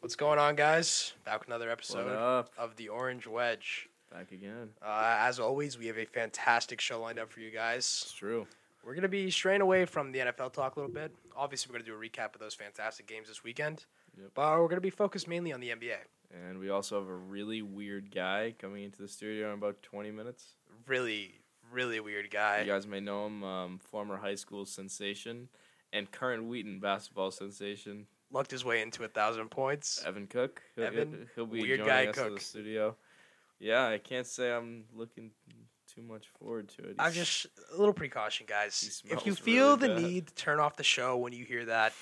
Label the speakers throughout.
Speaker 1: What's going on, guys? Back with another
Speaker 2: What
Speaker 1: episode
Speaker 2: up?
Speaker 1: of the Orange Wedge.
Speaker 2: Back again.
Speaker 1: Uh, as always, we have a fantastic show lined up for you guys.
Speaker 2: It's true.
Speaker 1: We're gonna be straying away from the NFL talk a little bit. Obviously, we're gonna do a recap of those fantastic games this weekend,
Speaker 2: Yep.
Speaker 1: but we're gonna be focused mainly on the NBA.
Speaker 2: And we also have a really weird guy coming into the studio in about 20 minutes.
Speaker 1: Really, really weird guy.
Speaker 2: You guys may know him, um, former high school sensation and current Wheaton basketball sensation,
Speaker 1: Lucked his way into a thousand points.
Speaker 2: Evan Cook. He'll,
Speaker 1: Evan,
Speaker 2: he'll be
Speaker 1: weird
Speaker 2: joining
Speaker 1: guy
Speaker 2: us in
Speaker 1: Cook.
Speaker 2: the studio. Yeah, I can't say I'm looking too much forward to it.
Speaker 1: I'm
Speaker 2: He's-
Speaker 1: just a little precaution, guys.
Speaker 2: He
Speaker 1: If you
Speaker 2: smells
Speaker 1: feel
Speaker 2: really
Speaker 1: the
Speaker 2: bad.
Speaker 1: need to turn off the show when you hear that,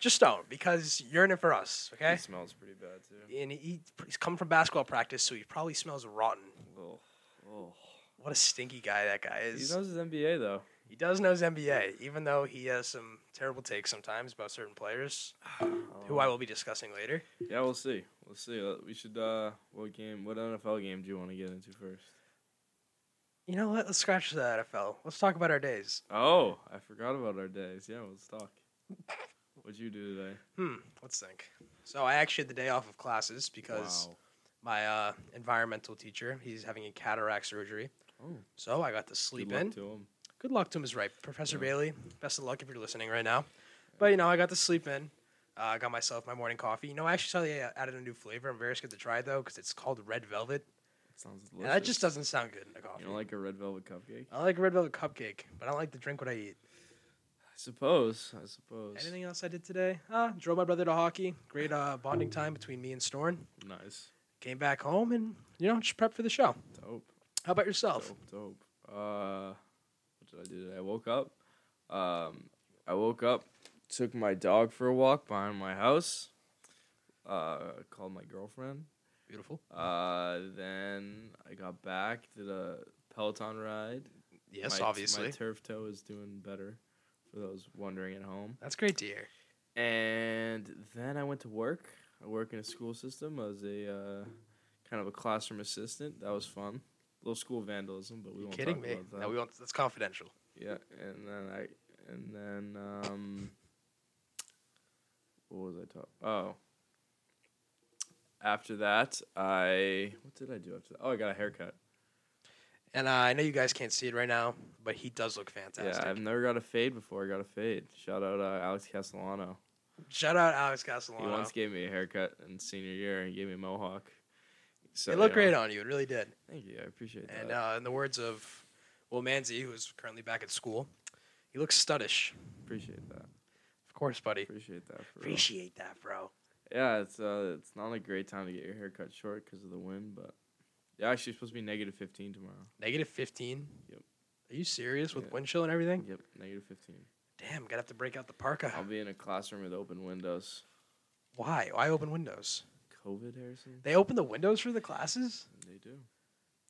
Speaker 1: just don't because you're in it for us. Okay.
Speaker 2: He smells pretty bad too.
Speaker 1: and he, he's come from basketball practice, so he probably smells rotten.
Speaker 2: Oh, oh.
Speaker 1: What a stinky guy that guy
Speaker 2: He
Speaker 1: is.
Speaker 2: knows his NBA though.
Speaker 1: he does know his NBA, even though he has some terrible takes sometimes about certain players, who
Speaker 2: Um,
Speaker 1: I will be discussing later.
Speaker 2: Yeah, we'll see. We'll see. Uh, We should. Uh, what game? What NFL game do you want to get into first?
Speaker 1: You know what? Let's scratch the NFL. Let's talk about our days.
Speaker 2: Oh, I forgot about our days. Yeah, let's talk. What'd you do today?
Speaker 1: Hmm. Let's think. So I actually had the day off of classes because my uh, environmental teacher he's having a cataract surgery.
Speaker 2: Oh.
Speaker 1: So I got to sleep
Speaker 2: Good luck
Speaker 1: in.
Speaker 2: to 'em.
Speaker 1: Good luck to him is right, Professor
Speaker 2: Yeah.
Speaker 1: Bailey. Best of luck if you're listening right now. But you know, I got to sleep in. Uh, I got myself my morning coffee. You know, I actually saw they uh, added a new flavor. I'm very scared to try it though because it's called Red Velvet,
Speaker 2: Sounds delicious.
Speaker 1: and that just doesn't sound good in a coffee.
Speaker 2: you don't like a red velvet cupcake?
Speaker 1: I like Red Velvet cupcake, but I don't like to drink what I eat.
Speaker 2: I suppose. I suppose.
Speaker 1: Anything else I did today? Uh, drove my brother to hockey. Great uh, bonding time between me and Storn.
Speaker 2: Nice.
Speaker 1: Came back home and you know just prep for the show.
Speaker 2: Dope.
Speaker 1: How about yourself?
Speaker 2: Dope. Dope. Uh, what did I do today? I woke up. Um, I woke up, took my dog for a walk behind my house. Uh, called my girlfriend.
Speaker 1: Beautiful.
Speaker 2: Uh, then I got back, did a Peloton ride.
Speaker 1: Yes,
Speaker 2: my,
Speaker 1: obviously.
Speaker 2: My turf toe is doing better for those wondering at home.
Speaker 1: That's great to hear.
Speaker 2: And then I went to work. I work in a school system. I was a uh, kind of a classroom assistant. That was fun. A little school vandalism, but we
Speaker 1: You
Speaker 2: won't
Speaker 1: kidding
Speaker 2: talk
Speaker 1: me?
Speaker 2: about that.
Speaker 1: No, we won't. That's confidential.
Speaker 2: yeah, and then I and then um what was I talking? Oh. After that, I what did I do after that? Oh, I got a haircut.
Speaker 1: And uh, I know you guys can't see it right now, but he does look fantastic.
Speaker 2: Yeah, I've never got a fade before. I got a fade. Shout out uh, Alex Castellano.
Speaker 1: Shout out Alex
Speaker 2: He
Speaker 1: Castellano.
Speaker 2: once gave me a haircut in senior year and gave me a mohawk. So
Speaker 1: it looked
Speaker 2: you know,
Speaker 1: great on you. It really did.
Speaker 2: Thank you. I appreciate that.
Speaker 1: And uh, in the words of Will Manzi, who is currently back at school, he looks studdish.
Speaker 2: appreciate that.
Speaker 1: Of course, buddy.
Speaker 2: Appreciate that. For real.
Speaker 1: uh, Appreciate that, bro.
Speaker 2: Yeah, it's uh, it's not a great time to get your hair cut short because of the wind, but yeah, actually it's supposed to be negative fifteen tomorrow.
Speaker 1: Negative 15.
Speaker 2: Yep.
Speaker 1: Are you serious with
Speaker 2: Yeah.
Speaker 1: wind chill and everything?
Speaker 2: Yep, negative fifteen.
Speaker 1: Damn, gonna have to break out the parka.
Speaker 2: I'll be in a classroom with open windows.
Speaker 1: Why? Why open windows?
Speaker 2: COVID, Harrison.
Speaker 1: They open the windows for the classes?
Speaker 2: They do.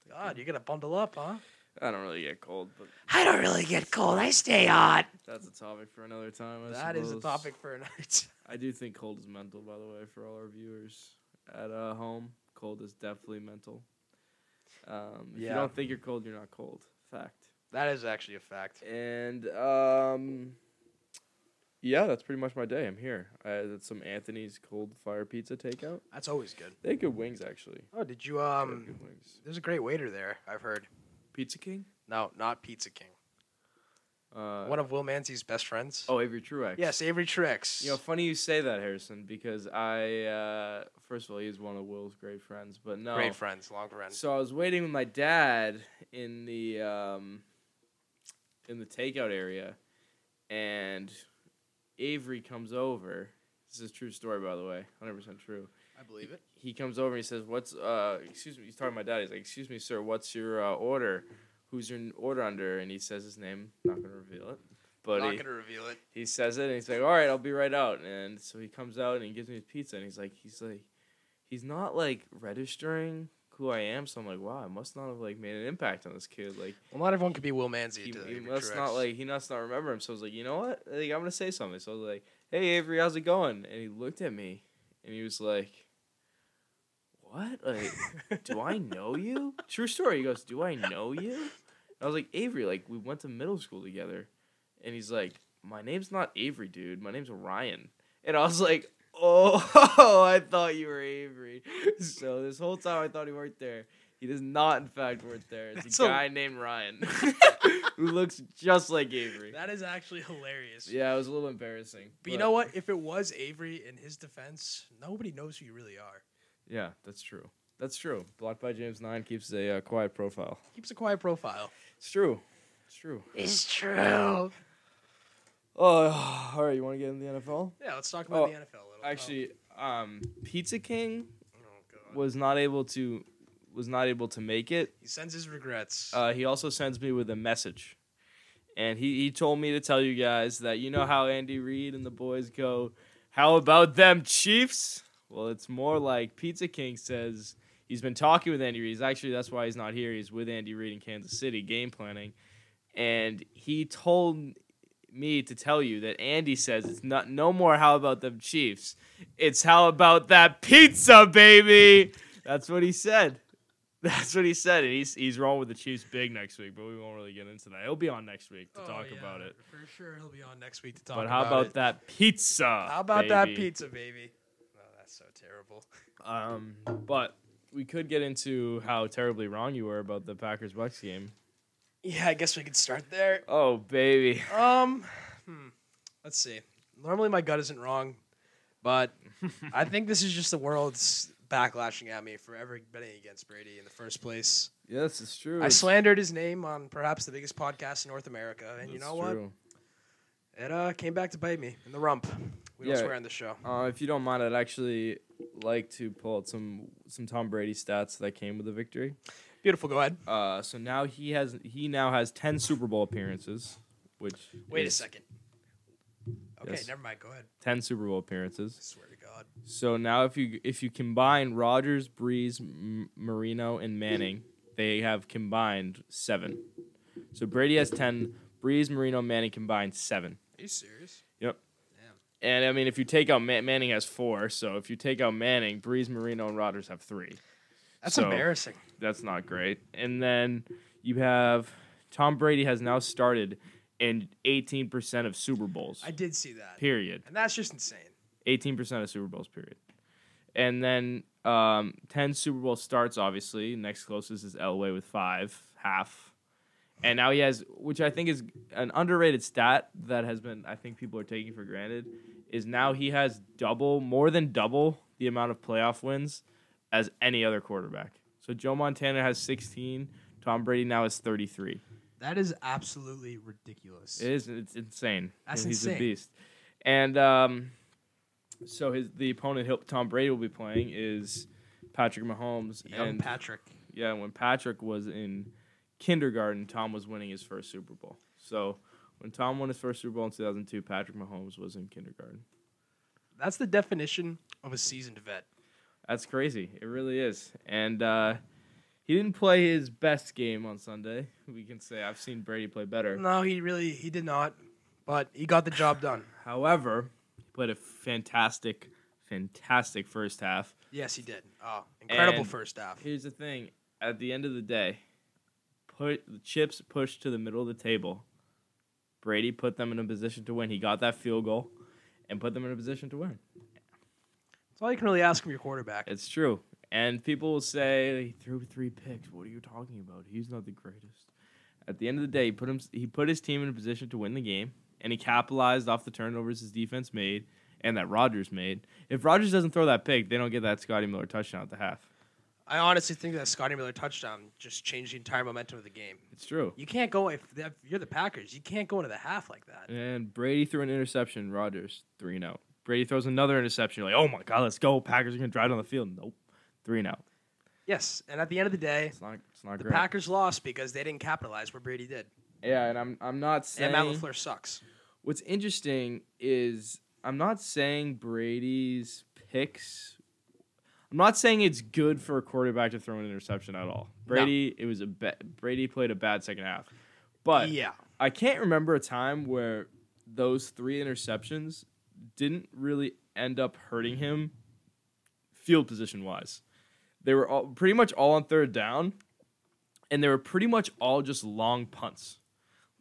Speaker 2: They
Speaker 1: God,
Speaker 2: do.
Speaker 1: you're gonna bundle up, huh?
Speaker 2: I don't really get cold, but
Speaker 1: I don't really get cold. I stay hot.
Speaker 2: that's a topic for another time. I
Speaker 1: That is a
Speaker 2: suppose.
Speaker 1: topic for another time.
Speaker 2: I do think cold is mental, by the way, for all our viewers at uh, home. Cold is definitely mental. Um, if
Speaker 1: Yeah.
Speaker 2: you don't think you're cold, you're not cold. Fact.
Speaker 1: That is actually a fact.
Speaker 2: And um, yeah, that's pretty much my day. I'm here. I had some Anthony's cold fire pizza takeout.
Speaker 1: That's always good.
Speaker 2: They had good wings, actually.
Speaker 1: Oh, did you
Speaker 2: They had
Speaker 1: um
Speaker 2: good wings.
Speaker 1: There's a great waiter there, I've heard.
Speaker 2: Pizza King.
Speaker 1: No, not Pizza King.
Speaker 2: Uh,
Speaker 1: One of Will Mancy's best friends.
Speaker 2: oh, Avery Truex.
Speaker 1: yes, Avery Trix.
Speaker 2: You know, funny you say that, Harrison, because I uh, first of all, he's one of Will's great friends, but no,
Speaker 1: Great friends, long friends.
Speaker 2: So I was waiting with my dad in the um, in the takeout area, and Avery comes over. This is a true story, by the way, hundred percent true.
Speaker 1: I believe it.
Speaker 2: He comes over and he says, "What's uh? Excuse me." He's talking to my dad. He's like, "Excuse me, sir. What's your uh, order? Who's your n- order under?" And he says his name. Not gonna reveal it, but
Speaker 1: Not
Speaker 2: he,
Speaker 1: gonna reveal it.
Speaker 2: he says it and he's like, "All right, I'll be right out." And so he comes out and he gives me his pizza and he's like, he's like, he's not like registering who I am. So I'm like, wow, I must not have like made an impact on this kid. Like
Speaker 1: Well, not everyone could be Will Manzi.
Speaker 2: he,
Speaker 1: to
Speaker 2: he
Speaker 1: Avery
Speaker 2: must
Speaker 1: Truex.
Speaker 2: not like he must not remember him. So I was like, you know what? I think I'm gonna say something. So I was like, hey Avery, how's it going? And he looked at me and he was like, what? Like, do I know you? True story. He goes, do I know you? And I was like, Avery, like we went to middle school together. And he's like, my name's not Avery, dude. My name's Ryan. And I was like, Oh, I thought you were Avery. So this whole time I thought he worked there. He does not, in fact, work there. It's
Speaker 1: That's
Speaker 2: a
Speaker 1: a-
Speaker 2: guy named Ryan who looks just like Avery.
Speaker 1: That is actually hilarious.
Speaker 2: Yeah, it was a little embarrassing.
Speaker 1: But you know what? If it was Avery in his defense, nobody knows who you really are.
Speaker 2: Yeah, that's true. That's true. Blocked by James Nine keeps a uh, quiet profile.
Speaker 1: Keeps a quiet profile.
Speaker 2: It's true. It's true.
Speaker 1: It's true.
Speaker 2: Oh, all right. You want to get in the NFL?
Speaker 1: Yeah, let's talk about
Speaker 2: Oh,
Speaker 1: the NFL a little.
Speaker 2: Actually, um, Pizza King
Speaker 1: oh, oh, God.
Speaker 2: was not able to was not able to make it.
Speaker 1: he sends his regrets.
Speaker 2: Uh, he also sends me with a message, and he he told me to tell you guys that you know how Andy Reid and the boys go. How about them Chiefs? Well, it's more like Pizza King says he's been talking with Andy Reid. He's Actually, that's why he's not here. He's with Andy Reid in Kansas City game planning, and he told me to tell you that Andy says it's not no more how about them Chiefs. It's how about that pizza, baby. That's what he said. That's what he said. And he's he's rolling with the Chiefs big next week, but we won't really get into that. He'll be on next week to
Speaker 1: Oh,
Speaker 2: talk
Speaker 1: yeah,
Speaker 2: about it.
Speaker 1: For sure, he'll be on next week to talk
Speaker 2: But
Speaker 1: about
Speaker 2: how about
Speaker 1: it.
Speaker 2: that pizza?
Speaker 1: How about that
Speaker 2: baby?
Speaker 1: pizza, baby? Oh, that's so terrible.
Speaker 2: Um, but we could get into how terribly wrong you were about the Packers Bucks game.
Speaker 1: Yeah, I guess we could start there.
Speaker 2: Oh baby.
Speaker 1: Um, hmm, let's see. Normally my gut isn't wrong, but I think this is just the world's backlashing at me for ever betting against Brady in the first place.
Speaker 2: yes, it's true.
Speaker 1: I slandered his name on perhaps the biggest podcast in North America, and you know what? It uh, came back to bite me in the rump. We
Speaker 2: Yeah.
Speaker 1: don't swear on the show.
Speaker 2: Uh, if you don't mind, I'd actually like to pull out some some Tom Brady stats that came with the victory.
Speaker 1: Beautiful. Go ahead.
Speaker 2: Uh, so now he has he now has ten Super Bowl appearances, which
Speaker 1: Wait a
Speaker 2: is
Speaker 1: second. Okay,
Speaker 2: Yes.
Speaker 1: never mind. Go ahead.
Speaker 2: ten Super Bowl appearances.
Speaker 1: I swear to God.
Speaker 2: So now if you if you combine Rogers, Breeze, M- Marino, and Manning, they have combined seven. So Brady has ten. Breeze, Marino, Manning combined seven.
Speaker 1: Are you serious?
Speaker 2: And I mean, if you take out Ma- Manning has four, so if you take out Manning, Breeze, Marino, and Rogers have three.
Speaker 1: That's
Speaker 2: So-
Speaker 1: embarrassing.
Speaker 2: that's not great. And then you have Tom Brady has now started in 18% of Super Bowls.
Speaker 1: I did see that,
Speaker 2: period.
Speaker 1: and that's just insane.
Speaker 2: 18% of Super Bowls, period. And then um, 10 Super Bowl starts, obviously. Next closest is Elway with five, half. And now he has, which I think is an underrated stat that has been, I think people are taking for granted, is now he has double, more than double the amount of playoff wins as any other quarterback. So Joe Montana has 16. Tom Brady now is 33.
Speaker 1: That is absolutely ridiculous.
Speaker 2: It is. It's insane.
Speaker 1: That's
Speaker 2: And he's a
Speaker 1: insane.
Speaker 2: beast. And um, so his the opponent he'll, Tom Brady will be playing is Patrick Mahomes.
Speaker 1: Young
Speaker 2: and
Speaker 1: Patrick.
Speaker 2: yeah, when Patrick was in kindergarten, Tom was winning his first Super Bowl. So when Tom won his first Super Bowl in 2002, Patrick Mahomes was in kindergarten.
Speaker 1: That's the definition of a seasoned vet.
Speaker 2: That's crazy. It really is. And uh, he didn't play his best game on Sunday. We can say I've seen Brady play better.
Speaker 1: No, he really he did not, but he got the job done.
Speaker 2: However, he played a fantastic, fantastic first half.
Speaker 1: Yes, he did. Oh, incredible
Speaker 2: And-
Speaker 1: first half.
Speaker 2: Here's the thing: at the end of the day, put the chips pushed to the middle of the table. Brady put them in a position to win. He got that field goal, and put them in a position to win.
Speaker 1: That's all you can really ask from your quarterback.
Speaker 2: It's true. And people will say he threw three picks. What are you talking about? He's not the greatest. At the end of the day, he put him he put his team in a position to win the game, and he capitalized off the turnovers his defense made and that Rodgers made. If Rodgers doesn't throw that pick, they don't get that Scotty Miller touchdown at the half.
Speaker 1: I honestly think that Scotty Miller touchdown just changed the entire momentum of the game.
Speaker 2: It's true.
Speaker 1: You can't go if if you're the Packers. You can't go into the half like that.
Speaker 2: And Brady threw an interception. Rodgers three and out. Brady throws another interception. You're like, oh my god, let's go. Packers are gonna drive down the field. Nope, three and oh. out.
Speaker 1: Yes, and at the end of the day,
Speaker 2: It's not. It's not
Speaker 1: the
Speaker 2: great.
Speaker 1: Packers lost because they didn't capitalize where Brady did.
Speaker 2: yeah, and I'm I'm not saying.
Speaker 1: And Matt Lafleur sucks.
Speaker 2: What's interesting is I'm not saying Brady's picks. I'm not saying it's good for a quarterback to throw an interception at all. Brady, it was a ba- Brady played a bad second half, but
Speaker 1: yeah,
Speaker 2: I can't remember a time where those three interceptions didn't really end up hurting him field position wise. They were all pretty much all on third down, and they were pretty much all just long punts.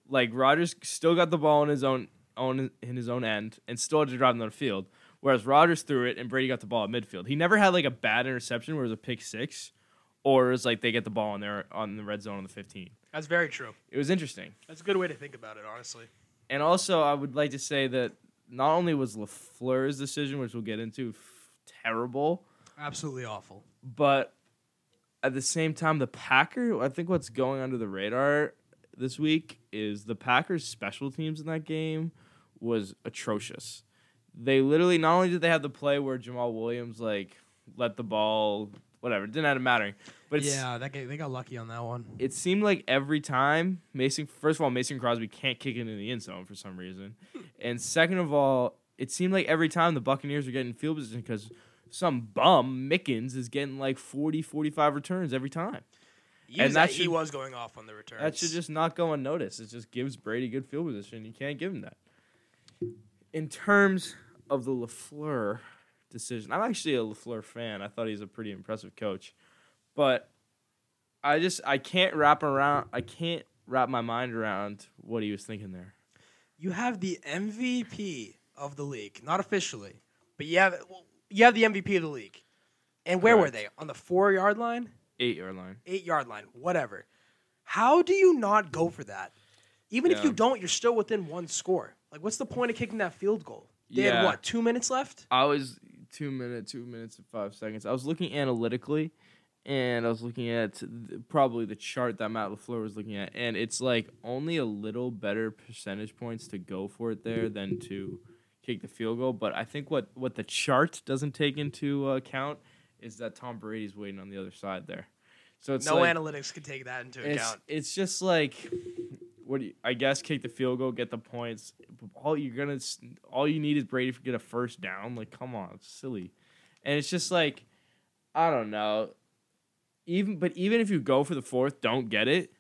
Speaker 2: Like Rodgers still got the ball in his own own in his own end and still had to drive down the field. Whereas Rodgers threw it and Brady got the ball at midfield. He never had like a bad interception where it was a pick six, or it was like they get the ball in there on the red zone on the 15.
Speaker 1: That's very true.
Speaker 2: It was interesting.
Speaker 1: That's a good way to think about it, honestly.
Speaker 2: And also, I would like to say that not only was Lafleur's decision, which we'll get into, f- terrible,
Speaker 1: Absolutely awful.
Speaker 2: but at the same time, the Packer. I think what's going under the radar this week is the Packers' special teams in that game was atrocious. They literally not only did they have the play where Jamal Williams like let the ball, whatever, it didn't end up mattering, but it's,
Speaker 1: yeah, that they got lucky on that one.
Speaker 2: it seemed like every time Mason, first of all, Mason Crosby can't kick it in the end zone for some reason, and second of all, it seemed like every time the Buccaneers were getting field position because some bum Mickens is getting like 40, 45 returns every time.
Speaker 1: and
Speaker 2: that
Speaker 1: that he
Speaker 2: should-
Speaker 1: was going off on the returns.
Speaker 2: That should just not go unnoticed. It just gives Brady good field position. You can't give him that. In terms of the Lafleur decision, I'm actually a Lafleur fan. I thought he's a pretty impressive coach, but I just I can't wrap around. I can't wrap my mind around what he was thinking there.
Speaker 1: you have the MVP of the league, not officially, but you have well, you have the MVP of the league. And where were
Speaker 2: Correct.
Speaker 1: they? On the four yard line,
Speaker 2: Eight yard line.
Speaker 1: eight yard line, whatever. How do you not go for that? Even if
Speaker 2: Yeah.
Speaker 1: you don't, you're still within one score. Like, what's the point of kicking that field goal? They
Speaker 2: Yeah.
Speaker 1: had what, two minutes left?
Speaker 2: I was two minute, two minutes and five seconds. I was looking analytically, and I was looking at th- probably the chart that Matt Lafleur was looking at, and it's like only a little better percentage points to go for it there than to kick the field goal. But I think what what the chart doesn't take into account is that Tom Brady's waiting on the other side there. So it's
Speaker 1: no
Speaker 2: like,
Speaker 1: analytics could take that into
Speaker 2: it's,
Speaker 1: account.
Speaker 2: It's just like, what do you, I guess kick the field goal, get the points. All you're gonna, s- all you need is Brady to get a first down. Like, come on, it's silly. And it's just like, I don't know. Even but even if you go for the fourth, don't get it.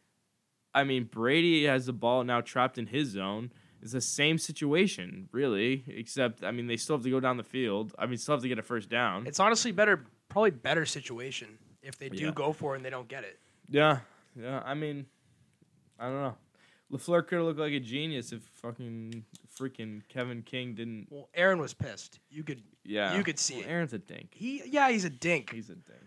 Speaker 2: I mean, Brady has the ball now trapped in his zone. It's the same situation, really. Except, I mean, they still have to go down the field. I mean, still have to get a first down.
Speaker 1: It's honestly better, probably better situation if they do
Speaker 2: Yeah.
Speaker 1: go for it and they don't get it.
Speaker 2: Yeah, yeah. I mean, I don't know. Lafleur could have looked like a genius if fucking freaking Kevin King didn't.
Speaker 1: Well, Aaron was pissed. You could,
Speaker 2: Yeah,
Speaker 1: You could see it.
Speaker 2: Aaron's a dink.
Speaker 1: he, yeah, he's a dink.
Speaker 2: He's a dink.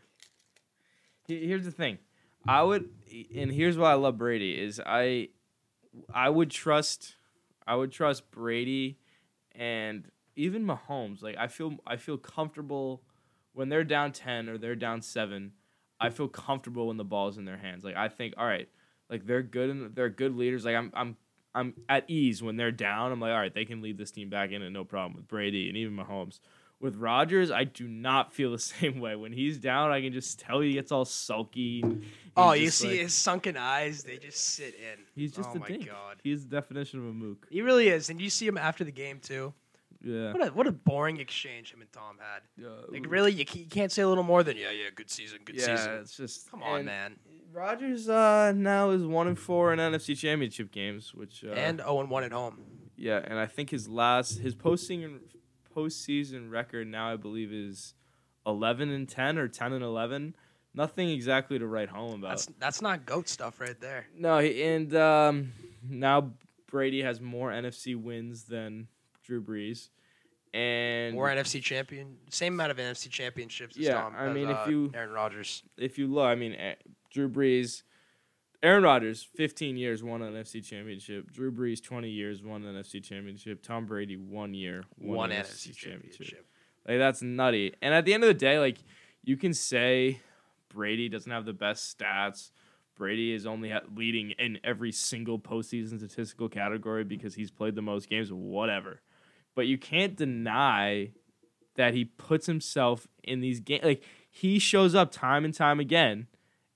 Speaker 2: He- Here's the thing, I would, and here's why I love Brady is I, I would trust, I would trust Brady, and even Mahomes. Like I feel, I feel comfortable when they're down ten or they're down seven. I feel comfortable when the ball's in their hands. Like I think, all right, like they're good and they're good leaders. Like I'm, I'm. I'm at ease when they're down. I'm like, all right, they can lead this team back in and no problem with Brady and even Mahomes. With Rodgers, I do not feel the same way. When he's down, I can just tell he gets all sulky. and
Speaker 1: Oh,
Speaker 2: he's
Speaker 1: you
Speaker 2: just
Speaker 1: see
Speaker 2: like-
Speaker 1: his sunken eyes, they just sit in.
Speaker 2: He's just
Speaker 1: oh
Speaker 2: a
Speaker 1: my
Speaker 2: dink.
Speaker 1: god.
Speaker 2: He's the definition of a mook.
Speaker 1: He really is. And you see him after the game too.
Speaker 2: Yeah.
Speaker 1: What a what a boring exchange him and Tom had. Like really, you ca- you can't say a little more than yeah, yeah, good season, good
Speaker 2: yeah,
Speaker 1: season.
Speaker 2: it's just
Speaker 1: Come on,
Speaker 2: and
Speaker 1: man.
Speaker 2: Rodgers uh, now is one and four in NFC Championship games, which uh,
Speaker 1: and 0 and 1 at home.
Speaker 2: yeah, and I think his last his postseason postseason record now I believe is eleven and ten or ten and eleven. Nothing exactly to write home about.
Speaker 1: That's that's not goat stuff right there.
Speaker 2: No, he- and um, now Brady has more NFC wins than Drew Brees, and
Speaker 1: More NFC champion, same amount of NFC championships. As
Speaker 2: Yeah,
Speaker 1: Tom,
Speaker 2: I
Speaker 1: as,
Speaker 2: mean, if
Speaker 1: uh,
Speaker 2: you-
Speaker 1: Aaron Rodgers,
Speaker 2: if you look, I mean, eh, Drew Brees, Aaron Rodgers, 15 years, won an NFC championship. Drew Brees, 20 years, won an NFC championship. Tom Brady, one year, won
Speaker 1: one
Speaker 2: an
Speaker 1: NFC championship.
Speaker 2: Like, that's nutty. And at the end of the day, like, you can say Brady doesn't have the best stats. Brady is only at leading in every single postseason statistical category because he's played the most games, whatever. But you can't deny that he puts himself in these games. Like, he shows up time and time again,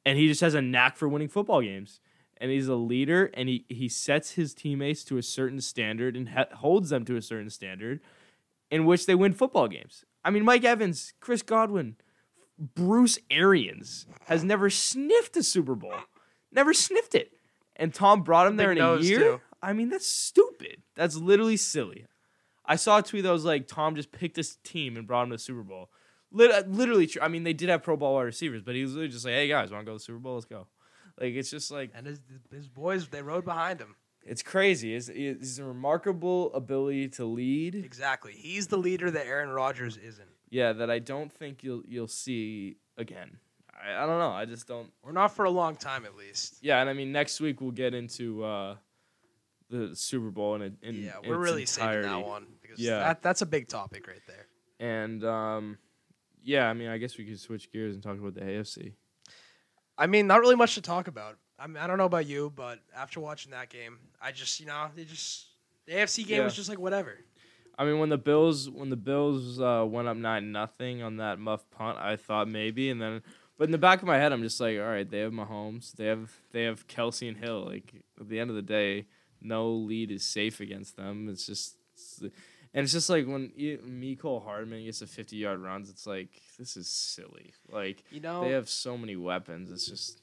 Speaker 2: and he just has a knack for winning football games. And he's a leader, and he, he sets his teammates to a certain standard and ha- holds them to a certain standard in which they win football games. I mean, Mike Evans, Chris Godwin, Bruce Arians has never sniffed a Super Bowl, never sniffed it. And Tom brought him there in
Speaker 1: Big
Speaker 2: a
Speaker 1: nose,
Speaker 2: year.
Speaker 1: too.
Speaker 2: I mean, that's stupid. That's literally silly. I saw a tweet that was like, Tom just picked this team and brought him to the Super Bowl. Lit- uh, literally, true. I mean, they did have Pro Bowl wide receivers, but he was literally just like, "Hey guys, want to go to the Super Bowl? Let's go." Like, it's just like
Speaker 1: And his, his boys, they rode behind him.
Speaker 3: It's crazy. It's, it's a remarkable ability to lead.
Speaker 1: Exactly. He's the leader that Aaron Rodgers isn't.
Speaker 3: Yeah, that I don't think you'll you'll see again. I, I don't know. I just don't.
Speaker 1: Or not for a long time, at least.
Speaker 2: Yeah, and I mean next week we'll get into uh, the Super Bowl and in,
Speaker 1: yeah, we're really saving that one because
Speaker 2: Yeah.
Speaker 1: that, that's a big topic right there.
Speaker 2: And um, yeah, I mean I guess we could switch gears and talk about the AFC.
Speaker 1: I mean, not really much to talk about. I mean, I don't know about you, but after watching that game, I just you know it just the AFC game
Speaker 2: Yeah.
Speaker 1: was just like whatever.
Speaker 2: I mean, when the Bills when the Bills uh, went up nine nothing on that muff punt, I thought maybe, and then but in the back of my head, I'm just like, all right, they have Mahomes, they have they have Kelsey and Hill. Like at the end of the day, no lead is safe against them. It's just, it's- and it's just like when you, Mecole Hardman gets a 50 yard runs, it's like this is silly. Like
Speaker 1: You know.
Speaker 2: they have so many weapons. It's just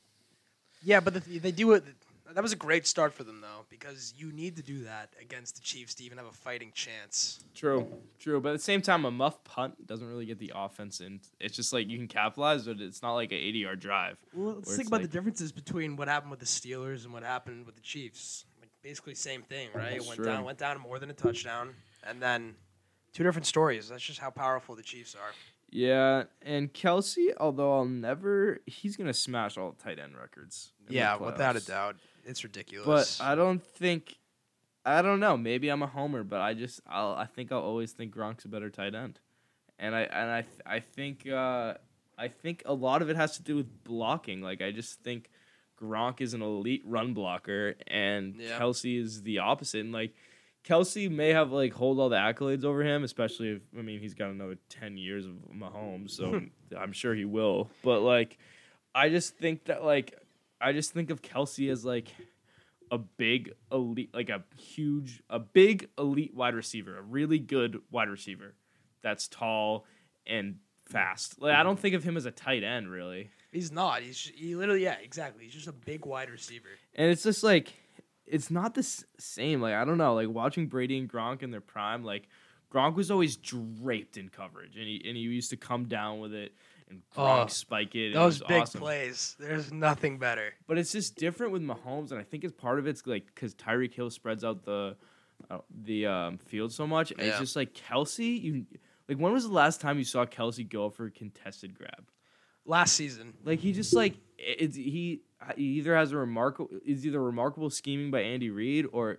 Speaker 1: Yeah, but the, they do it. That was a great start for them though, because you need to do that against the Chiefs to even have a fighting chance.
Speaker 2: True, true. But at the same time, a muff punt doesn't really get the offense in. It's just like you can capitalize, but it's not like an 80 yard drive.
Speaker 1: Well, let's
Speaker 2: Where
Speaker 1: think
Speaker 2: it's
Speaker 1: about the
Speaker 2: like-
Speaker 1: differences between what happened with the Steelers and what happened with the Chiefs. Like basically same thing, right? It
Speaker 2: That's
Speaker 1: went
Speaker 2: true.
Speaker 1: down, went down more than a touchdown, and then two different stories. That's just how powerful the Chiefs are.
Speaker 2: Yeah, and Kelsey, although I'll never, he's gonna smash all tight end records. in the playoffs.
Speaker 1: doubt, it's ridiculous.
Speaker 2: But uh, I don't think, I don't know. Maybe I'm a homer, but I just, I'll, I think I'll always think Gronk's a better tight end, and I, and I, th- I think, uh, I think a lot of it has to do with blocking. Like I just think Gronk is an elite run blocker, and
Speaker 1: Yeah.
Speaker 2: Kelsey is the opposite. And like. Kelsey may have like hold all the accolades over him, especially if I mean he's got another ten years of Mahomes, so I'm sure he will. But like, I just think that like, I just think of Kelsey as like a big elite, like a huge, a big elite wide receiver, a really good wide receiver that's tall and fast. Like I don't think of him as a tight end really,
Speaker 1: he's not. He's he literally yeah, exactly. He's just a big wide receiver.
Speaker 2: and it's just like it's not the s- same. Like I don't know, like watching Brady and Gronk in their prime, like Gronk was always draped in coverage, and he and he used to come down with it and Gronk
Speaker 1: Oh,
Speaker 2: spike it. and it
Speaker 1: Those
Speaker 2: was
Speaker 1: big
Speaker 2: awesome.
Speaker 1: plays. There's nothing better.
Speaker 2: But it's just different with Mahomes, and I think it's part of it's like because Tyreek Hill spreads out the uh, the um, field so much, and it's
Speaker 1: Yeah.
Speaker 2: just like Kelsey. You like when was the last time you saw Kelsey go for a contested grab?
Speaker 1: Last season.
Speaker 2: Like he just like i- it's he, he either has a remarkable is either remarkable scheming by Andy Reid or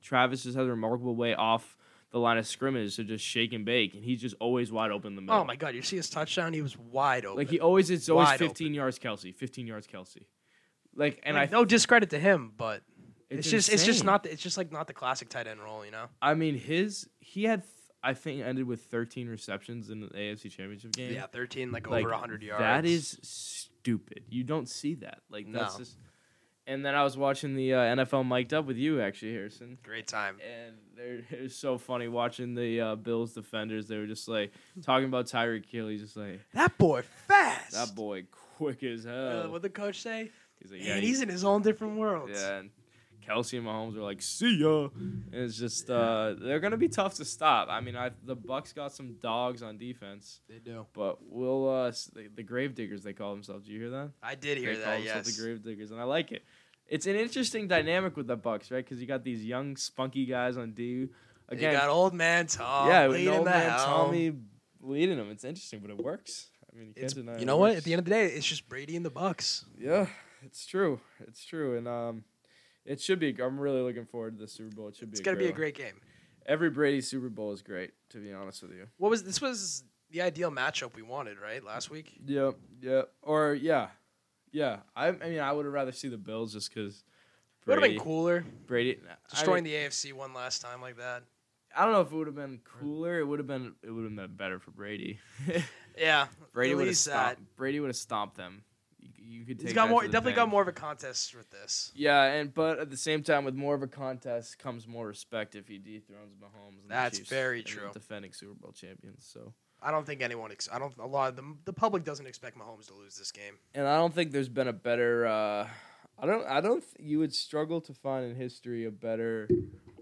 Speaker 2: Travis just has a remarkable way off the line of scrimmage to just shake and bake, and he's just always wide open in the middle.
Speaker 1: Oh my god, you see his touchdown? He was wide open.
Speaker 2: Like he always it's always
Speaker 1: Wide open.
Speaker 2: fifteen yards Kelsey, fifteen yards Kelsey. Like and
Speaker 1: and
Speaker 2: I
Speaker 1: I no discredit to him, but it's, just it's just
Speaker 2: insane.
Speaker 1: not the, it's just like not the classic tight end role, you know.
Speaker 2: I mean, his he had th- I think ended with 13 receptions in the AFC Championship game.
Speaker 1: Yeah, thirteen like,
Speaker 2: Like,
Speaker 1: over hundred yards.
Speaker 2: That is stupid. You don't see that. Like that's
Speaker 1: No.
Speaker 2: just. And then I was watching the uh, NFL mic'd up with you actually, Harrison.
Speaker 1: great time.
Speaker 2: And they're, it was so funny watching the uh, Bills defenders. They were just like talking about Tyreek Hill. He's just like
Speaker 1: That boy fast.
Speaker 2: that boy quick as
Speaker 1: Uh,
Speaker 2: hell.
Speaker 1: what the coach say?
Speaker 2: He's like,
Speaker 1: And
Speaker 2: yeah, he-
Speaker 1: he's in his own different world.
Speaker 2: yeah, and Kelsey and Mahomes are like, "See ya," and it's just uh, they're gonna be tough to stop. I mean, I the Bucks got some dogs on defense,
Speaker 1: they do.
Speaker 2: but we'll uh, s- the, the Grave Diggers they call themselves. Do you hear that?
Speaker 1: I did hear
Speaker 2: they call
Speaker 1: that.
Speaker 2: themselves
Speaker 1: Yes.
Speaker 2: the Grave Diggers, and I like it. It's an interesting dynamic with the Bucks, right? Because you got these young, spunky guys on D.
Speaker 1: You
Speaker 2: Again,
Speaker 1: got old man Tom.
Speaker 2: yeah, with
Speaker 1: leading
Speaker 2: no
Speaker 1: the
Speaker 2: man
Speaker 1: helm.
Speaker 2: Tommy leading them. It's interesting, but it works. I mean, you can't
Speaker 1: It's,
Speaker 2: deny
Speaker 1: you
Speaker 2: it
Speaker 1: know what?
Speaker 2: works.
Speaker 1: At the end of the day, it's just Brady and the Bucks.
Speaker 2: Yeah, it's true. It's true, and um, it should be. I'm really looking forward to the Super Bowl. It should be.
Speaker 1: It's gonna be a
Speaker 2: one.
Speaker 1: great game.
Speaker 2: Every Brady Super Bowl is great, to be honest with you.
Speaker 1: What was this was the ideal matchup we wanted, right? Last week.
Speaker 2: Yep, yep. Or yeah, yeah. I, I mean, I would have rather see the Bills just because.
Speaker 1: It would have been cooler
Speaker 2: Brady
Speaker 1: destroying
Speaker 2: I, mean,
Speaker 1: the AFC one last time like that.
Speaker 2: I don't know if it would have been cooler. It would have been. It would have been better for Brady.
Speaker 1: Yeah,
Speaker 2: Brady
Speaker 1: at
Speaker 2: would have
Speaker 1: least that.
Speaker 2: stopped. Brady would have stomped them. You, you could take.
Speaker 1: He's got
Speaker 2: that
Speaker 1: more.
Speaker 2: to the
Speaker 1: Definitely
Speaker 2: bank.
Speaker 1: got more of a contest with this.
Speaker 2: Yeah, and but at the same time, with more of a contest comes more respect if he dethrones Mahomes. And
Speaker 1: That's
Speaker 2: the Chiefs
Speaker 1: very
Speaker 2: and the
Speaker 1: true.
Speaker 2: defending Super Bowl champions. So,
Speaker 1: I don't think anyone. Ex- I don't. A lot of the the public doesn't expect Mahomes to lose this game.
Speaker 2: and I don't think there's been a better. Uh, I don't. I don't. Th- you would struggle to find in history a better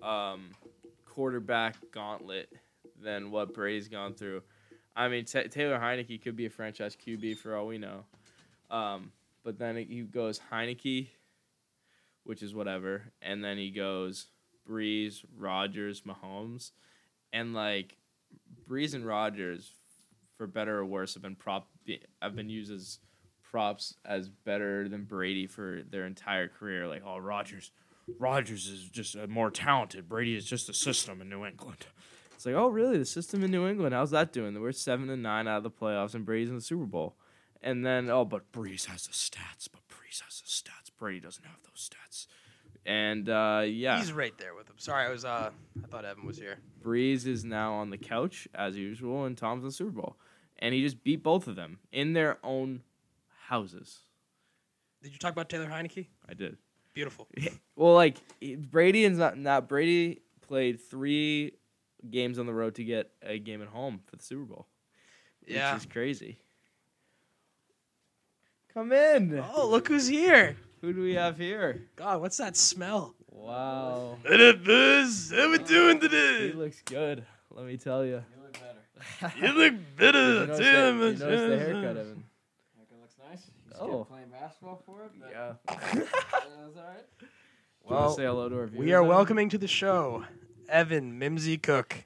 Speaker 2: um, quarterback gauntlet than what Brady's gone through. I mean, Ta Taylor Heineke could be a franchise QB for all we know, um, but then it, he goes Heineke,
Speaker 4: which is whatever. And then he goes Breeze, Rogers, Mahomes, and like Breeze and Rogers, for better or worse, have been prop. I've been used as props as better than Brady for their entire career. Like, oh, Rogers, Rogers is just uh, more talented. Brady is just the system in New England. It's like, oh, really? The system in New England? How's that doing? We're seven and nine out of the playoffs, and Brady's in the Super Bowl. And then, oh, but Breeze has the stats. But Breeze has the stats. Brady doesn't have those stats. And uh, yeah,
Speaker 1: He's right there with him. Sorry, I was. Uh, I thought Evan was here.
Speaker 4: Breeze is now on the couch as usual, and Tom's in the Super Bowl, and he just beat both of them in their own houses.
Speaker 1: Did you talk about Taylor Heineke?
Speaker 4: I did.
Speaker 1: Beautiful.
Speaker 4: Well, like it- Brady and not, not Brady played three games on the road to get a game at home for the Super Bowl.
Speaker 1: Yeah.
Speaker 4: which is crazy. Come in.
Speaker 1: Oh, look who's here!
Speaker 4: Who do we have here?
Speaker 1: God, what's that smell?
Speaker 4: Wow,
Speaker 1: What up, Buzz? How we doing
Speaker 4: he
Speaker 1: today?
Speaker 4: looks good. Let me tell you.
Speaker 5: You look better.
Speaker 1: You look better.
Speaker 4: You notice the, you notice the haircut, Evan.
Speaker 5: Reckon it looks nice. He's
Speaker 4: Oh.
Speaker 5: oh. playing basketball for it. But yeah. was all right.
Speaker 4: Do you wanna
Speaker 1: Well,
Speaker 4: say hello to our viewers,
Speaker 1: we are
Speaker 4: Evan?
Speaker 1: welcoming to the show Evan Mimsy Cook.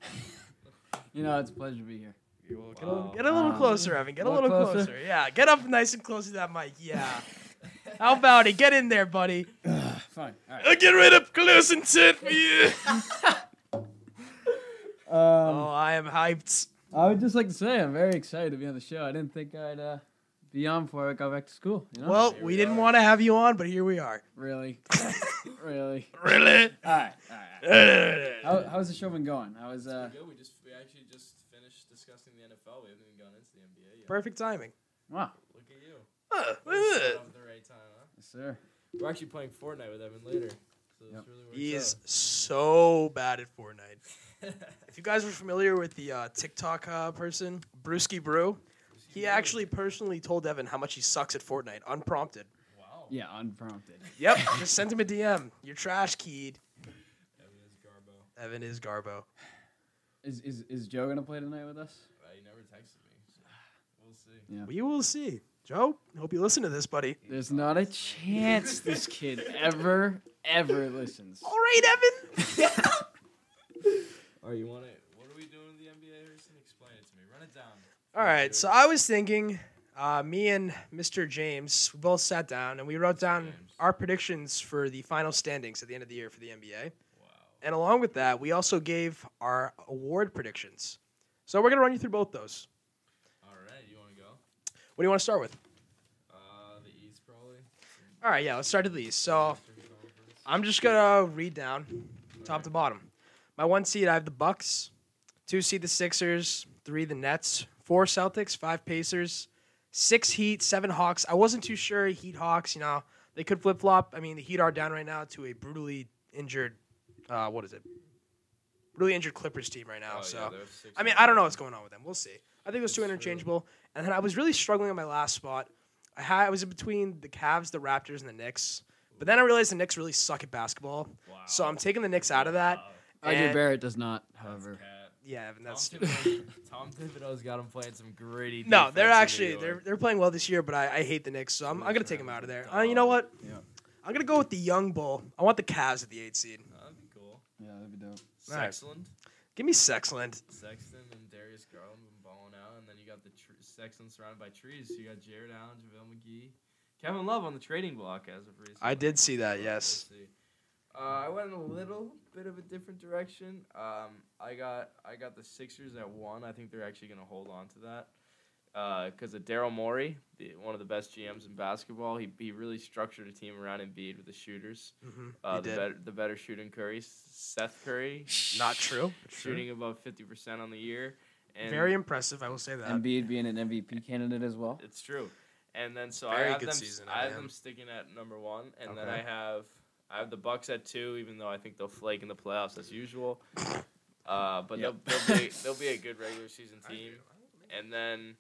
Speaker 5: You know, it's a pleasure to be here.
Speaker 1: Get a, little,
Speaker 4: Wow.
Speaker 1: get a little
Speaker 5: Um,
Speaker 1: closer, Evan. Get a
Speaker 5: a
Speaker 1: little
Speaker 5: little
Speaker 1: closer.
Speaker 5: closer?
Speaker 1: Yeah, get up nice and close to that mic. Yeah. How about it? Get in there, buddy.
Speaker 5: Fine. All right.
Speaker 1: I'll get right up close and tit for you. oh, I am hyped.
Speaker 5: Um, I would just like to say I'm very excited to be on the show. I didn't think I'd uh, be on before I go back to school. You know?
Speaker 1: Well, we, didn't want to have you on, but here we are.
Speaker 5: really, really.
Speaker 1: Really?
Speaker 5: All right. All right.
Speaker 1: How
Speaker 5: How, how's the show been going? I was. Uh,
Speaker 2: we just we actually just finished discussing the NFL. We haven't even gone into the NBA yet.
Speaker 1: Perfect timing.
Speaker 5: wow.
Speaker 2: Look at you.
Speaker 1: Huh.
Speaker 5: Yes, sir.
Speaker 2: We're actually playing Fortnite with Evan later. So
Speaker 5: Yep.
Speaker 2: it's really works
Speaker 1: He is
Speaker 2: out.
Speaker 1: so bad at Fortnite. If you guys are familiar with the uh, TikTok uh, person, Brewski Brew, he actually personally told Evan how much he sucks at Fortnite, unprompted.
Speaker 2: Wow.
Speaker 5: Yeah, unprompted.
Speaker 1: Yep. Just send him a DM. You're trash keyed.
Speaker 2: Evan is Garbo.
Speaker 1: Evan is Garbo.
Speaker 5: Is is is Joe gonna play tonight with us?
Speaker 2: Uh, he never texted me. So we'll see.
Speaker 1: We will see. Joe, hope you listen to this, buddy.
Speaker 5: There's not a chance this kid ever ever listens.
Speaker 1: All right, Evan.
Speaker 2: Are you want it? What are we doing with the NBA, Harrison? Explain it to me. Run it down.
Speaker 1: All right. So I was thinking, uh, me and Mr. James, we both sat down and we wrote down
Speaker 2: James.
Speaker 1: our predictions for the final standings at the end of the year for the NBA.
Speaker 2: Wow.
Speaker 1: And along with that, we also gave our award predictions. So we're going to run you through both those.
Speaker 2: All right. You want to go?
Speaker 1: What do you want to start with?
Speaker 2: Uh, the East probably.
Speaker 1: All right. Yeah, let's start at these. So
Speaker 2: Eastern Conference.
Speaker 1: I'm just gonna read down, top to bottom. My one seed, I have the Bucks. Two seed, the Sixers. Three, the Nets. Four Celtics. Five Pacers. Six Heat. Seven Hawks. I wasn't too sure. Heat Hawks. You know they could flip flop. I mean the Heat are down right now to a brutally injured, uh, what is it? Brutally injured Clippers team right now.
Speaker 2: Oh,
Speaker 1: so
Speaker 2: yeah, they're six
Speaker 1: I mean
Speaker 2: and
Speaker 1: I don't
Speaker 2: one.
Speaker 1: know what's going on with them. We'll see. I think those two
Speaker 2: It's true.
Speaker 1: interchangeable. And then I was really struggling on my last spot. I had I was in between the Cavs, the Raptors, and the Knicks. But then I realized the Knicks really suck at basketball.
Speaker 2: Wow.
Speaker 1: So I'm taking the Knicks out of that.
Speaker 2: Wow.
Speaker 5: RJ
Speaker 1: And-
Speaker 5: Barrett does not,
Speaker 2: That's
Speaker 5: however.
Speaker 2: cat.
Speaker 1: Yeah, Evan, that's
Speaker 2: Tom Thibodeau- Tom Thibodeau's got him playing some gritty.
Speaker 1: no. They're
Speaker 2: defense in New
Speaker 1: actually they're
Speaker 2: York.
Speaker 1: they're playing well this year, but I, I hate the Knicks, so I'm, I'm gonna take them out of there. Uh, you know what?
Speaker 5: Yeah.
Speaker 1: I'm gonna go with the young bull. I want the Cavs at the eight seed.
Speaker 2: Oh, That'd be cool.
Speaker 5: Yeah, that'd be dope.
Speaker 1: Alright.
Speaker 2: Sexland,
Speaker 1: Give me Sexland.
Speaker 2: Sexton, and Darius Garland been balling out, and then you got the tr- Sexton surrounded by trees. So you got Jared Allen, Javale McGee, Kevin Love on the trading block as of recently.
Speaker 1: I did see that.
Speaker 2: We'll
Speaker 1: Yes.
Speaker 2: see. Uh, I went in a little bit of a different direction. Um, I got I got the Sixers at one. I think they're actually going to hold on to that because of Daryl Morey, the, one of the best GMs in basketball. He, he really structured a team around Embiid with the shooters.
Speaker 1: Mhm,
Speaker 2: Uh,
Speaker 1: you
Speaker 2: the
Speaker 1: did.
Speaker 2: better the better shooting Curry, Seth Curry
Speaker 1: Not true.
Speaker 2: shooting above fifty percent on the year. And
Speaker 1: Very impressive. I will say that.
Speaker 5: Embiid being an MVP candidate as well.
Speaker 2: It's true. And then so
Speaker 1: Very
Speaker 2: I have
Speaker 1: good
Speaker 2: them.
Speaker 1: season out
Speaker 2: I
Speaker 1: of
Speaker 2: have
Speaker 1: him.
Speaker 2: them sticking at number one, and then
Speaker 1: Okay.
Speaker 2: I have I have the Bucks at two, even though I think they'll flake in the playoffs as usual. Uh, but
Speaker 5: Yep.
Speaker 2: they'll, they'll be they'll be a good regular season team, and then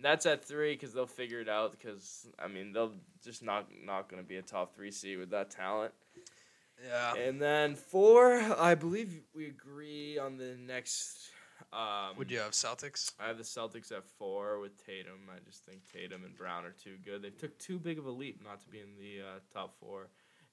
Speaker 2: that's at three because they'll figure it out. Because I mean they'll just not not going to be a top three seed with that talent.
Speaker 1: Yeah.
Speaker 2: And then four, I believe we agree on the next. Um,
Speaker 1: Would you have Celtics?
Speaker 2: I have the Celtics at four with Tatum. I just think Tatum and Brown are too good. They took too big of a leap not to be in the uh, top four.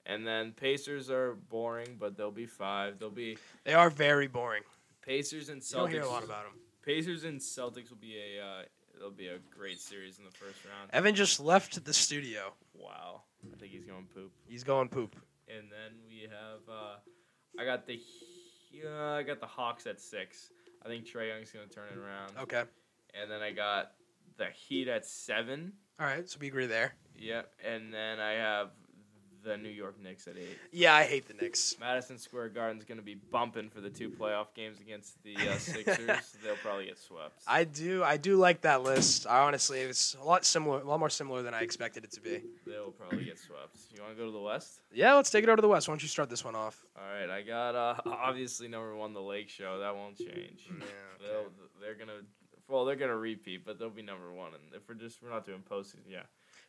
Speaker 2: And then Pacers are boring, but they'll be five. They'll be
Speaker 1: They are very boring.
Speaker 2: Pacers and
Speaker 1: You don't hear
Speaker 2: Celtics.
Speaker 1: a lot about them.
Speaker 2: Pacers and Celtics will be a uh, it'll be a great series in the first round.
Speaker 1: Evan just left the studio.
Speaker 2: Wow, I think he's going poop.
Speaker 1: He's going poop.
Speaker 2: And then we have uh, I got the He- uh, I got the Hawks at six. I think Trey Young's gonna turn it around.
Speaker 1: Okay.
Speaker 2: And then I got the Heat at seven.
Speaker 1: All right. So we agree there.
Speaker 2: Yep. And then I have the New York Knicks at eight.
Speaker 1: Yeah, I hate the Knicks.
Speaker 2: Madison Square Garden's going to be bumping for the two playoff games against the uh, Sixers. They'll probably get swept.
Speaker 1: I do. I do like that list. I honestly, it's a lot similar, a lot more similar than I expected it to be.
Speaker 2: They'll probably get swept. You want to go to the West?
Speaker 1: Yeah, let's take it over to the West. Why don't you start this one off?
Speaker 2: All right, I got uh, obviously number one, the Lake Show. That won't change.
Speaker 1: Yeah,
Speaker 2: They'll they're gonna well they're gonna repeat, but they'll be number one. And if we're just we're not doing postseason, yeah,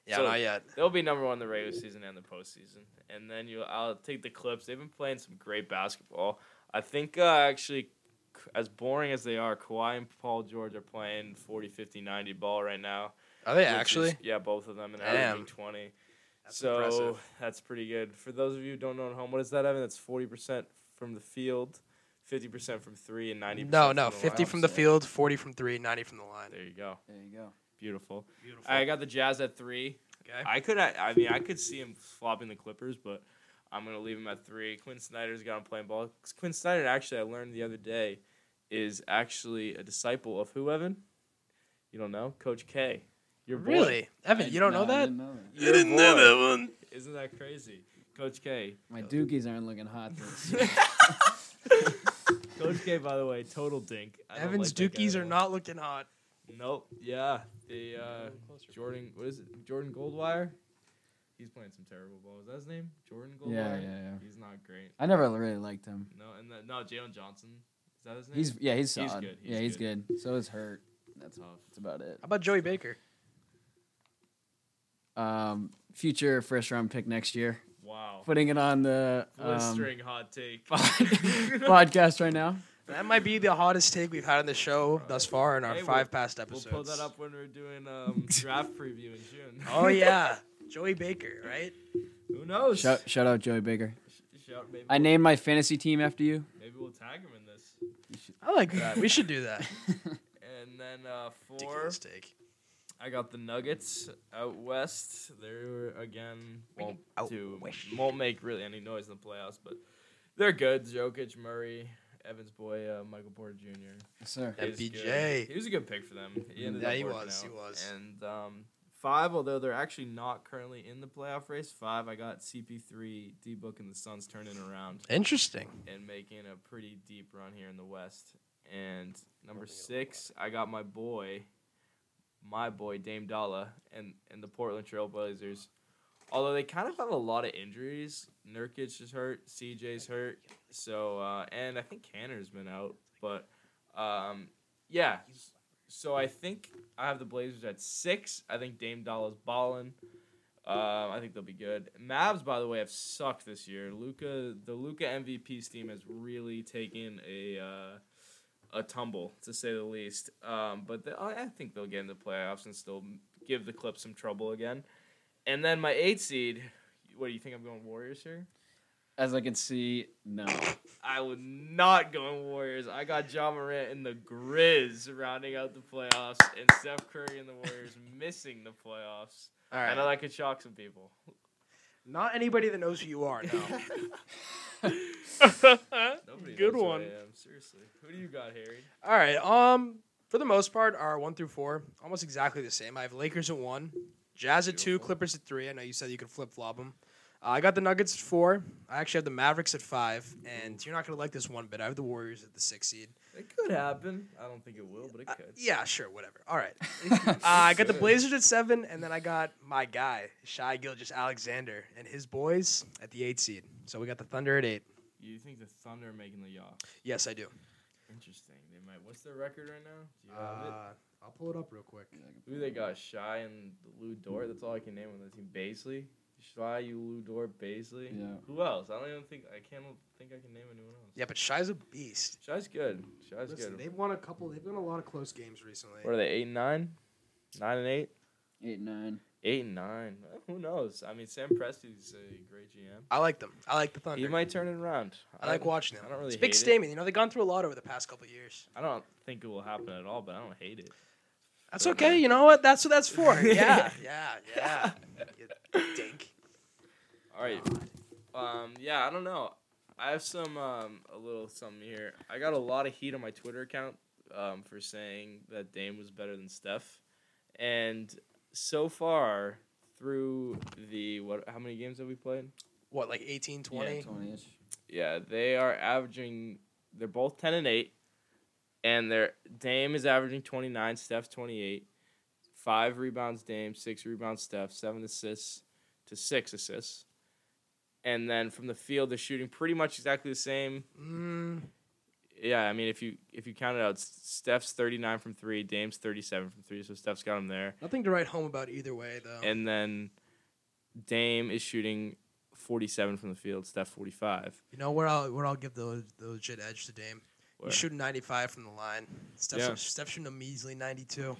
Speaker 1: Yeah,
Speaker 2: So-
Speaker 1: not yet.
Speaker 2: they'll be number one the regular season and the postseason. And then you, I'll take the Clips. They've been playing some great basketball. I think uh, actually, c- as boring as they are, Kawhi and Paul George are playing 40, 50, 90 ball right now.
Speaker 1: Are they
Speaker 2: which is-
Speaker 1: actually?
Speaker 2: yeah, both of them, and
Speaker 1: Damn.
Speaker 2: averaging 20.
Speaker 1: That's
Speaker 2: so
Speaker 1: impressive.
Speaker 2: that's pretty good. For those of you who don't know at home, what is that, Evan? That's 40% from the field, 50% from three, and 90%
Speaker 1: No,
Speaker 2: from
Speaker 1: no.
Speaker 2: the
Speaker 1: Fifty
Speaker 2: line.
Speaker 1: from the
Speaker 5: Wow.
Speaker 1: field, forty from three, ninety from the line.
Speaker 2: There you go.
Speaker 5: There you go.
Speaker 2: Beautiful.
Speaker 1: Beautiful.
Speaker 2: I got the Jazz at three.
Speaker 1: okay.
Speaker 2: I could. I, I mean, I could see him flopping the Clippers, but I'm gonna leave him at three. Quinn Snyder's got him playing ball. 'Cause Quinn Snyder, actually, I learned the other day, is actually a disciple of who Evan? You don't know, Coach K. Your boy.
Speaker 1: Really, Evan?
Speaker 5: I-
Speaker 1: You don't
Speaker 5: no,
Speaker 1: know
Speaker 5: I
Speaker 1: that?
Speaker 5: didn't know that.
Speaker 2: Your boy.
Speaker 1: one.
Speaker 2: Isn't that crazy, Coach K?
Speaker 5: My dookies aren't looking hot. This year.
Speaker 2: Coach K, by the way, total dink. I don't
Speaker 1: Evan's
Speaker 2: like that guy
Speaker 1: Dukies
Speaker 2: at
Speaker 1: are
Speaker 2: all.
Speaker 1: not looking hot.
Speaker 2: Nope. Yeah. The uh, Jordan. What is it? Jordan Goldwire. He's playing some terrible ball. Is that his name? Jordan Goldwire.
Speaker 5: yeah, yeah, yeah.
Speaker 2: He's not great.
Speaker 5: I never really liked him.
Speaker 2: No, and the, no, Jalen Johnson. Is that his name?
Speaker 5: He's yeah, he's
Speaker 2: He's
Speaker 5: solid.
Speaker 2: good, he's
Speaker 5: yeah, he's good. So is Hurt. That's
Speaker 2: tough.
Speaker 5: that's about it.
Speaker 1: How about Joey Baker?
Speaker 5: Um, future first round pick next year.
Speaker 2: Wow.
Speaker 5: Putting it on the um,
Speaker 2: Blistering hot take.
Speaker 5: podcast right now.
Speaker 1: That might be the hottest take we've had on the show thus far in our
Speaker 2: Hey, we'll-
Speaker 1: five past
Speaker 2: we'll
Speaker 1: episodes.
Speaker 2: pull that up when we're doing um, draft preview in June.
Speaker 1: Oh yeah, Joey Baker, right?
Speaker 2: Who knows?
Speaker 5: Shout shout out Joey Baker.
Speaker 2: Sh- shout- maybe,
Speaker 5: I named my fantasy team after you.
Speaker 2: maybe we'll tag him in this.
Speaker 1: I like that. We should do that.
Speaker 2: And then uh, four,
Speaker 1: Ridiculous take.
Speaker 2: I got the Nuggets out west. They're again won't
Speaker 1: Out
Speaker 2: do
Speaker 1: west.
Speaker 2: won't make really any noise in the playoffs, but they're good. Jokic, Murray, Evans boy, uh, Michael Porter Jr.
Speaker 5: sir.
Speaker 2: is good.
Speaker 1: MPJ.
Speaker 2: He was a good pick for them. He ended
Speaker 1: Yeah,
Speaker 2: up
Speaker 1: he
Speaker 2: working
Speaker 1: was, he
Speaker 2: out.
Speaker 1: was.
Speaker 2: And um, five, although they're actually not currently in the playoff race, five, I got CP3, D Book, and the Suns turning around
Speaker 1: Interesting.
Speaker 2: and making a pretty deep run here in the West. And number six, I got my boy, my boy Dame Dalla, and and the Portland Trail Blazers. Although they kind of have a lot of injuries, Nurkic is hurt, CJ's hurt, so uh, and I think Canner's been out, but um, yeah. So I think I have the Blazers at six. I think Dame Dalla's balling. Um, I think they'll be good. Mavs, by the way, have sucked this year. Luca, the Luca MVP's team has really taken a uh, a tumble to say the least. Um, but they, I I think they'll get in the playoffs and still give the Clips some trouble again. And then my eight seed. What do you think I'm going Warriors here?
Speaker 5: As I can see, no.
Speaker 2: I would not go in Warriors. I got John Morant in the Grizz rounding out the playoffs, and Steph Curry and the Warriors missing the playoffs.
Speaker 1: All
Speaker 2: I
Speaker 1: right.
Speaker 2: know that could shock some people.
Speaker 1: Not anybody that knows who you are now.
Speaker 2: Nobody
Speaker 1: Good
Speaker 2: knows who I
Speaker 1: one.
Speaker 2: am, Seriously, who do you got, Harry?
Speaker 1: All right. Um, for the most part, are one through four almost exactly the same. I have Lakers at one, Jazz at two,
Speaker 2: Beautiful.
Speaker 1: Clippers at three. I know you said you could flip flop them. Uh, I got the Nuggets at four. I actually have the Mavericks at five, and you're not gonna like this one bit. I have the Warriors at the six seed.
Speaker 2: It could happen. I don't think it will, but it
Speaker 1: Uh,
Speaker 2: could.
Speaker 1: yeah, sure, whatever. All right. Uh, I got the
Speaker 2: Sure.
Speaker 1: Blazers at seven, and then I got my guy, Shy Gilgis Alexander, and his boys at the eight seed. So we got the Thunder at eight.
Speaker 2: You think the Thunder are making the yaw?
Speaker 1: Yes, I do.
Speaker 2: Interesting. They might. What's their record right now? Do you have it?
Speaker 1: Uh, I'll pull it up real quick.
Speaker 2: Who they got? Shy and Lou Dort. That's all I can name on the team. Baisley. Shy, you, Lou Dort, Baisley.
Speaker 5: Yeah.
Speaker 2: Who else? I don't even think I can't think I can name anyone else.
Speaker 1: Yeah, but Shy's a beast.
Speaker 2: Shy's good. Shy's
Speaker 1: Listen,
Speaker 2: good.
Speaker 1: they've won a couple. They've won a lot of close games recently.
Speaker 2: What are they? Eight and nine, nine and eight.
Speaker 5: Eight nine.
Speaker 2: Eight and nine. Eh, Who knows? I mean, Sam Presti's a great GM.
Speaker 1: I like them. I like the
Speaker 2: He
Speaker 1: Thunder.
Speaker 2: might turn it around.
Speaker 1: I like watching them.
Speaker 2: I don't really
Speaker 1: it's a big
Speaker 2: hate it.
Speaker 1: statement. You know, they've gone through a lot over the past couple of years.
Speaker 2: I don't think it will happen at all, but I don't hate it.
Speaker 1: That's
Speaker 2: Don't know.
Speaker 1: okay. You know what? That's what that's for. yeah, yeah, yeah. You dink.
Speaker 2: All right. Um, yeah, I don't know. I have some um, a little something here. I got a lot of heat on my Twitter account um, for saying that Dame was better than Steph, and so far through the what? How many games have we played?
Speaker 1: What, like 18, 20?
Speaker 5: Yeah, 20 ish.
Speaker 2: Yeah, they are averaging. They're both ten and eight, and their Dame is averaging twenty nine. Steph twenty eight. Five rebounds, Dame. Six rebounds, Steph. Seven assists to six assists. And then from the field, they're shooting pretty much exactly the same.
Speaker 1: Mm,
Speaker 2: Yeah, I mean, if you if you count it out, S- Steph's thirty nine from three, Dame's thirty seven from three. So Steph's got him there.
Speaker 1: nothing to write home about either way, though.
Speaker 2: And then Dame is shooting forty seven from the field. Steph forty five.
Speaker 1: you know where I'll where I'll give the the legit edge to Dame. You shoot 95 from the line. Steph's,
Speaker 2: Yeah.
Speaker 1: Steph's shooting a measly 92.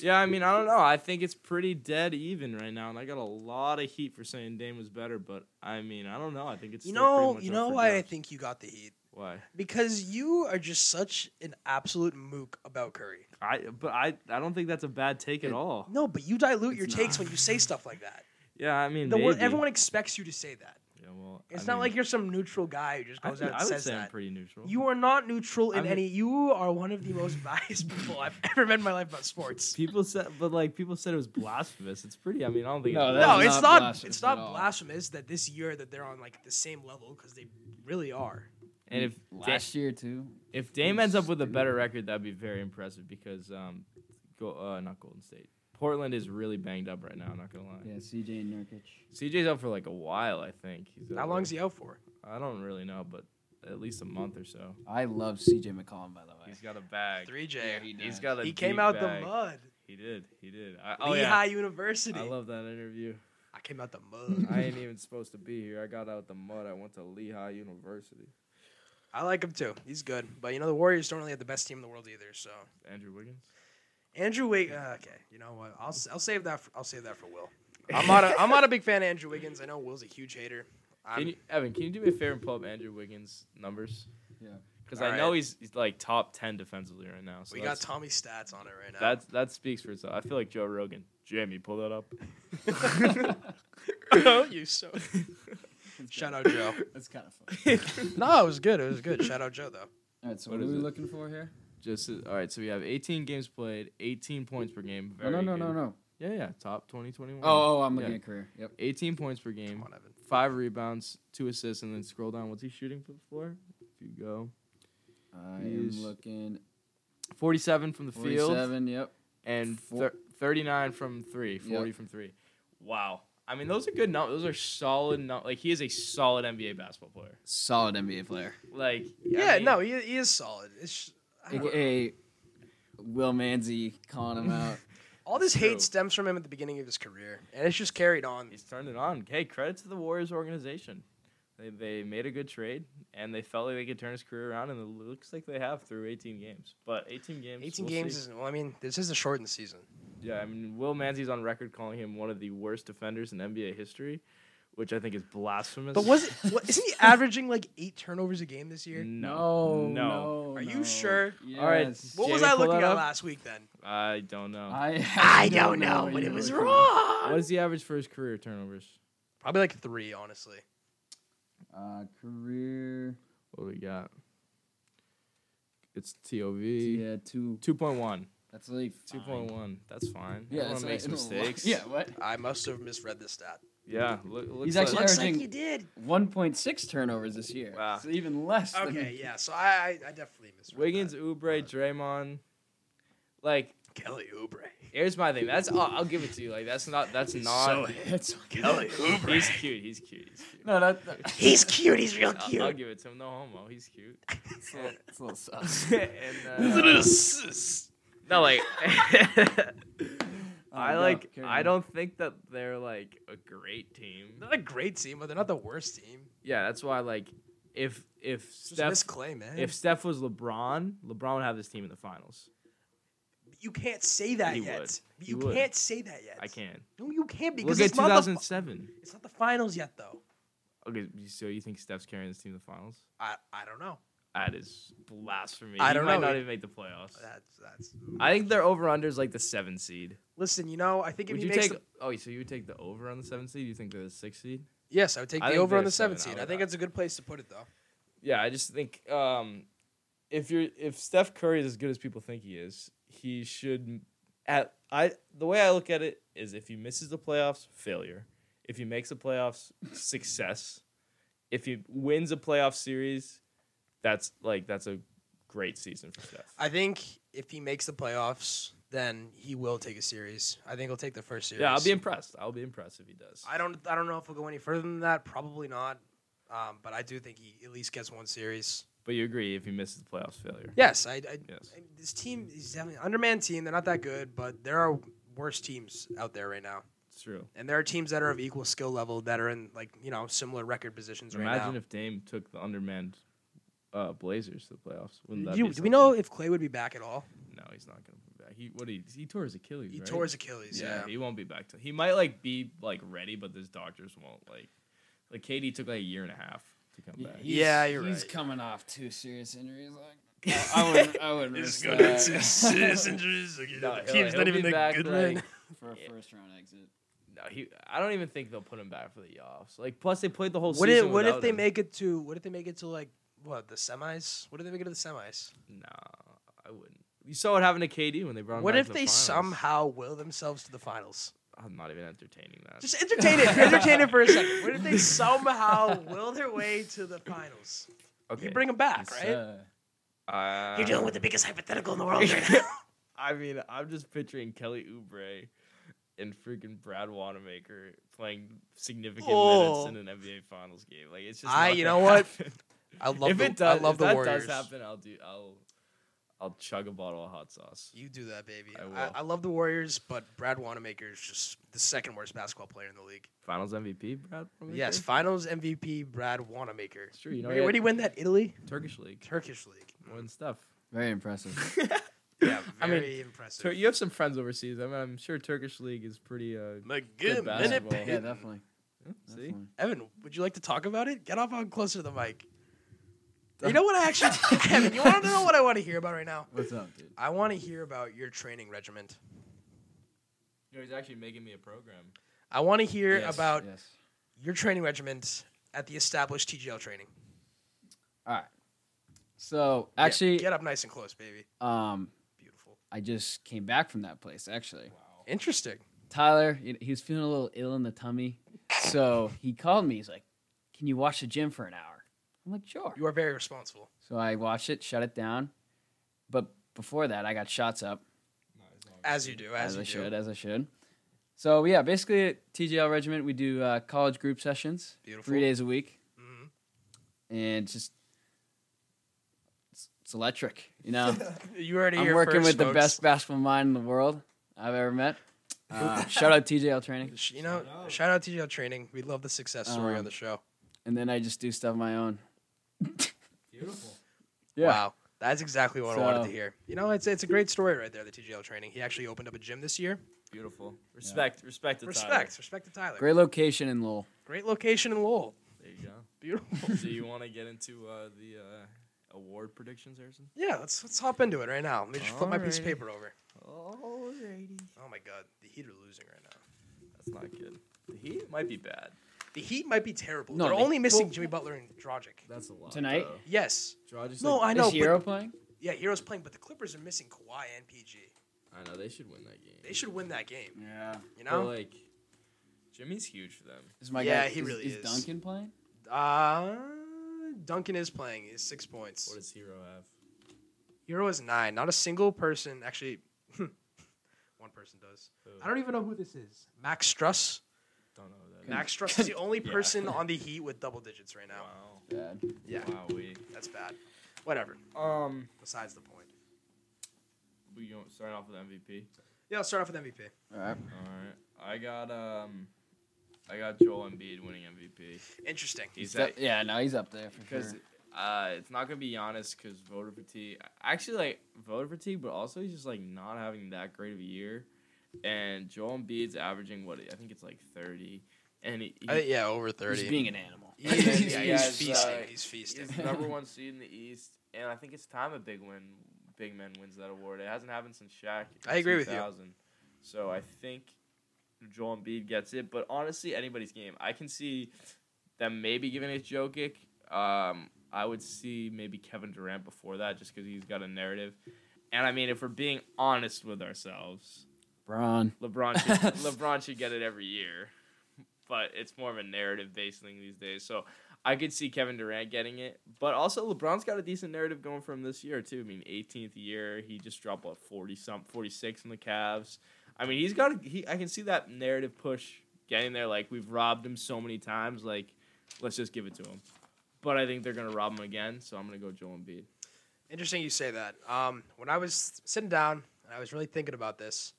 Speaker 2: Yeah, I mean, I don't know. I think it's pretty dead even right now, and I got a lot of heat for saying Dame was better, but I mean, I don't know. I think it's
Speaker 1: You
Speaker 2: still pretty
Speaker 1: know,
Speaker 2: much
Speaker 1: you
Speaker 2: up
Speaker 1: know
Speaker 2: for
Speaker 1: why I
Speaker 2: grabs.
Speaker 1: think you got the heat
Speaker 2: why
Speaker 1: because you are just such an absolute mook about Curry.
Speaker 2: I but I I don't think that's a bad take at all.
Speaker 1: No, but you dilute
Speaker 2: It's
Speaker 1: your
Speaker 2: not.
Speaker 1: takes when you say stuff like that.
Speaker 2: Yeah, I mean,
Speaker 1: The wor-
Speaker 2: maybe.
Speaker 1: everyone expects you to say that.
Speaker 2: Yeah, well,
Speaker 1: It's
Speaker 2: I
Speaker 1: not
Speaker 2: mean,
Speaker 1: like you're some neutral guy who just
Speaker 2: I,
Speaker 1: goes
Speaker 2: would-
Speaker 1: out and
Speaker 2: I would
Speaker 1: says
Speaker 2: say I'm
Speaker 1: that.
Speaker 2: pretty neutral.
Speaker 1: You are not neutral in
Speaker 2: I'm-
Speaker 1: any. You are one of the most biased people I've ever met in my life about sports.
Speaker 2: people said, but like people said it was blasphemous. It's pretty. I mean, I don't think. it's
Speaker 5: No, that's
Speaker 1: no,
Speaker 2: blasphemous.
Speaker 1: it's not. it's
Speaker 5: not blasphemous at all.
Speaker 1: not blasphemous that this year that they're on like the same level because they really are.
Speaker 2: and if Da-
Speaker 5: Last year, too.
Speaker 2: if Dame ends up with a better record, that'd be very impressive because um, go uh not Golden State. Portland is really banged up right now. I'm not gonna lie.
Speaker 5: Yeah, CJ and Nurkic.
Speaker 2: CJ's out for like a while, I think. He's out
Speaker 1: How
Speaker 2: for-
Speaker 1: long's he out for?
Speaker 2: I don't really know, but at least a month or so.
Speaker 5: I love CJ McCollum, by the way.
Speaker 2: He's got a bag.
Speaker 1: Three J.
Speaker 5: Yeah, he
Speaker 2: He's
Speaker 5: does.
Speaker 2: got a.
Speaker 1: He came
Speaker 2: deep
Speaker 1: out
Speaker 2: bag.
Speaker 1: the mud.
Speaker 2: He did. He did. I, oh yeah.
Speaker 1: Lehigh University.
Speaker 2: I
Speaker 1: I,
Speaker 2: love that interview.
Speaker 1: came out the mud.
Speaker 2: I ain't even supposed to be here. I got out the mud. I went to Lehigh University.
Speaker 1: I like him too. He's good, but you know the Warriors don't really have the best team in the world either. So
Speaker 2: Andrew Wiggins.
Speaker 1: Andrew Wig. Uh, okay, you know what? I'll s- I'll save that. For, I'll save that for Will. I'm not a, I'm not a big fan of Andrew Wiggins. I know Will's a huge hater. I'm,
Speaker 2: Can you, Evan, can you do me a favor and pull up Andrew Wiggins' numbers?
Speaker 5: Yeah.
Speaker 2: Because
Speaker 1: All
Speaker 2: I know
Speaker 1: right.
Speaker 2: he's, he's like top ten defensively right now. So
Speaker 1: we got
Speaker 2: that's,
Speaker 1: Tommy stats on it right now.
Speaker 2: that's that speaks for itself. I feel like Joe Rogan. Jamie, pull that up.
Speaker 1: oh, you so. Shout out Joe.
Speaker 5: That's kind of fun.
Speaker 1: No, it was good. It was good. Shout out Joe though.
Speaker 5: All right, so
Speaker 2: What
Speaker 5: what,
Speaker 2: is
Speaker 5: are we
Speaker 2: it?
Speaker 5: looking for here?
Speaker 2: Just all right. So we have 18 games played, 18 points per game.
Speaker 5: Oh, no,
Speaker 2: very
Speaker 5: no,
Speaker 2: good.
Speaker 5: no, no.
Speaker 2: Yeah, yeah. Top 2021.
Speaker 5: Oh, oh, I'm looking
Speaker 2: Yeah.
Speaker 5: at career. Yep.
Speaker 2: 18 points per
Speaker 1: Come
Speaker 2: game,
Speaker 1: on, Evan.
Speaker 2: five rebounds, two assists, and then scroll down. What's he shooting for the floor? If you go,
Speaker 5: I
Speaker 2: He's
Speaker 5: am looking
Speaker 2: 47 from the field
Speaker 5: 47. Yep.
Speaker 2: and
Speaker 5: Four-
Speaker 2: thir- 39 from three, 40 from three. Wow. I mean, those are good numbers. Those are solid. Num- like he is a solid NBA basketball player.
Speaker 5: Solid NBA player.
Speaker 2: Like
Speaker 1: Yeah,
Speaker 2: I mean,
Speaker 1: no, he, he is solid. It's I don't-
Speaker 5: AKA Will Manzi calling him out.
Speaker 1: all this
Speaker 2: True.
Speaker 1: hate stems from him at the beginning of his career, and it's just carried on.
Speaker 2: He's turned it on. Hey, credit to the Warriors organization. They, they made a good trade and they felt like they could turn his career around, and it looks like they have through 18 games. But 18 games,
Speaker 1: 18
Speaker 2: we'll
Speaker 1: games
Speaker 2: see.
Speaker 1: isn't. Well, I mean, this is a shortened season.
Speaker 2: Yeah, I mean, Will Manzi's on record calling him one of the worst defenders in NBA history, which I think is blasphemous.
Speaker 1: But was it? What, isn't he averaging like eight turnovers a game this
Speaker 2: Mm.
Speaker 1: year?
Speaker 2: No,
Speaker 1: Are you sure?
Speaker 2: All right.
Speaker 5: Yes.
Speaker 1: What was
Speaker 2: Jamie,
Speaker 1: I
Speaker 2: pull
Speaker 1: looking
Speaker 2: that
Speaker 1: at
Speaker 2: up.
Speaker 1: last week then?
Speaker 2: I don't know.
Speaker 5: I, you were correct.
Speaker 2: what
Speaker 1: wrong.
Speaker 2: is the average for his career turnovers?
Speaker 1: Probably like three, honestly.
Speaker 5: Uh, career.
Speaker 2: What do we got? It's TOV
Speaker 5: Yeah, two.
Speaker 2: two point one.
Speaker 5: That's like
Speaker 2: Two
Speaker 5: fine.
Speaker 2: point one. That's fine.
Speaker 5: Yeah,
Speaker 2: Everyone
Speaker 5: that's
Speaker 2: makes
Speaker 5: like-
Speaker 2: mistakes.
Speaker 5: Yeah, what?
Speaker 1: I must have misread this stat.
Speaker 2: yeah. Look, looks
Speaker 5: He's
Speaker 2: like-
Speaker 5: actually
Speaker 1: Looks like
Speaker 5: averaging-
Speaker 1: you did.
Speaker 5: 1.6 turnovers this year.
Speaker 2: Wow.
Speaker 5: So even less. Than,
Speaker 1: Okay, yeah. So I, I, I definitely misread
Speaker 2: Wiggins,
Speaker 1: that.
Speaker 2: Oubre, Draymond. Like,
Speaker 1: Kelly Oubre.
Speaker 2: here's my thing. That's I'll, I'll give it to you. Like, that's not that's
Speaker 1: So
Speaker 2: not.
Speaker 1: handsome, Kelly Oubre.
Speaker 2: he's cute. He's cute. He's cute.
Speaker 5: No, that, that,
Speaker 1: He's cute. He's real
Speaker 2: I'll, I'll give it to him. No homo. He's cute.
Speaker 5: it's, a little, it's a little sus.
Speaker 2: and, uh, no, like, I
Speaker 1: Oh,
Speaker 5: go,
Speaker 2: like.
Speaker 5: carry
Speaker 2: I
Speaker 5: on.
Speaker 2: don't think that they're like a great team.
Speaker 1: Not a great team, but they're not the worst team.
Speaker 2: Yeah, that's why. Like, if if
Speaker 1: Just miss
Speaker 2: Steph
Speaker 1: Clay, man.
Speaker 2: if Steph was LeBron, LeBron would have this team in the finals.
Speaker 1: You can't say that
Speaker 2: He
Speaker 1: yet.
Speaker 2: would. He
Speaker 1: You
Speaker 2: would.
Speaker 1: can't say that yet.
Speaker 2: I can.
Speaker 1: No, you can't because
Speaker 2: Look at
Speaker 1: it's, not the, fi-
Speaker 2: 2007.
Speaker 1: it's not the finals yet, though.
Speaker 2: Okay, so you think Steph's carrying this team to the finals?
Speaker 1: I, I don't know.
Speaker 2: That is blasphemy.
Speaker 1: I
Speaker 2: He
Speaker 1: don't
Speaker 2: might
Speaker 1: know.
Speaker 2: not even make the playoffs.
Speaker 1: That's that's.
Speaker 2: I think their over under is like the seven seed.
Speaker 1: Listen, you know, I think if
Speaker 2: Would
Speaker 1: he
Speaker 2: you
Speaker 1: makes
Speaker 2: take?
Speaker 1: the-
Speaker 2: oh, so you would take the over on the seven seed? You think they're the six seed?
Speaker 1: yes, I would take
Speaker 2: I
Speaker 1: the
Speaker 2: think
Speaker 1: over on
Speaker 2: they're
Speaker 1: the seven
Speaker 2: seven, I
Speaker 1: seed. I
Speaker 2: would
Speaker 1: think
Speaker 2: not.
Speaker 1: it's a good place to put it though.
Speaker 2: Yeah, I just think um, if you're if Steph Curry is as good as people think he is, he should. At I the way I look at it is if he misses the playoffs, failure. If he makes the playoffs, success. If he wins a playoff series, that's like that's a great season for Steph.
Speaker 1: I think if he makes the playoffs, then he will take a series. I think he'll take the first series.
Speaker 2: Yeah, I'll be impressed. I'll be impressed if he does.
Speaker 1: I don't. I don't know if we'll go any further than that. Probably not. Um, but I do think he at least gets one series.
Speaker 2: But you agree if he misses the playoffs, failure.
Speaker 1: Yes, I. I,
Speaker 2: Yes.
Speaker 1: I this team is definitely an undermanned team. They're not that good, but there are worse teams out there right now,
Speaker 2: It's true.
Speaker 1: and there are teams that are of equal skill level that are in like you know similar record positions right
Speaker 2: Imagine
Speaker 1: now.
Speaker 2: if Dame took the undermanned uh, Blazers to the playoffs. Wouldn't that
Speaker 1: Do you- do
Speaker 2: be
Speaker 1: we
Speaker 2: something?
Speaker 1: know if Clay would be back at all?
Speaker 2: No, he's not gonna be back. He what he he tore his Achilles.
Speaker 1: He
Speaker 2: right?
Speaker 1: tore his Achilles. Yeah.
Speaker 2: he won't be back. To, he might like be like ready, but his doctors won't like. Like Katie took like a year and a half to come back.
Speaker 1: he- Yeah, you're
Speaker 5: he's
Speaker 1: right.
Speaker 5: coming off two serious injuries. Like I, I wouldn't, I wouldn't risk
Speaker 1: uh,
Speaker 5: that
Speaker 1: injuries.
Speaker 2: No, he'll- team's not he'll even be that back, good right like- now.
Speaker 5: for a first round exit.
Speaker 2: No, he. I don't even think they'll put him back for the offs. Like, plus they played the whole
Speaker 1: What,
Speaker 2: season.
Speaker 1: if, what if
Speaker 2: without
Speaker 1: they
Speaker 2: him.
Speaker 1: make it to? What if they make it to like what the semis? What if they make it to the semis?
Speaker 2: No, I wouldn't. You saw what happened to KD when they brought him.
Speaker 1: What
Speaker 2: back
Speaker 1: if
Speaker 2: to Uh, the
Speaker 1: they
Speaker 2: finals.
Speaker 1: somehow will themselves to the finals?
Speaker 2: I'm not even entertaining that.
Speaker 1: Just entertain it. entertain it for a second. What if they somehow will their way to the finals?
Speaker 2: okay.
Speaker 1: You bring them back, right?
Speaker 2: uh,
Speaker 1: You're dealing with the biggest hypothetical in the world right now.
Speaker 2: I mean, I'm just picturing Kelly Oubre and freaking Brad Wanamaker playing significant
Speaker 1: Oh.
Speaker 2: minutes in an NBA Finals game. Like it's just.
Speaker 1: I-
Speaker 2: not
Speaker 1: you
Speaker 2: gonna
Speaker 1: know what?
Speaker 2: happen.
Speaker 1: I love
Speaker 2: if
Speaker 1: the,
Speaker 2: it does,
Speaker 1: I love
Speaker 2: if
Speaker 1: the
Speaker 2: that
Speaker 1: Warriors.
Speaker 2: does happen, I'll do. I'll. I'll chug a bottle of hot sauce.
Speaker 1: You do that, baby.
Speaker 2: I will.
Speaker 1: I, I love the Warriors, but Brad Wanamaker is just the second worst basketball player in the league.
Speaker 2: Finals MVP, Brad. Wanamaker?
Speaker 1: Yes, Finals MVP Brad Wanamaker.
Speaker 2: it's true. You know,
Speaker 1: Wait, where do
Speaker 2: what?
Speaker 1: you win that? Italy,
Speaker 2: Turkish league,
Speaker 1: Turkish league.
Speaker 2: win stuff.
Speaker 5: Very impressive.
Speaker 1: Yeah,
Speaker 2: I mean,
Speaker 1: very impressive.
Speaker 2: Tur- you have some friends overseas. I mean, I'm sure Turkish league is pretty. Uh, good basketball.
Speaker 1: Minute,
Speaker 5: yeah, definitely.
Speaker 2: see,
Speaker 5: definitely.
Speaker 1: Evan, would you like to talk about it? Get off on closer to the mic.
Speaker 2: Uh,
Speaker 1: You know what? I actually, Evan, you want to know what I want to hear about right now?
Speaker 5: What's up, dude?
Speaker 1: I want to hear about your training regiment.
Speaker 2: you know, he's actually making me a program.
Speaker 1: I want to hear
Speaker 2: Yes,
Speaker 1: about
Speaker 5: Yes.
Speaker 1: your training regiment at the established TGL training.
Speaker 5: All right. So
Speaker 1: Yeah,
Speaker 5: actually,
Speaker 1: get up nice and close, baby.
Speaker 5: um,
Speaker 1: Beautiful.
Speaker 5: I just came back from that place. Actually,
Speaker 1: Interesting.
Speaker 5: Tyler, you know, he was feeling a little ill in the tummy, so he called me. He's like, "Can you watch the gym for an hour?" I'm like, "Sure."
Speaker 1: You are very responsible.
Speaker 5: So I watched it, shut it down. But before that, I got shots up
Speaker 1: As you do, as,
Speaker 5: as,
Speaker 1: you
Speaker 5: I
Speaker 1: do.
Speaker 5: should, as I should. So yeah, basically at TGL Regiment, we do uh, college group sessions
Speaker 1: Beautiful.
Speaker 5: three days a week,
Speaker 1: Mhm.
Speaker 5: and just it's, it's electric. You know,
Speaker 1: You already
Speaker 5: I'm
Speaker 1: here
Speaker 5: working
Speaker 1: first,
Speaker 5: with the
Speaker 1: folks.
Speaker 5: best basketball mind in the world I've ever met. Uh, shout out TJL Training.
Speaker 1: Sh- You know, shout out TGL training. We love the success story
Speaker 5: Um,
Speaker 1: on the show.
Speaker 5: and then I just do stuff of my own.
Speaker 2: Beautiful.
Speaker 1: Wow. That's exactly what I wanted
Speaker 5: So-
Speaker 1: to hear. You know, it's it's a great story right there, the TGL training. He actually opened up a gym this year.
Speaker 2: Beautiful. Respect. Respect. To
Speaker 1: respect,
Speaker 2: Tyler.
Speaker 1: respect to Tyler. Great,
Speaker 5: Great location in Lowell.
Speaker 1: location in Lowell.
Speaker 2: There you go.
Speaker 1: Beautiful.
Speaker 2: Do you want to get into uh, the uh, award predictions, Harrison?
Speaker 1: yeah, let's let's hop into it right now. Let me just flip my piece of
Speaker 2: Alrighty.
Speaker 1: paper over.
Speaker 2: Alrighty.
Speaker 1: Oh my god, the Heat are losing right now.
Speaker 2: That's not good. The Heat might be bad.
Speaker 1: The Heat might be terrible.
Speaker 5: No,
Speaker 1: They're
Speaker 5: they-
Speaker 1: only missing Jimmy Butler and Dragic.
Speaker 2: That's a lot.
Speaker 5: Tonight?
Speaker 1: Yes.
Speaker 2: Dragic,
Speaker 1: No,
Speaker 2: like-
Speaker 1: I know.
Speaker 5: Is Hero
Speaker 1: But,
Speaker 5: playing?
Speaker 1: yeah, Hero's playing, but the Clippers are missing Kawhi and PG.
Speaker 2: I know they should win that game.
Speaker 1: They should win that game.
Speaker 5: Yeah.
Speaker 1: You
Speaker 2: But,
Speaker 1: know.
Speaker 2: like, Jimmy's huge for them.
Speaker 5: Is my
Speaker 1: Yeah,
Speaker 5: guy?
Speaker 1: he
Speaker 5: is,
Speaker 1: really
Speaker 5: is.
Speaker 1: is.
Speaker 5: Duncan playing?
Speaker 1: Uh, Duncan is playing. Is six points.
Speaker 2: What does Hero have?
Speaker 1: Hero is nine. Not a single person actually. one person does.
Speaker 2: Who?
Speaker 1: I don't even know who this is. Max Struss.
Speaker 2: Oh, Don't know who that. is.
Speaker 1: Max Struss is the only
Speaker 2: Yeah.
Speaker 1: person on the Heat with double digits right now.
Speaker 2: Wow.
Speaker 5: Bad.
Speaker 1: Yeah,
Speaker 2: Wow. We.
Speaker 1: that's bad. Whatever.
Speaker 2: Um.
Speaker 1: Besides the point.
Speaker 2: We going start off with MVP.
Speaker 1: Yeah, let's start off with MVP.
Speaker 5: All right.
Speaker 2: All right. I got um. I got Joel Embiid winning MVP.
Speaker 1: Interesting.
Speaker 2: He's
Speaker 5: That-
Speaker 2: that
Speaker 5: yeah, no, he's up there for
Speaker 2: because
Speaker 5: sure.
Speaker 4: Uh,
Speaker 2: it's not gonna be Giannis because voter fatigue. Actually, like voter fatigue, but also he's just like not having that great of a year. And Joel Embiid's averaging what I think it's like thirty, and he, he-
Speaker 1: I think, Uh, yeah, over thirty.
Speaker 5: He's being an animal.
Speaker 1: Yeah, yeah,
Speaker 2: He's-
Speaker 1: yeah,
Speaker 2: yeah,
Speaker 1: he's
Speaker 2: it's,
Speaker 1: feasting.
Speaker 2: uh,
Speaker 1: he's feasting.
Speaker 2: he's the number one seed in the East. And I think it's time a big win, big man wins that award. It hasn't happened since Shaq. in
Speaker 1: I agree with you.
Speaker 2: 2000. So I think Joel Embiid gets it. But honestly, anybody's game. I can see them maybe giving it Jokic. Um, I would see maybe Kevin Durant before that, just because he's got a narrative. And I mean, if we're being honest with ourselves,
Speaker 5: Braun.
Speaker 2: LeBron should, LeBron should get it every year, but it's more of a narrative based thing these days. So I could see Kevin Durant getting it, but also LeBron's got a decent narrative going for him this year too. I mean, 18th year, he just dropped what 40 some 46 in the Cavs. I mean, he's got a, he. I can see that narrative push getting there. Like we've robbed him so many times. Like let's just give it to him. But I think they're gonna rob him again, so I'm gonna go Joel Embiid.
Speaker 1: Interesting you say that. Um, when I was sitting down and I was really thinking about this,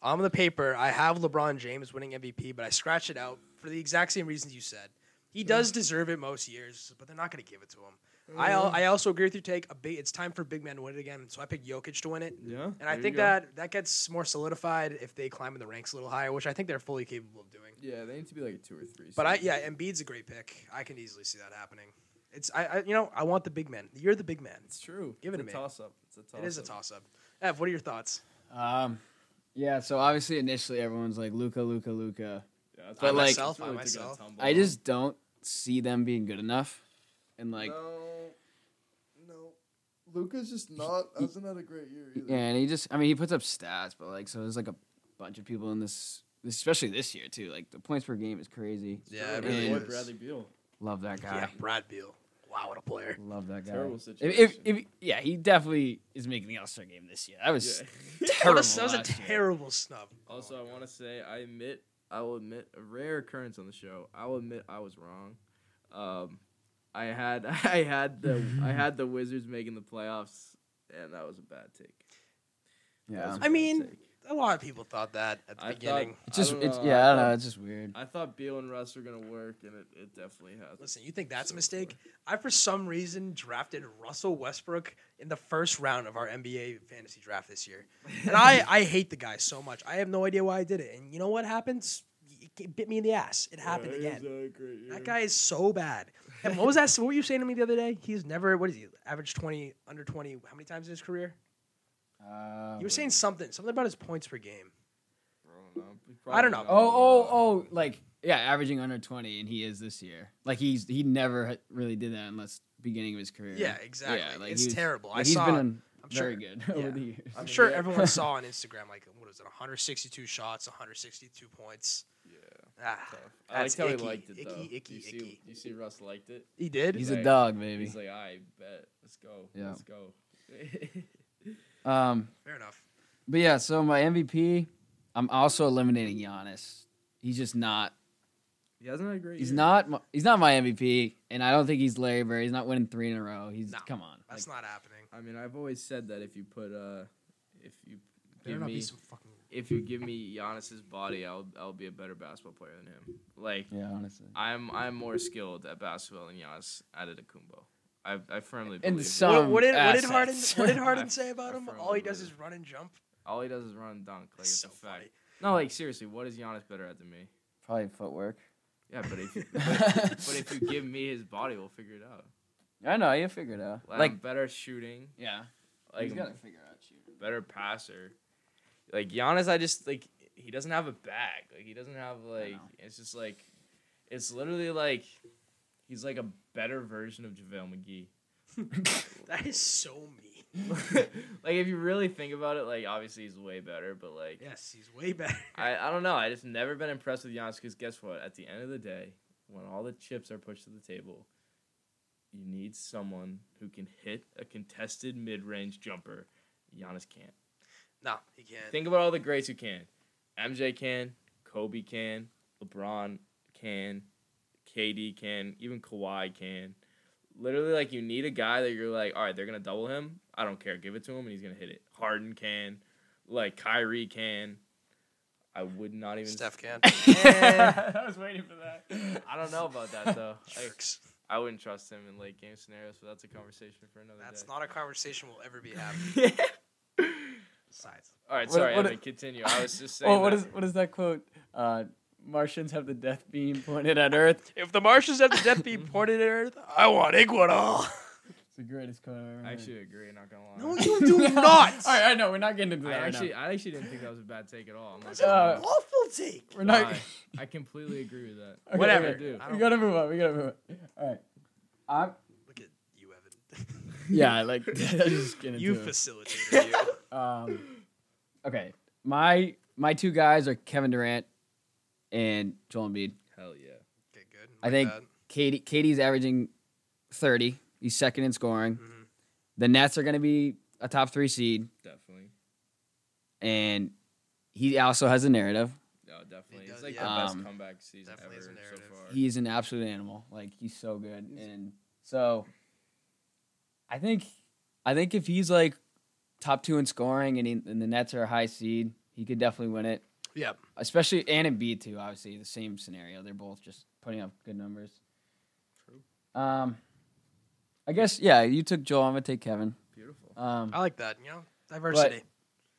Speaker 1: on the paper, I have LeBron James winning MVP, but I scratched it out for the exact same reasons you said. He does deserve it most years, but they're not going to give it to him. I
Speaker 2: Mm.
Speaker 1: al- I also agree with your take. A big, it's time for big man to win it again, so I picked Jokic to win it.
Speaker 2: Yeah,
Speaker 1: Mm-hmm. And I think that that gets more solidified if they climb in the ranks a little higher, which I think they're fully capable of doing.
Speaker 2: yeah, they need to be like a two or three.
Speaker 1: But I yeah, Embiid's a great pick. I can easily see that happening. It's I, I you know I want the big man. You're the big man.
Speaker 2: it's true.
Speaker 1: Give it
Speaker 2: it's
Speaker 1: to
Speaker 2: a
Speaker 1: me.
Speaker 2: toss up. It's a toss
Speaker 1: It is a toss up. Ev, what are your thoughts?
Speaker 5: Um, yeah. So obviously, initially, everyone's like Luca, Luca, Luca.
Speaker 4: yeah,
Speaker 5: But, like- myself,
Speaker 1: by myself.
Speaker 5: I just don't see them being good enough, and like,
Speaker 6: no, no. Luca's just not hasn't had a great year either.
Speaker 5: yeah, and he just, I mean, he puts up stats, but like, so there's like a bunch of people in this, especially this year too. Like the points per game is crazy.
Speaker 1: Yeah,
Speaker 5: it really
Speaker 1: is.
Speaker 5: is.
Speaker 4: Bradley Beal.
Speaker 5: Love that guy.
Speaker 1: Yeah, Brad Beal. Wow, what a player.
Speaker 5: Love that guy.
Speaker 4: Terrible
Speaker 5: If,
Speaker 4: situation.
Speaker 5: if, if, yeah, he definitely is making the All Star game this year. That was
Speaker 1: That
Speaker 5: terrible.
Speaker 1: was, that was a
Speaker 5: last year.
Speaker 1: terrible snub.
Speaker 2: Also, I want to say I admit I will admit a rare occurrence on the show. I will admit I was wrong. Um, I had I had the I had the Wizards making the playoffs, and that was a bad take. That was
Speaker 5: Yeah,
Speaker 2: a
Speaker 1: I
Speaker 2: bad
Speaker 1: mean,
Speaker 2: take.
Speaker 1: a lot of people thought that at the
Speaker 2: I
Speaker 1: beginning.
Speaker 2: thought,
Speaker 5: it's just,
Speaker 2: I don't
Speaker 5: it's
Speaker 2: know,
Speaker 5: yeah, I
Speaker 2: I
Speaker 5: don't know.
Speaker 2: thought,
Speaker 5: It's just weird.
Speaker 2: I thought Beal and Russ were gonna work, and it, it definitely hasn't.
Speaker 1: Listen, you think that's a
Speaker 2: So
Speaker 1: mistake? I, for some reason, drafted Russell Westbrook in the first round of our NBA fantasy draft this year. And I, I hate the guy so much. I have no idea why I did it. And you know what happens? It bit me in the ass. It happened again. That guy is so bad. And what was that? What were you saying to me the other day? He's never. What is he? Average twenty, under twenty. How many times in his career?
Speaker 5: Uh,
Speaker 2: Um,
Speaker 1: You were saying something, something about his points per game.
Speaker 2: I
Speaker 1: don't
Speaker 2: don't
Speaker 1: know.
Speaker 2: know.
Speaker 5: Oh, oh, oh! Like, yeah, averaging under twenty, and he is this year. Like, he's he never ha- really did that unless beginning of his career.
Speaker 1: Yeah, exactly.
Speaker 5: like,
Speaker 1: It's
Speaker 5: he was-
Speaker 1: terrible. I
Speaker 5: Like, he's
Speaker 1: saw.
Speaker 5: been in
Speaker 1: I'm
Speaker 5: very
Speaker 1: sure.
Speaker 5: good over the years.
Speaker 1: I'm
Speaker 2: mean,
Speaker 1: sure
Speaker 2: yeah.
Speaker 1: everyone saw on Instagram like what was it, 162 shots, 162 points. Ah,
Speaker 2: I like
Speaker 1: that's
Speaker 2: how
Speaker 1: icky,
Speaker 2: he liked it
Speaker 1: icky,
Speaker 2: though.
Speaker 1: icky,
Speaker 2: you see,
Speaker 1: icky.
Speaker 2: you see, Russ liked it.
Speaker 1: He did.
Speaker 5: He's a
Speaker 2: like-
Speaker 5: dog, baby.
Speaker 2: He's like, I bet. Let's go.
Speaker 5: Yeah.
Speaker 2: Let's go.
Speaker 5: Um,
Speaker 1: Fair enough.
Speaker 5: but yeah, so my MVP, I'm also eliminating Giannis. He's just not.
Speaker 2: He hasn't had a great
Speaker 5: He's
Speaker 2: year.
Speaker 5: not. My, he's not my MVP, and I don't think he's Larry Bird. He's not winning three in a row. He's
Speaker 1: No,
Speaker 5: come on.
Speaker 1: That's
Speaker 5: like,
Speaker 1: not happening.
Speaker 2: I mean, I've always said that if you put uh, if you
Speaker 1: Better
Speaker 2: give
Speaker 1: not be
Speaker 2: me
Speaker 1: some fucking.
Speaker 2: if you give me Giannis's body, I'll I'll be a better basketball player than him. Like
Speaker 5: yeah, honestly.
Speaker 2: I'm I'm more skilled at basketball than Giannis Antetokounmpo. I I firmly
Speaker 5: And
Speaker 2: believe it.
Speaker 5: some-
Speaker 1: What, what did what did
Speaker 5: assets.
Speaker 1: Harden what did Harden
Speaker 2: I-
Speaker 1: say about
Speaker 2: I
Speaker 1: him?
Speaker 2: firmly
Speaker 1: All he does
Speaker 2: believe
Speaker 1: is run and jump.
Speaker 2: all he does is run and dunk. Like
Speaker 1: That's
Speaker 2: it's
Speaker 1: so
Speaker 2: a fact.
Speaker 1: funny.
Speaker 2: No, like seriously, what is Giannis better at than me?
Speaker 5: Probably footwork.
Speaker 2: Yeah, but if you, but, but if you give me his body, we'll figure it out.
Speaker 5: I know you figure it out.
Speaker 2: Like,
Speaker 5: Like,
Speaker 2: I'm better at shooting.
Speaker 5: yeah,
Speaker 2: Like
Speaker 5: he's
Speaker 2: I'm
Speaker 5: got to figure out shooting.
Speaker 2: better passer. Like Giannis, I just like he doesn't have a bag. Like he doesn't have like
Speaker 5: know.
Speaker 2: it's just like it's literally like he's like a better version of JaVale McGee.
Speaker 1: That is so mean.
Speaker 2: like if you really think about it, like obviously he's way better, but like
Speaker 1: Yes, he's way better.
Speaker 2: I, I don't know. I just never been impressed with Giannis because guess what? At the end of the day, when all the chips are pushed to the table, you need someone who can hit a contested mid range jumper. Giannis can't.
Speaker 1: No, he can't.
Speaker 2: Think about all the greats who can. MJ can, Kobe can, LeBron can, KD can, even Kawhi can. Literally, like you need a guy that you're like, all right, they're gonna double him. I don't care, give it to him, and he's gonna hit it. Harden can, like Kyrie can. I would not even.
Speaker 1: Steph can.
Speaker 2: Eh,
Speaker 4: was waiting for that.
Speaker 2: I don't know about that though. Like,
Speaker 1: Jerks.
Speaker 2: I wouldn't trust him in late game scenarios, but that's a conversation for another
Speaker 1: That's
Speaker 2: day.
Speaker 1: not a conversation we'll ever be having. Besides,
Speaker 2: All right,
Speaker 5: What-
Speaker 2: sorry,
Speaker 5: what-
Speaker 2: Evan, continue. I was just saying.
Speaker 5: Oh, what
Speaker 2: that.
Speaker 5: is what is that quote? Uh, Martians have the death beam pointed at Earth.
Speaker 1: if the Martians have the death beam pointed at Earth, I want Iguodala.
Speaker 5: It's the greatest quote I've ever heard.
Speaker 2: I actually agree. Not gonna lie.
Speaker 1: No, you do not.
Speaker 5: All right, I know we're not getting into
Speaker 2: I
Speaker 5: that. right now.
Speaker 2: actually, I actually didn't think that was a bad take at all. I'm
Speaker 1: That's
Speaker 2: like,
Speaker 1: an
Speaker 5: Uh,
Speaker 1: awful take.
Speaker 5: we're not.
Speaker 2: why? I completely agree with that.
Speaker 5: Okay,
Speaker 1: Whatever.
Speaker 5: okay.
Speaker 2: do.
Speaker 1: I
Speaker 5: We
Speaker 1: don't
Speaker 5: gotta move on. We gotta move on. All right. I'm,
Speaker 1: look at you, Evan.
Speaker 5: yeah, I like I just get into
Speaker 1: you
Speaker 5: it.
Speaker 1: facilitated you.
Speaker 5: Um, okay, my my two guys are Kevin Durant and Joel Embiid.
Speaker 2: Hell yeah.
Speaker 1: Okay, good.
Speaker 5: I
Speaker 1: Like
Speaker 5: think
Speaker 1: that.
Speaker 5: Katie Katie's averaging thirty. He's second in scoring.
Speaker 1: Mhm.
Speaker 5: The Nets are going to be a top three seed,
Speaker 2: Definitely.
Speaker 5: and he also has a narrative.
Speaker 2: No, Oh, definitely.
Speaker 1: does,
Speaker 2: It's like
Speaker 1: yeah.
Speaker 2: the best
Speaker 5: Um,
Speaker 2: comeback season
Speaker 1: definitely
Speaker 2: ever
Speaker 1: is a
Speaker 2: so
Speaker 1: narrative.
Speaker 2: far.
Speaker 5: He's an absolute animal. Like he's so good, and so I think I think if he's like top two in scoring, and, he, and the Nets are a high seed, he could definitely win it.
Speaker 1: Yep.
Speaker 5: especially and in B two, obviously the same scenario. They're both just putting up good numbers. True. Um, I guess yeah. You took Joel. I'm gonna take Kevin.
Speaker 2: Beautiful.
Speaker 5: Um,
Speaker 1: I like that. You know, diversity.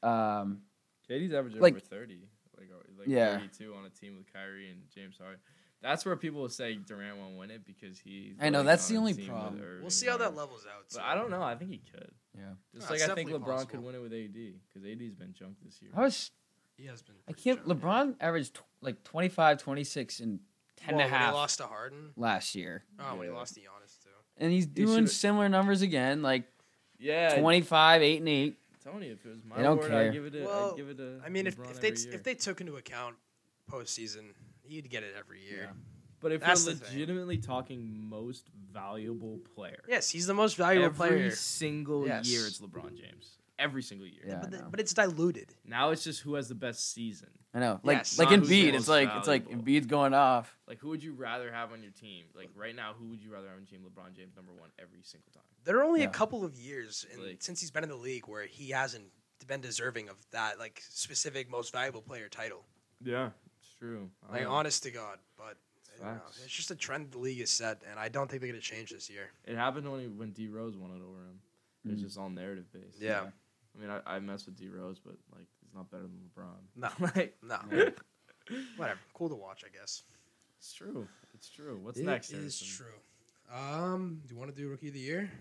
Speaker 5: um,
Speaker 2: Katie's averaging
Speaker 5: Like-
Speaker 2: over 30. Like, or- like
Speaker 5: Yeah.
Speaker 2: 32 on a team with Kyrie and James Harden. That's where people will say Durant won't win it because he's.
Speaker 5: I know,
Speaker 2: like,
Speaker 5: that's
Speaker 2: on
Speaker 5: the
Speaker 2: a
Speaker 5: only
Speaker 2: team with
Speaker 5: problem.
Speaker 2: Irving
Speaker 1: we'll see how that
Speaker 2: Harden.
Speaker 1: levels out.
Speaker 2: But I don't know. I think he could.
Speaker 5: Yeah.
Speaker 1: No,
Speaker 2: Just like
Speaker 1: it's
Speaker 2: I think
Speaker 1: definitely
Speaker 2: LeBron
Speaker 1: possible.
Speaker 2: could win it with AD because AD's been junked this year.
Speaker 5: I was
Speaker 1: He has been.
Speaker 5: I
Speaker 1: pretty
Speaker 5: can't.
Speaker 1: generous.
Speaker 5: LeBron averaged tw- like 25, 26, and ten
Speaker 1: Well,
Speaker 5: and a
Speaker 1: when
Speaker 5: half
Speaker 1: He lost to Harden.
Speaker 5: last year,
Speaker 1: Oh, when he
Speaker 2: Yeah.
Speaker 1: lost to Giannis too.
Speaker 5: and he's
Speaker 2: He
Speaker 5: doing
Speaker 2: should've-
Speaker 5: similar numbers again, like
Speaker 2: Yeah,
Speaker 5: 25, eight, and eight.
Speaker 2: Tony. If it was my
Speaker 5: They don't
Speaker 2: word,
Speaker 5: care.
Speaker 2: I'd give it. A,
Speaker 1: Well,
Speaker 2: I'd give it a.
Speaker 1: I mean, if,
Speaker 2: LeBron
Speaker 1: if they
Speaker 2: every year.
Speaker 1: if they took into account postseason, he'd get it every year.
Speaker 2: but if
Speaker 1: that's
Speaker 2: you're
Speaker 1: the thing.
Speaker 2: legitimately talking most valuable player,
Speaker 1: Yes, he's the most valuable
Speaker 2: every
Speaker 1: player.
Speaker 2: single
Speaker 1: Yes.
Speaker 2: year it's LeBron James. Every single year.
Speaker 5: Yeah, I
Speaker 1: But, the-
Speaker 5: know.
Speaker 1: but it's diluted.
Speaker 2: Now it's just who has the best season.
Speaker 5: I know, like
Speaker 1: Yes.
Speaker 5: like
Speaker 2: Not who's the
Speaker 5: Embiid.
Speaker 2: most
Speaker 5: It's like it's like
Speaker 2: valuable.
Speaker 5: Embiid's going off.
Speaker 2: Like, who would you rather have on your team? Like, right now, who would you rather have on your team? LeBron James, number one, every single time.
Speaker 1: There are only a
Speaker 5: Yeah.
Speaker 1: couple of years in,
Speaker 2: Like-
Speaker 1: since he's been in the league where he hasn't been deserving of that like specific most valuable player title.
Speaker 4: Yeah.
Speaker 2: It's true. I
Speaker 1: Like
Speaker 2: don't know.
Speaker 1: honest to God, but I don't know.
Speaker 2: Oh, Facts.
Speaker 1: it's just a trend the league has set, and I don't think they're gonna change this year.
Speaker 2: It happened when, he, when D Rose won it over him. It was
Speaker 5: Mhm.
Speaker 2: just all narrative based.
Speaker 1: Yeah,
Speaker 2: I mean, I, I mess with D Rose, but, like, he's not better than LeBron.
Speaker 1: No.
Speaker 2: like,
Speaker 1: no,
Speaker 2: yeah,
Speaker 1: whatever. Cool to watch, I guess.
Speaker 2: it's true. It's true. What's
Speaker 1: It
Speaker 2: next?
Speaker 1: is
Speaker 2: Harrison?
Speaker 1: true. Um, do you want to do rookie of the year?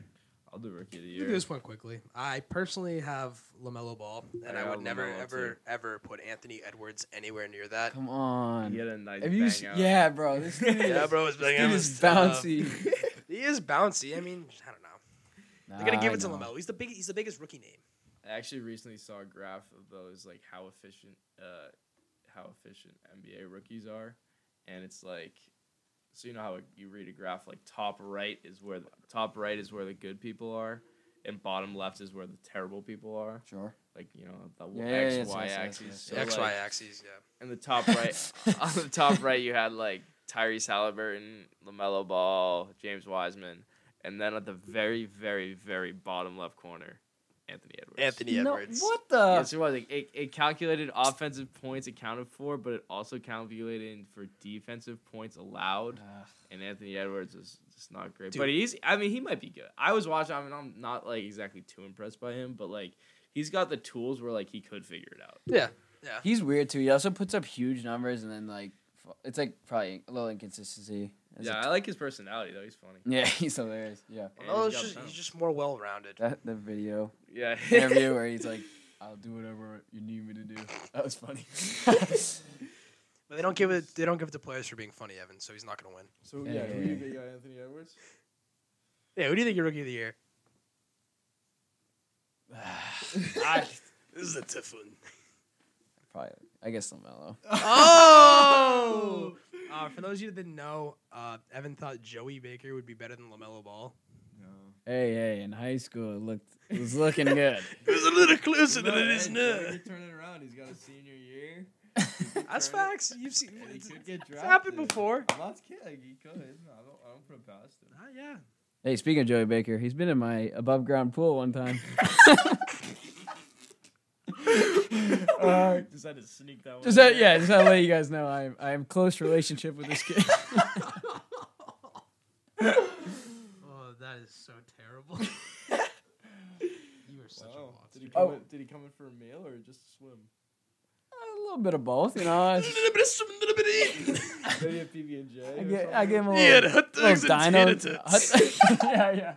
Speaker 2: I'll do rookie of the
Speaker 1: We can
Speaker 2: year.
Speaker 1: do this one quickly. I personally have Lamelo Ball, and I,
Speaker 2: got
Speaker 1: would never,
Speaker 2: LaMelo
Speaker 1: ever,
Speaker 2: too.
Speaker 1: ever put Anthony Edwards anywhere near that.
Speaker 5: Come on.
Speaker 2: He had a nice
Speaker 5: Have you?
Speaker 2: bang
Speaker 5: s-
Speaker 2: out.
Speaker 5: Yeah, bro. This dude
Speaker 1: Yeah,
Speaker 5: is-
Speaker 1: bro, it's
Speaker 5: This
Speaker 1: big.
Speaker 5: dude is
Speaker 2: uh,
Speaker 5: bouncy.
Speaker 1: He is bouncy. I mean, I don't know. They're gonna give it to Lamelo. He's the big. He's the biggest rookie name.
Speaker 2: I actually recently saw a graph of those like how efficient uh how efficient NBA rookies are and it's like so you know how you read a graph like top right is where the top right is where the good people are and bottom left is where the terrible people are
Speaker 5: Sure.
Speaker 2: like you know the
Speaker 5: Yeah, yeah, yeah,
Speaker 2: x
Speaker 5: yes,
Speaker 2: y
Speaker 5: yes, yes,
Speaker 2: axis
Speaker 5: yes,
Speaker 2: so
Speaker 1: X
Speaker 2: like,
Speaker 1: Y axes. Yeah.
Speaker 2: and the top right on the top right you had like Tyrese Halliburton, LaMelo Ball, James Wiseman, and then at the very, very, very bottom left corner, Anthony Edwards.
Speaker 1: Anthony
Speaker 5: No,
Speaker 1: Edwards.
Speaker 5: what the?
Speaker 2: yes, it was. Like, it, it calculated offensive points accounted for, but it also calculated for defensive points allowed. And Anthony Edwards is just not great.
Speaker 1: Dude.
Speaker 2: But he's, I mean, he might be good. I was watching, I mean, I'm not like exactly too impressed by him, but like he's got the tools where like he could figure it out.
Speaker 1: Yeah. Yeah.
Speaker 5: He's weird too. He also puts up huge numbers and then like f- it's like probably a little inconsistency. As a
Speaker 2: yeah, I like his personality though. He's funny.
Speaker 5: t- yeah, he's hilarious. Yeah,
Speaker 1: Lamelo's
Speaker 2: And he's got
Speaker 1: just,
Speaker 2: talent.
Speaker 1: Oh, he's just more well rounded.
Speaker 5: that the video
Speaker 2: Yeah.
Speaker 5: interview where he's like, "I'll do whatever you need me to do." That was funny.
Speaker 1: But they don't give it. They don't give it to players for being funny, Evan. So he's not gonna win.
Speaker 6: So
Speaker 5: Yeah,
Speaker 6: yeah,
Speaker 5: yeah,
Speaker 6: who do you
Speaker 5: yeah.
Speaker 2: uh,
Speaker 6: think got Anthony Edwards?
Speaker 1: Yeah. Who do you think your rookie of the year?
Speaker 5: I,
Speaker 1: This is a tough one.
Speaker 5: probably, I guess Lamelo.
Speaker 1: Oh. uh, for those of you that didn't know, uh, Evan thought Joey Baker would be better than Lamelo Ball.
Speaker 5: Hey, hey, in high school it looked it was looking good.
Speaker 1: It was a little closer
Speaker 2: Turn it around. He's got a senior year.
Speaker 1: That's
Speaker 2: Turn it-
Speaker 1: facts. You've seen
Speaker 2: and he
Speaker 1: it's,
Speaker 2: could get
Speaker 1: it's happened
Speaker 2: drafted.
Speaker 1: before.
Speaker 2: I'm not kidding. Like, he could. I don't. I don't put it past him.
Speaker 1: Ah, yeah.
Speaker 5: hey, speaking of Joey Baker, he's been in my above ground pool one time. Uh,
Speaker 2: just had to sneak that one.
Speaker 5: Just that, yeah, just to let you guys know, I'm I am close relationship with this kid.
Speaker 1: Oh,
Speaker 7: is so terrible. you are such
Speaker 2: Wow.
Speaker 7: a
Speaker 2: Did he
Speaker 7: monster.
Speaker 2: come?
Speaker 5: Oh.
Speaker 2: In, did he come in for a meal or just to swim?
Speaker 5: A little bit of both, you know. it's-
Speaker 2: Did he have PB and J?
Speaker 5: I get, I give him a little,
Speaker 1: Yeah, the hot dogs
Speaker 5: little
Speaker 1: and
Speaker 5: dino.
Speaker 1: tater
Speaker 5: hot- yeah, yeah.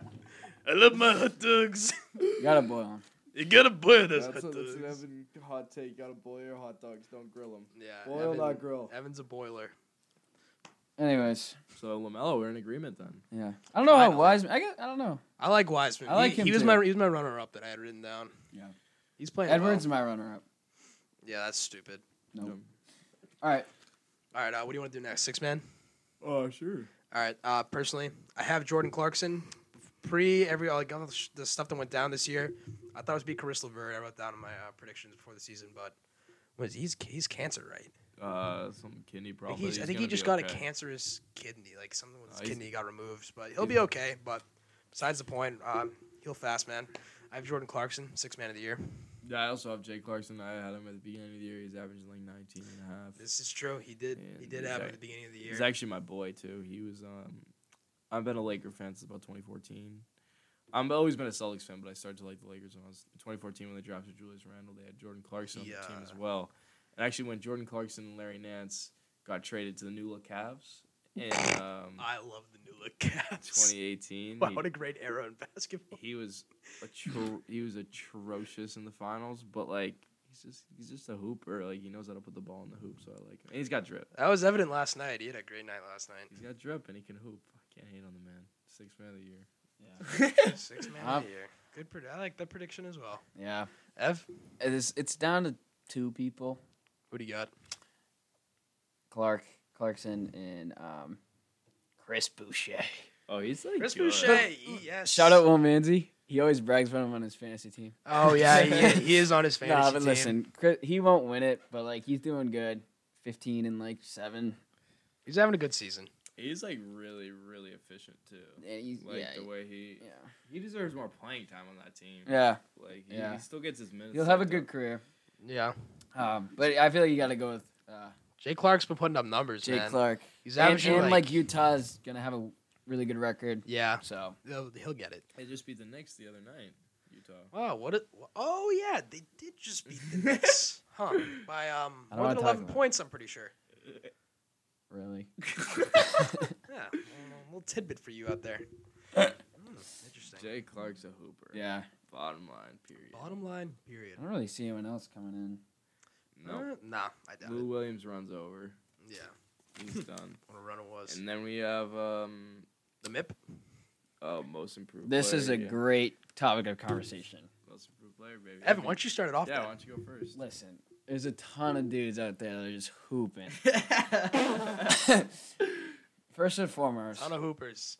Speaker 1: I love my hot dogs.
Speaker 5: You gotta boil him.
Speaker 1: You gotta boil those
Speaker 2: That's,
Speaker 1: hot
Speaker 2: a, that's an
Speaker 1: dogs.
Speaker 2: Evan hot take. Gotta boil your hot dogs. Don't grill them.
Speaker 1: Yeah,
Speaker 2: Boil,
Speaker 1: Evan-
Speaker 2: not grill.
Speaker 1: Evan's a boiler.
Speaker 5: Anyways,
Speaker 2: So Lamelo, we're in agreement then.
Speaker 5: yeah. I don't know how
Speaker 1: Finally.
Speaker 5: wise. I guess, I don't know.
Speaker 1: I like Wiseman.
Speaker 5: I like
Speaker 1: he,
Speaker 5: him
Speaker 1: he was
Speaker 5: too.
Speaker 1: my he was my runner up that I had written down.
Speaker 5: Yeah.
Speaker 1: he's playing.
Speaker 5: Edwards
Speaker 1: well.
Speaker 5: my runner-up.
Speaker 1: Yeah, that's stupid.
Speaker 5: Nope.
Speaker 2: Nope.
Speaker 5: All right.
Speaker 1: All right, uh, what do you want to do next? Six man.
Speaker 2: Oh sure.
Speaker 1: All right. Uh, personally, I have Jordan Clarkson. Pre every all like, all the sh- the stuff that went down this year, I thought it was be Caris LeVert. I wrote down in my uh, predictions before the season, but was he's he's cancer, right?
Speaker 2: Uh, some kidney
Speaker 1: I think,
Speaker 2: problem.
Speaker 1: he's, I think he just got a cancerous kidney, like something with his
Speaker 2: Oh, he's-
Speaker 1: kidney got removed, but he'll be
Speaker 2: he's-
Speaker 1: okay. But besides the point, um, heal fast, man. I have Jordan Clarkson, six man of the year.
Speaker 2: Yeah, I also have Jake Clarkson. I had him at the beginning of the year. He's averaging like 19 and a half.
Speaker 1: This is true. He did. he
Speaker 2: And
Speaker 1: did
Speaker 2: he's
Speaker 1: have it
Speaker 2: act-
Speaker 1: at the beginning of the
Speaker 2: He's
Speaker 1: year.
Speaker 2: actually my boy too. He was um I've been a Laker fan since about 2014. I've always been a Celtics fan, but I started to like the Lakers when I was 2014 when they drafted Julius Randle. They had Jordan Clarkson on the team as
Speaker 1: Yeah.
Speaker 2: well. And actually, when Jordan Clarkson and Larry Nance got traded to the New Look Cavs in um,
Speaker 1: I love the new look Cavs.
Speaker 2: 2018,
Speaker 1: Wow,
Speaker 2: he-
Speaker 1: what a great era in basketball.
Speaker 2: he was atro- he was atrocious in the finals, but like he's just he's just a hooper. Like he knows how to put the ball in the hoop, so I like him. And he's got drip.
Speaker 1: That was evident last night. He had a great night last
Speaker 2: He's got drip and he can hoop. I can't hate on the man. Sixth man of the year.
Speaker 1: night. Six man
Speaker 5: Um,
Speaker 1: of the year. Good. Pred- I like that prediction as well.
Speaker 5: Yeah.
Speaker 1: Ev,
Speaker 5: It's it's down to two people:
Speaker 1: what do you got?
Speaker 5: Clark Clarkson and um, Chris Boucher.
Speaker 2: Oh, he's like
Speaker 1: Chris
Speaker 2: good.
Speaker 1: Boucher. Yes.
Speaker 5: Shout out Will Manzi. He always brags about him on his fantasy team.
Speaker 1: Oh yeah, he, he is on his fantasy
Speaker 5: nah, but
Speaker 1: team.
Speaker 5: listen, Chris, he won't win it, but like he's doing good. Fifteen and like seven.
Speaker 1: He's having a good season.
Speaker 2: He's like really, really efficient too.
Speaker 5: And he's,
Speaker 2: Like
Speaker 5: yeah,
Speaker 2: the way he
Speaker 5: yeah,
Speaker 2: he deserves more playing time on that team.
Speaker 5: yeah.
Speaker 2: Like he,
Speaker 5: Yeah.
Speaker 2: he still gets his minutes.
Speaker 5: He'll have a
Speaker 2: sucked
Speaker 5: good
Speaker 2: up.
Speaker 5: career.
Speaker 1: Yeah.
Speaker 5: Um, but I feel like you got to go with uh,
Speaker 1: Jay Clark's been putting up numbers,
Speaker 5: Jake
Speaker 1: man.
Speaker 5: Clark.
Speaker 1: He's
Speaker 5: And,
Speaker 1: averaging
Speaker 5: and
Speaker 1: like,
Speaker 5: like Utah's gonna have a really good record.
Speaker 1: yeah,
Speaker 5: So
Speaker 1: he'll, he'll get it.
Speaker 2: They just beat the Knicks the other night, Utah.
Speaker 1: Wow, what? A, oh yeah, they did just beat the Knicks, huh? By um
Speaker 5: I
Speaker 1: more
Speaker 5: don't wanna
Speaker 1: than
Speaker 5: talk
Speaker 1: eleven
Speaker 5: about it.
Speaker 1: points, I'm pretty sure.
Speaker 5: really,
Speaker 1: Yeah, a little tidbit for you out there. Hmm, interesting.
Speaker 2: Jay Clark's a hooper.
Speaker 5: yeah.
Speaker 2: Bottom line, period.
Speaker 1: Bottom line, period.
Speaker 5: I don't really see anyone else coming in.
Speaker 2: No.
Speaker 1: Uh, nah, I doubt
Speaker 2: Lou
Speaker 1: it.
Speaker 2: Williams runs over.
Speaker 1: Yeah,
Speaker 2: He's done.
Speaker 1: what a run it was.
Speaker 2: And then we have um
Speaker 1: the MIP.
Speaker 2: oh most improved.
Speaker 5: This
Speaker 2: player,
Speaker 5: is a
Speaker 2: yeah.
Speaker 5: great topic of conversation.
Speaker 2: most improved player, baby.
Speaker 1: Evan, why don't you start it off?
Speaker 2: Yeah, why
Speaker 1: then?
Speaker 2: don't you go first?
Speaker 5: Listen, there's a ton of dudes out there that are just hooping. First and foremost,
Speaker 1: Ton of hoopers.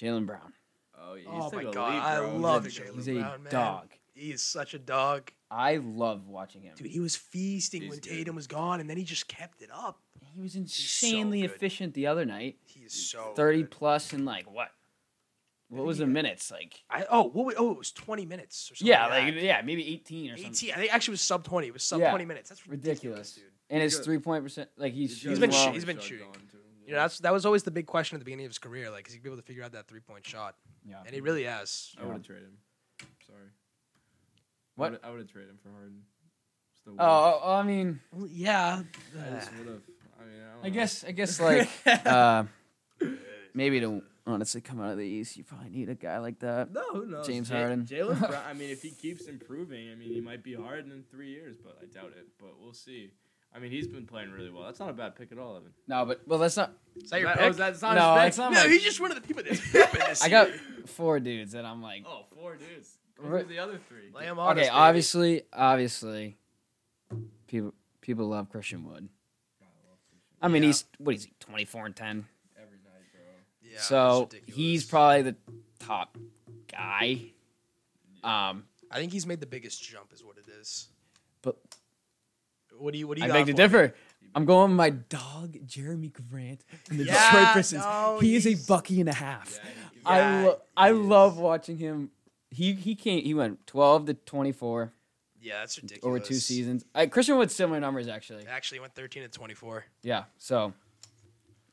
Speaker 5: Jalen Brown.
Speaker 2: Oh, yeah,
Speaker 1: Oh
Speaker 2: he's
Speaker 1: my
Speaker 2: like a
Speaker 1: God,
Speaker 2: lead,
Speaker 1: I
Speaker 2: bro. He's
Speaker 1: love
Speaker 2: like a-
Speaker 1: Jalen
Speaker 5: He's
Speaker 1: Brown,
Speaker 5: a
Speaker 1: man.
Speaker 5: dog.
Speaker 1: He is such a dog,
Speaker 5: I love watching him.
Speaker 1: dude. He was feasting
Speaker 2: He's
Speaker 1: when
Speaker 2: good.
Speaker 1: Tatum was gone, and then he just kept it up.
Speaker 5: he was
Speaker 1: so
Speaker 5: insanely
Speaker 1: good.
Speaker 5: efficient the other night.
Speaker 1: He is so
Speaker 5: Thirty
Speaker 1: good.
Speaker 5: plus in like what? What was the minutes like?
Speaker 1: I oh what was, oh it was twenty minutes or something.
Speaker 5: Yeah,
Speaker 1: like,
Speaker 5: like yeah, maybe eighteen or something.
Speaker 1: eighteen. I think actually it was sub twenty. It was sub
Speaker 5: Yeah.
Speaker 1: twenty minutes. That's ridiculous,
Speaker 5: ridiculous.
Speaker 1: dude.
Speaker 5: And his
Speaker 2: He's
Speaker 5: three point percent, like he's
Speaker 2: He's
Speaker 5: shooting
Speaker 1: been
Speaker 5: well.
Speaker 1: shooting. he's been shooting. You know, that's that was always the big question at the beginning of his career. Like, is he gonna be able to figure out that three point shot?
Speaker 5: Yeah.
Speaker 1: And he really has.
Speaker 2: I would have traded him. Sorry.
Speaker 5: What?
Speaker 2: I would have traded him for Harden. Still
Speaker 5: Oh, oh, oh, I mean,
Speaker 1: Well, yeah.
Speaker 2: I just would have. I mean, I, don't
Speaker 5: I
Speaker 1: Uh.
Speaker 2: know.
Speaker 5: guess, I guess, like, uh, maybe to honestly come out of the East, you probably need a guy like that.
Speaker 2: No, who knows?
Speaker 5: James Harden.
Speaker 2: Jalen Brown. I mean, if he keeps improving, I mean, he might be Harden in three years, but I doubt it. But we'll see. I mean, he's been playing really well. That's not a bad pick at all, Evan.
Speaker 5: No, but well, that's not.
Speaker 1: Is that your
Speaker 2: That-
Speaker 1: pick?
Speaker 2: oh, that's not
Speaker 5: No,
Speaker 2: his pick?
Speaker 5: it's not
Speaker 1: no,
Speaker 5: my.
Speaker 1: he's just one of the people that's pimping this.
Speaker 5: I got four dudes that I'm like.
Speaker 2: Oh, four dudes. Go
Speaker 5: Right.
Speaker 2: through the other three.
Speaker 1: Lay him
Speaker 5: okay, obviously, obviously, people people love Christian Wood. I mean,
Speaker 1: Yeah.
Speaker 5: he's what is he? Twenty four and ten.
Speaker 2: Every night, bro.
Speaker 1: Yeah,
Speaker 5: so
Speaker 1: that's ridiculous.
Speaker 5: he's probably the top guy. Um,
Speaker 1: I think he's made the biggest jump, is what it is.
Speaker 5: But-
Speaker 1: what do you? What do you?
Speaker 5: I
Speaker 1: got
Speaker 5: beg to
Speaker 1: for
Speaker 5: differ. I'm going with my dog, Jeremy Grant, and the
Speaker 1: Yeah,
Speaker 5: Detroit Pistons.
Speaker 1: no,
Speaker 5: he is a
Speaker 1: he's-
Speaker 5: bucky and a half.
Speaker 1: me?
Speaker 5: I
Speaker 1: Yeah,
Speaker 5: lo- I
Speaker 1: he is.
Speaker 5: love watching him. He he can't. He went 12 to 24
Speaker 1: Yeah, that's ridiculous.
Speaker 5: over two seasons. I, Christian Wood's similar numbers actually.
Speaker 1: Actually, went thirteen to twenty four.
Speaker 5: Yeah. So,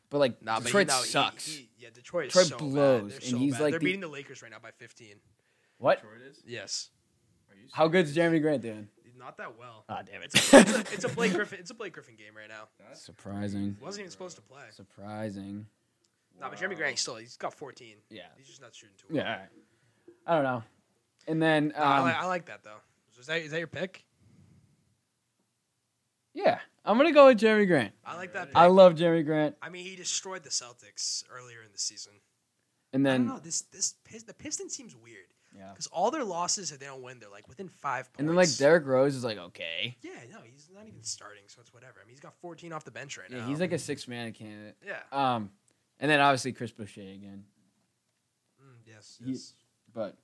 Speaker 5: But like
Speaker 1: Nah, but
Speaker 5: Detroit
Speaker 1: you know, he-
Speaker 5: sucks.
Speaker 1: he- yeah, Detroit is
Speaker 5: Detroit
Speaker 1: so
Speaker 5: blows,
Speaker 1: bad. They're
Speaker 5: and
Speaker 1: so
Speaker 5: he's
Speaker 1: bad.
Speaker 5: like
Speaker 1: they're
Speaker 5: the-
Speaker 1: beating the Lakers right now by 15.
Speaker 5: what?
Speaker 1: Yes,
Speaker 5: How good's Jeremy Grant doing?
Speaker 1: not that well.
Speaker 5: Ah, damn
Speaker 1: It's a, it's a- it's a Blake Griffin. It's a Blake Griffin game right now.
Speaker 5: Surprising.
Speaker 1: Wasn't even supposed to play.
Speaker 5: Surprising.
Speaker 1: Nah, but Jeremy Grant still he's got 14.
Speaker 5: Yeah.
Speaker 1: He's just not shooting too well.
Speaker 5: Yeah. all right. I don't know. And then um,
Speaker 1: Nah, I, like, I like that though. So Is that is that your pick?
Speaker 5: yeah, I'm gonna go with Jeremy Grant.
Speaker 1: I like that. Pick.
Speaker 5: I
Speaker 1: I,
Speaker 5: love Jeremy Grant.
Speaker 1: mean, he destroyed the Celtics earlier in the season.
Speaker 5: And
Speaker 1: I don't
Speaker 5: then
Speaker 1: know. This this Pist- the Pistons seems weird
Speaker 5: yeah.
Speaker 1: because all their losses if they don't win, they're like within five points.
Speaker 5: And then like Derrick Rose is like okay.
Speaker 1: Yeah, no, he's not even starting, so it's whatever. I mean, he's got 14 off the bench right
Speaker 5: Yeah,
Speaker 1: now.
Speaker 5: he's like a six man candidate.
Speaker 1: yeah.
Speaker 5: Um, and then obviously Chris Boucher again,
Speaker 1: Mm, yes.
Speaker 5: He-
Speaker 1: yes.
Speaker 5: but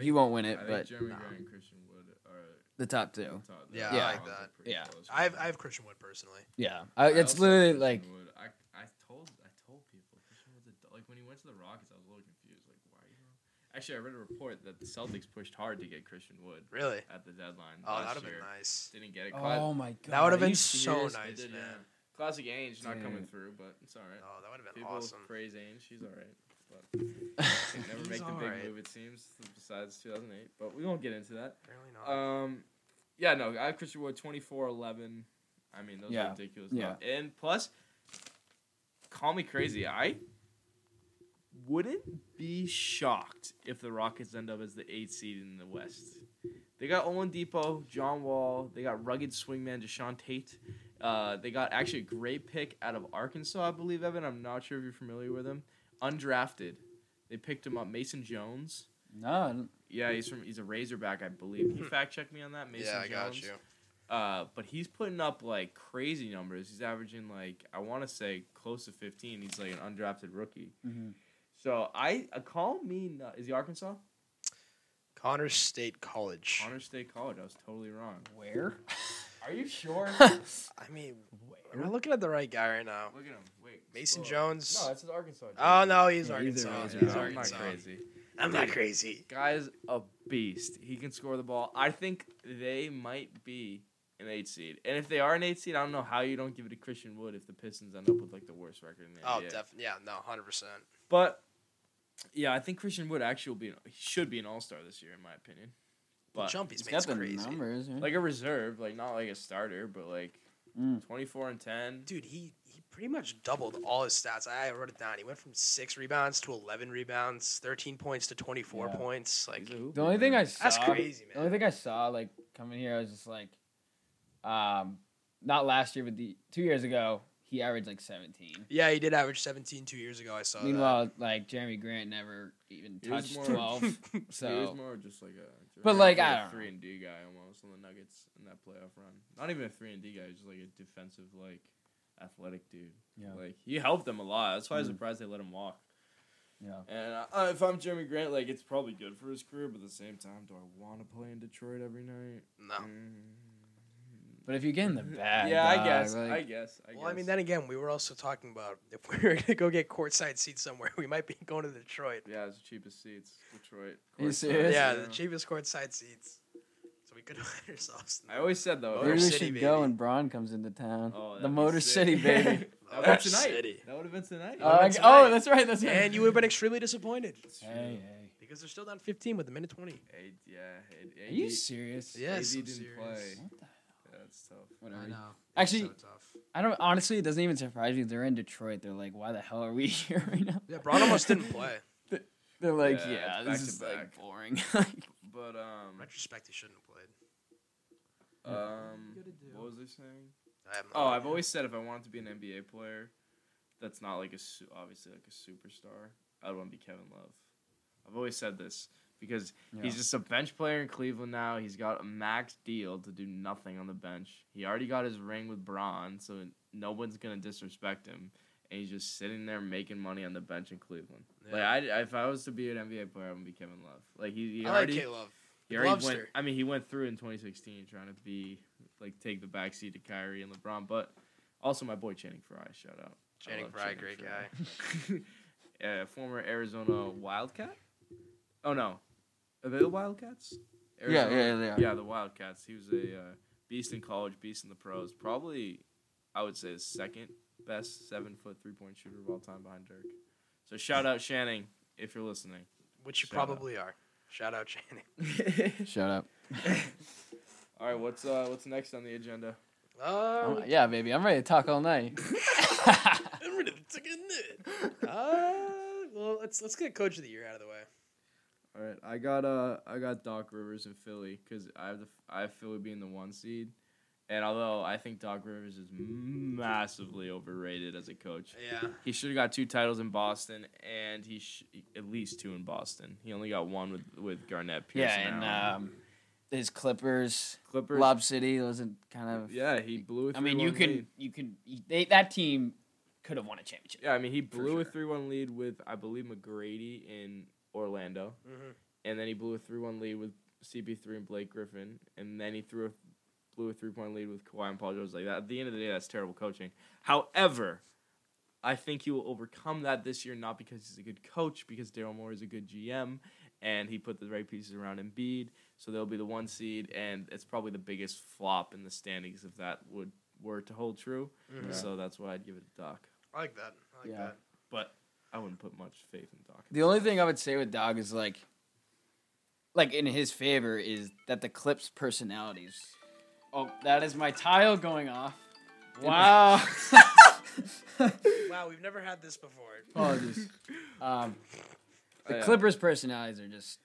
Speaker 5: he won't win it.
Speaker 2: I think
Speaker 5: But
Speaker 2: Jeremy
Speaker 5: nah,
Speaker 2: Grant and Christian Wood are
Speaker 5: the top two.
Speaker 2: top.
Speaker 1: Yeah,
Speaker 5: I
Speaker 1: like that.
Speaker 5: Yeah.
Speaker 1: I have I have Christian Wood personally.
Speaker 5: Yeah, I, Uh, it's
Speaker 2: also
Speaker 5: literally
Speaker 2: Christian
Speaker 5: like
Speaker 2: Wood. I, I told I told people Christian Wood's a, like when he went to the Rockets, I was a little confused. Like why? Are you Actually, I read a report that the Celtics pushed hard to get Christian Wood
Speaker 1: Really?
Speaker 2: at the deadline.
Speaker 1: Oh,
Speaker 2: last
Speaker 1: that would have been
Speaker 2: year.
Speaker 1: nice.
Speaker 2: Didn't get it.
Speaker 5: oh my god.
Speaker 1: That would have
Speaker 5: are
Speaker 1: been
Speaker 5: you
Speaker 1: so
Speaker 5: serious?
Speaker 2: They
Speaker 1: nice,
Speaker 2: did,
Speaker 1: man.
Speaker 2: yeah. Classic Ainge not coming
Speaker 5: Dude.
Speaker 2: through, but it's all right.
Speaker 1: Oh, that would have been
Speaker 2: People
Speaker 1: awesome.
Speaker 2: praise Ainge. She's all right. Can never
Speaker 1: He's
Speaker 2: make the
Speaker 1: all
Speaker 2: big
Speaker 1: right.
Speaker 2: move, it seems, besides 2008. But we won't get into that.
Speaker 1: Apparently not.
Speaker 2: Um, yeah, no, I have Christian Wood 24 11. I mean, those
Speaker 5: Yeah.
Speaker 2: are ridiculous.
Speaker 5: Yeah.
Speaker 2: numbers. And plus, call me crazy. I wouldn't be shocked if the Rockets end up as the eighth seed in the West. They got Olin Depot, John Wall. They got rugged swingman Deshaun Tate. Uh, they got actually a great pick out of Arkansas, I believe, Evan. I'm not sure if you're familiar with him. Undrafted. They picked him up, Mason Jones.
Speaker 5: No, I don't-
Speaker 2: Yeah, he's from he's a Razorback, I believe. Can you fact check me on that, Mason
Speaker 1: yeah, I
Speaker 2: Jones?
Speaker 1: got you.
Speaker 2: Uh, but he's putting up like crazy numbers. He's averaging like I want to say close to 15. He's like an undrafted rookie.
Speaker 5: Mhm.
Speaker 2: So I uh, call me nu- is he Arkansas?
Speaker 1: Connor State College.
Speaker 2: Honor State College. I was totally wrong.
Speaker 5: where?
Speaker 2: Are you sure? Look at
Speaker 5: That's
Speaker 1: I mean, am I looking at the right guy right now?
Speaker 2: him. Wait.
Speaker 1: Mason
Speaker 2: scroll.
Speaker 1: Jones.
Speaker 2: No, it's his Arkansas.
Speaker 1: oh no, he's
Speaker 5: Yeah, he's a
Speaker 1: Arkansas.
Speaker 5: Razorback.
Speaker 1: He's
Speaker 2: I'm not
Speaker 1: Arkansas.
Speaker 2: crazy.
Speaker 1: I'm not crazy.
Speaker 2: Guy's a beast. He can score the ball. I think they might be an eight seed. And if they are an eight seed, I don't know how you don't give it to Christian Wood if the Pistons end up with like the worst record in the
Speaker 1: Oh,
Speaker 2: NBA.
Speaker 1: definitely. Yeah, no, hundred percent.
Speaker 2: But yeah, I think Christian Wood actually will be an, he should be an All Star this year in my opinion.
Speaker 1: The
Speaker 2: But
Speaker 1: jump he's made
Speaker 5: got
Speaker 1: is
Speaker 5: the
Speaker 1: crazy.
Speaker 5: numbers. Right?
Speaker 2: like a reserve, like not like a starter, but like
Speaker 5: Mm.
Speaker 2: twenty four and ten.
Speaker 1: Dude, he he pretty much doubled all his stats. I wrote it down. He went from six rebounds to eleven rebounds, thirteen points to twenty four
Speaker 5: Yeah.
Speaker 1: points. Like
Speaker 2: He's a hooper,
Speaker 5: the only thing I
Speaker 2: man.
Speaker 5: saw.
Speaker 1: that's crazy,
Speaker 5: The only
Speaker 1: man.
Speaker 5: thing I saw like coming here, I was just like, um, not last year, but the two years ago, he averaged like 17.
Speaker 1: Yeah, he did average 17 two years ago. I saw
Speaker 5: Meanwhile, like Jeremy Grant never even
Speaker 2: He was
Speaker 5: touched
Speaker 1: that.
Speaker 2: more-
Speaker 5: 12.
Speaker 2: He was
Speaker 5: So
Speaker 2: more just like a
Speaker 5: But,
Speaker 2: just
Speaker 5: like, I
Speaker 2: a
Speaker 5: don't
Speaker 2: three and D guy almost on the Nuggets in that playoff run. Not even a three and D guy, just like a defensive like athletic dude.
Speaker 5: Yeah.
Speaker 2: Like he helped them a lot. That's why I was
Speaker 1: Hmm.
Speaker 5: Mm.
Speaker 2: surprised they let him walk.
Speaker 5: Yeah.
Speaker 2: And uh, if I'm Jeremy Grant, like it's probably good for his career, but at the same time, do I want to play in Detroit every night?
Speaker 1: no.
Speaker 2: Mm.
Speaker 5: but if you get in the bag,
Speaker 2: yeah, I
Speaker 5: dog,
Speaker 2: guess,
Speaker 5: like-
Speaker 2: I guess. I guess.
Speaker 1: Well, I mean, then again, we were also talking about if we were gonna go get courtside seats somewhere, we might be going to Detroit.
Speaker 2: yeah, it's the cheapest seats, Detroit.
Speaker 5: Are you
Speaker 2: courtside,
Speaker 5: serious? Yes,
Speaker 1: yeah,
Speaker 2: you
Speaker 1: the
Speaker 2: know.
Speaker 1: cheapest courtside seats. So we could hide ourselves.
Speaker 2: I always said though.
Speaker 1: Motor
Speaker 5: Maybe
Speaker 2: if-
Speaker 5: we
Speaker 1: City,
Speaker 5: should go
Speaker 1: baby.
Speaker 5: when Braun comes into town.
Speaker 2: Oh, that'd
Speaker 5: the
Speaker 2: be
Speaker 5: Motor
Speaker 2: sick.
Speaker 5: City, baby.
Speaker 2: that would
Speaker 1: Motor
Speaker 2: have been tonight.
Speaker 1: City.
Speaker 2: That would have been tonight.
Speaker 5: Oh, I
Speaker 1: that's
Speaker 5: g- oh,
Speaker 1: right.
Speaker 5: that's right. That's right.
Speaker 1: and you would have been extremely disappointed
Speaker 2: It's true.
Speaker 5: Hey, hey.
Speaker 1: because they're still down 15 with a minute 20.
Speaker 2: Eight, yeah, eight,
Speaker 5: Are you
Speaker 2: AD
Speaker 5: serious?
Speaker 1: Yeah. Yes,
Speaker 2: AD
Speaker 1: I'm
Speaker 2: didn't
Speaker 1: serious.
Speaker 2: play.
Speaker 5: What the-
Speaker 2: Yeah, that's tough.
Speaker 5: Whatever.
Speaker 1: Actually,
Speaker 5: Actually-
Speaker 1: so tough.
Speaker 5: I don't. Honestly, it doesn't even surprise me. They're in Detroit. They're like, why the hell are we here right now?
Speaker 1: yeah, Braun almost didn't play.
Speaker 5: They're like,
Speaker 2: Yeah,
Speaker 5: yeah,
Speaker 2: it's back
Speaker 5: this is
Speaker 2: to
Speaker 5: like
Speaker 2: back."
Speaker 5: boring. Like,
Speaker 2: But um,
Speaker 1: Retrospect, he shouldn't have played.
Speaker 2: um, what was I saying?
Speaker 1: I have no
Speaker 2: Oh,
Speaker 1: idea.
Speaker 2: I've always said if I wanted to be an NBA player, that's not like a su- obviously like a superstar. I'd want to be Kevin Love. I've always said this because
Speaker 5: Yeah.
Speaker 2: he's just a bench player in Cleveland now. He's got a max deal to do nothing on the bench. He already got his ring with Braun, so no one's gonna disrespect him. And he's just sitting there making money on the bench in Cleveland. Like
Speaker 1: Yeah.
Speaker 2: I, if I was to be an NBA player, I would be Kevin Love. Like he, he
Speaker 1: I like
Speaker 2: already
Speaker 1: K Love.
Speaker 2: he already went.
Speaker 1: Lobster.
Speaker 2: I mean, he went through in 2016 trying to be like take the backseat to Kyrie and LeBron, but also my boy Channing Frye. Shout out, I
Speaker 1: Channing
Speaker 2: love
Speaker 1: Frye, great
Speaker 2: guy. uh, former Arizona Wildcat. Oh no, are they the Wildcats?
Speaker 5: Yeah, yeah, yeah, they are.
Speaker 2: Yeah, the Wildcats. He was a uh, beast in college, beast in the pros. Probably, I would say, the second best seven foot three point shooter of all time behind Dirk. So shout out Shannon if you're listening.
Speaker 1: which you
Speaker 2: Shout out.
Speaker 1: probably are. Shout out Channing.
Speaker 5: Shut up.
Speaker 2: all right, what's uh, what's next on the agenda?
Speaker 1: Um,
Speaker 5: Oh, yeah, baby, I'm ready to talk all night.
Speaker 1: I'm ready to take a nip. Uh, well, let's let's get Coach of the Year out of the way.
Speaker 2: All right, I got uh, I got Doc Rivers in Philly because I have the I have Philly being the one seed, and although I think Doc Rivers is massively overrated as a coach,
Speaker 1: Yeah,
Speaker 2: he should have got two titles in Boston, and he sh- at least two in Boston. He only got one with with Garnett Pierce.
Speaker 5: yeah, and
Speaker 2: Allen.
Speaker 5: um, his Clippers,
Speaker 2: Clippers.
Speaker 5: Lob City wasn't kind of.
Speaker 2: yeah, he blew. A
Speaker 5: I mean, you
Speaker 2: 3-1
Speaker 5: can
Speaker 2: lead.
Speaker 5: you can they, that team could have won a championship.
Speaker 2: Yeah, I mean, he blew a
Speaker 5: sure.
Speaker 2: three-one lead with I believe McGrady in Orlando,
Speaker 1: Mhm.
Speaker 2: and then he blew a three-one lead with CP3 and Blake Griffin, and then he threw a, blew a three-point lead with Kawhi and Paul George. Like that, at the end of the day, that's terrible coaching. However, I think he will overcome that this year, not because he's a good coach, because Daryl Moore is a good GM, and he put the right pieces around Embiid, so they'll be the one seed, and it's probably the biggest flop in the standings if that would were to hold true.
Speaker 1: Mhm.
Speaker 2: So that's why I'd give it to Doc.
Speaker 1: I like that. I like
Speaker 5: Yeah.
Speaker 1: that.
Speaker 2: But I wouldn't put much faith in Doc.
Speaker 5: The only thing I would say with Dog is like, like in his favor is that the Clips personalities. Oh, that is my tile going off. Wow.
Speaker 1: Wow, we've never had this before.
Speaker 5: Apologies. Um, the
Speaker 2: Oh, Yeah,
Speaker 5: Clippers personalities are just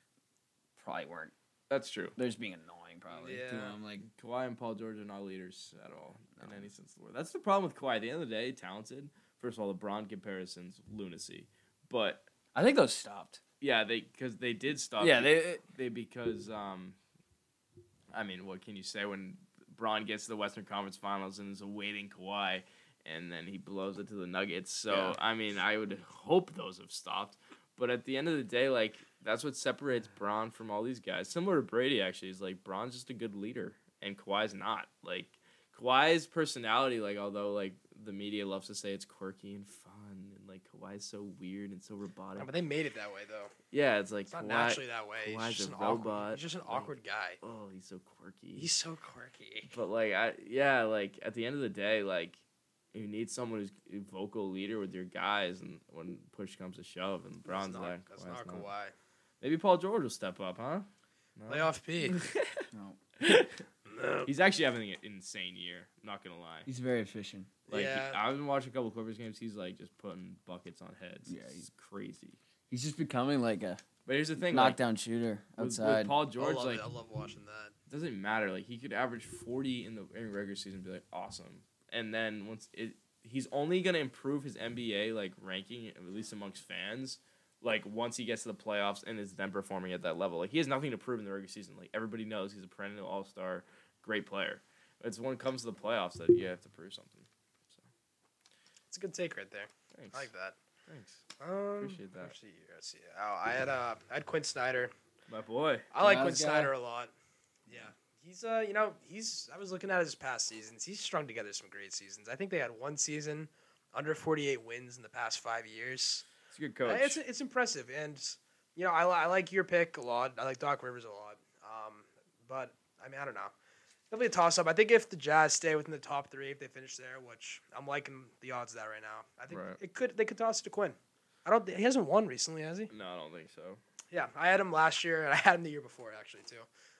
Speaker 5: probably weren't.
Speaker 2: That's true.
Speaker 5: They're just being annoying, probably. to
Speaker 1: Yeah.
Speaker 5: him, like
Speaker 2: Kawhi and Paul George are not leaders at all in any sense of the word. That's the problem with Kawhi. At the end of the day, talented. First of all, the Bron comparisons lunacy. But
Speaker 5: I think those stopped.
Speaker 2: yeah, they because they did stop.
Speaker 5: Yeah,
Speaker 2: it.
Speaker 5: they.
Speaker 2: they because um, I mean, what can you say when Braun gets to the Western Conference Finals and is awaiting Kawhi, and then he blows it to the Nuggets? So
Speaker 5: Yeah.
Speaker 2: I mean, I would hope those have stopped. But at the end of the day, like that's what separates Braun from all these guys. Similar to Brady, actually, is like Braun's just a good leader, and Kawhi's not. Like Kawhi's personality, like although like the media loves to say it's quirky and fun, and like Kawhi's so weird and so robotic.
Speaker 1: No, but they made it that way though.
Speaker 2: yeah, it's like
Speaker 1: It's not
Speaker 2: Kawhi.
Speaker 1: naturally that way.
Speaker 2: Kawhi's
Speaker 1: He's just
Speaker 2: a
Speaker 1: an awkward.
Speaker 2: robot.
Speaker 1: He's just an
Speaker 2: Like-
Speaker 1: awkward guy.
Speaker 2: oh, he's so quirky.
Speaker 1: He's so quirky.
Speaker 2: but like I yeah, like at the end of the day, like you need someone who's a vocal leader with your guys, and when push comes to shove, and Brown's
Speaker 1: that's not,
Speaker 2: like,
Speaker 1: that's
Speaker 2: Kawhi's
Speaker 1: not
Speaker 2: not.
Speaker 1: Kawhi.
Speaker 2: Maybe Paul George will step up, huh? No?
Speaker 1: Playoff P.
Speaker 5: No,
Speaker 1: No.
Speaker 2: He's actually having an insane year. I'm not gonna lie.
Speaker 5: he's very efficient.
Speaker 2: Like
Speaker 1: Yeah.
Speaker 2: I've been watching a couple Clippers games. He's like just putting buckets on heads.
Speaker 5: Yeah,
Speaker 2: he's
Speaker 5: he's-
Speaker 2: crazy.
Speaker 5: He's just becoming like a
Speaker 2: But here's the thing, like,
Speaker 5: knockdown shooter
Speaker 2: with,
Speaker 5: outside.
Speaker 2: with Paul
Speaker 1: I
Speaker 2: George,
Speaker 1: love
Speaker 2: like
Speaker 1: it. I love watching that.
Speaker 2: doesn't matter. Like he could average forty in the in regular season, and be like awesome, and then once it, he's only gonna improve his NBA like ranking, at least amongst fans. Like once he gets to the playoffs and is then performing at that level, like he has nothing to prove in the regular season. Like everybody knows he's a perennial All Star, great player. It's when it comes to the playoffs that you have to prove something.
Speaker 1: It's a good take right there.
Speaker 2: Thanks.
Speaker 1: I like that.
Speaker 2: Thanks,
Speaker 1: Um,
Speaker 2: Appreciate that.
Speaker 1: let's see here, let's see. Oh, I had uh, I had Quinn Snyder.
Speaker 2: my boy.
Speaker 1: I like
Speaker 5: Nas
Speaker 1: Quinn
Speaker 5: guy.
Speaker 1: Snyder a lot. Yeah, he's uh, you know, he's. I was looking at his past seasons. He's strung together some great seasons. I think they had one season under forty-eight wins in the past five years.
Speaker 2: It's a good
Speaker 1: Uh,
Speaker 2: coach.
Speaker 1: It's it's impressive, and you know, I, li- I like your pick a lot. I like Doc Rivers a lot. Um, but I mean, I don't know. Definitely a toss-up. I think if the Jazz stay within the top three, if they finish there, which I'm liking the odds of that right now, I think
Speaker 2: Right.
Speaker 1: it could they could toss it to Quinn. I don't. thi- He hasn't won recently, has he?
Speaker 2: no, I don't think so.
Speaker 1: Yeah, I had him last year, and I had him the year before actually too.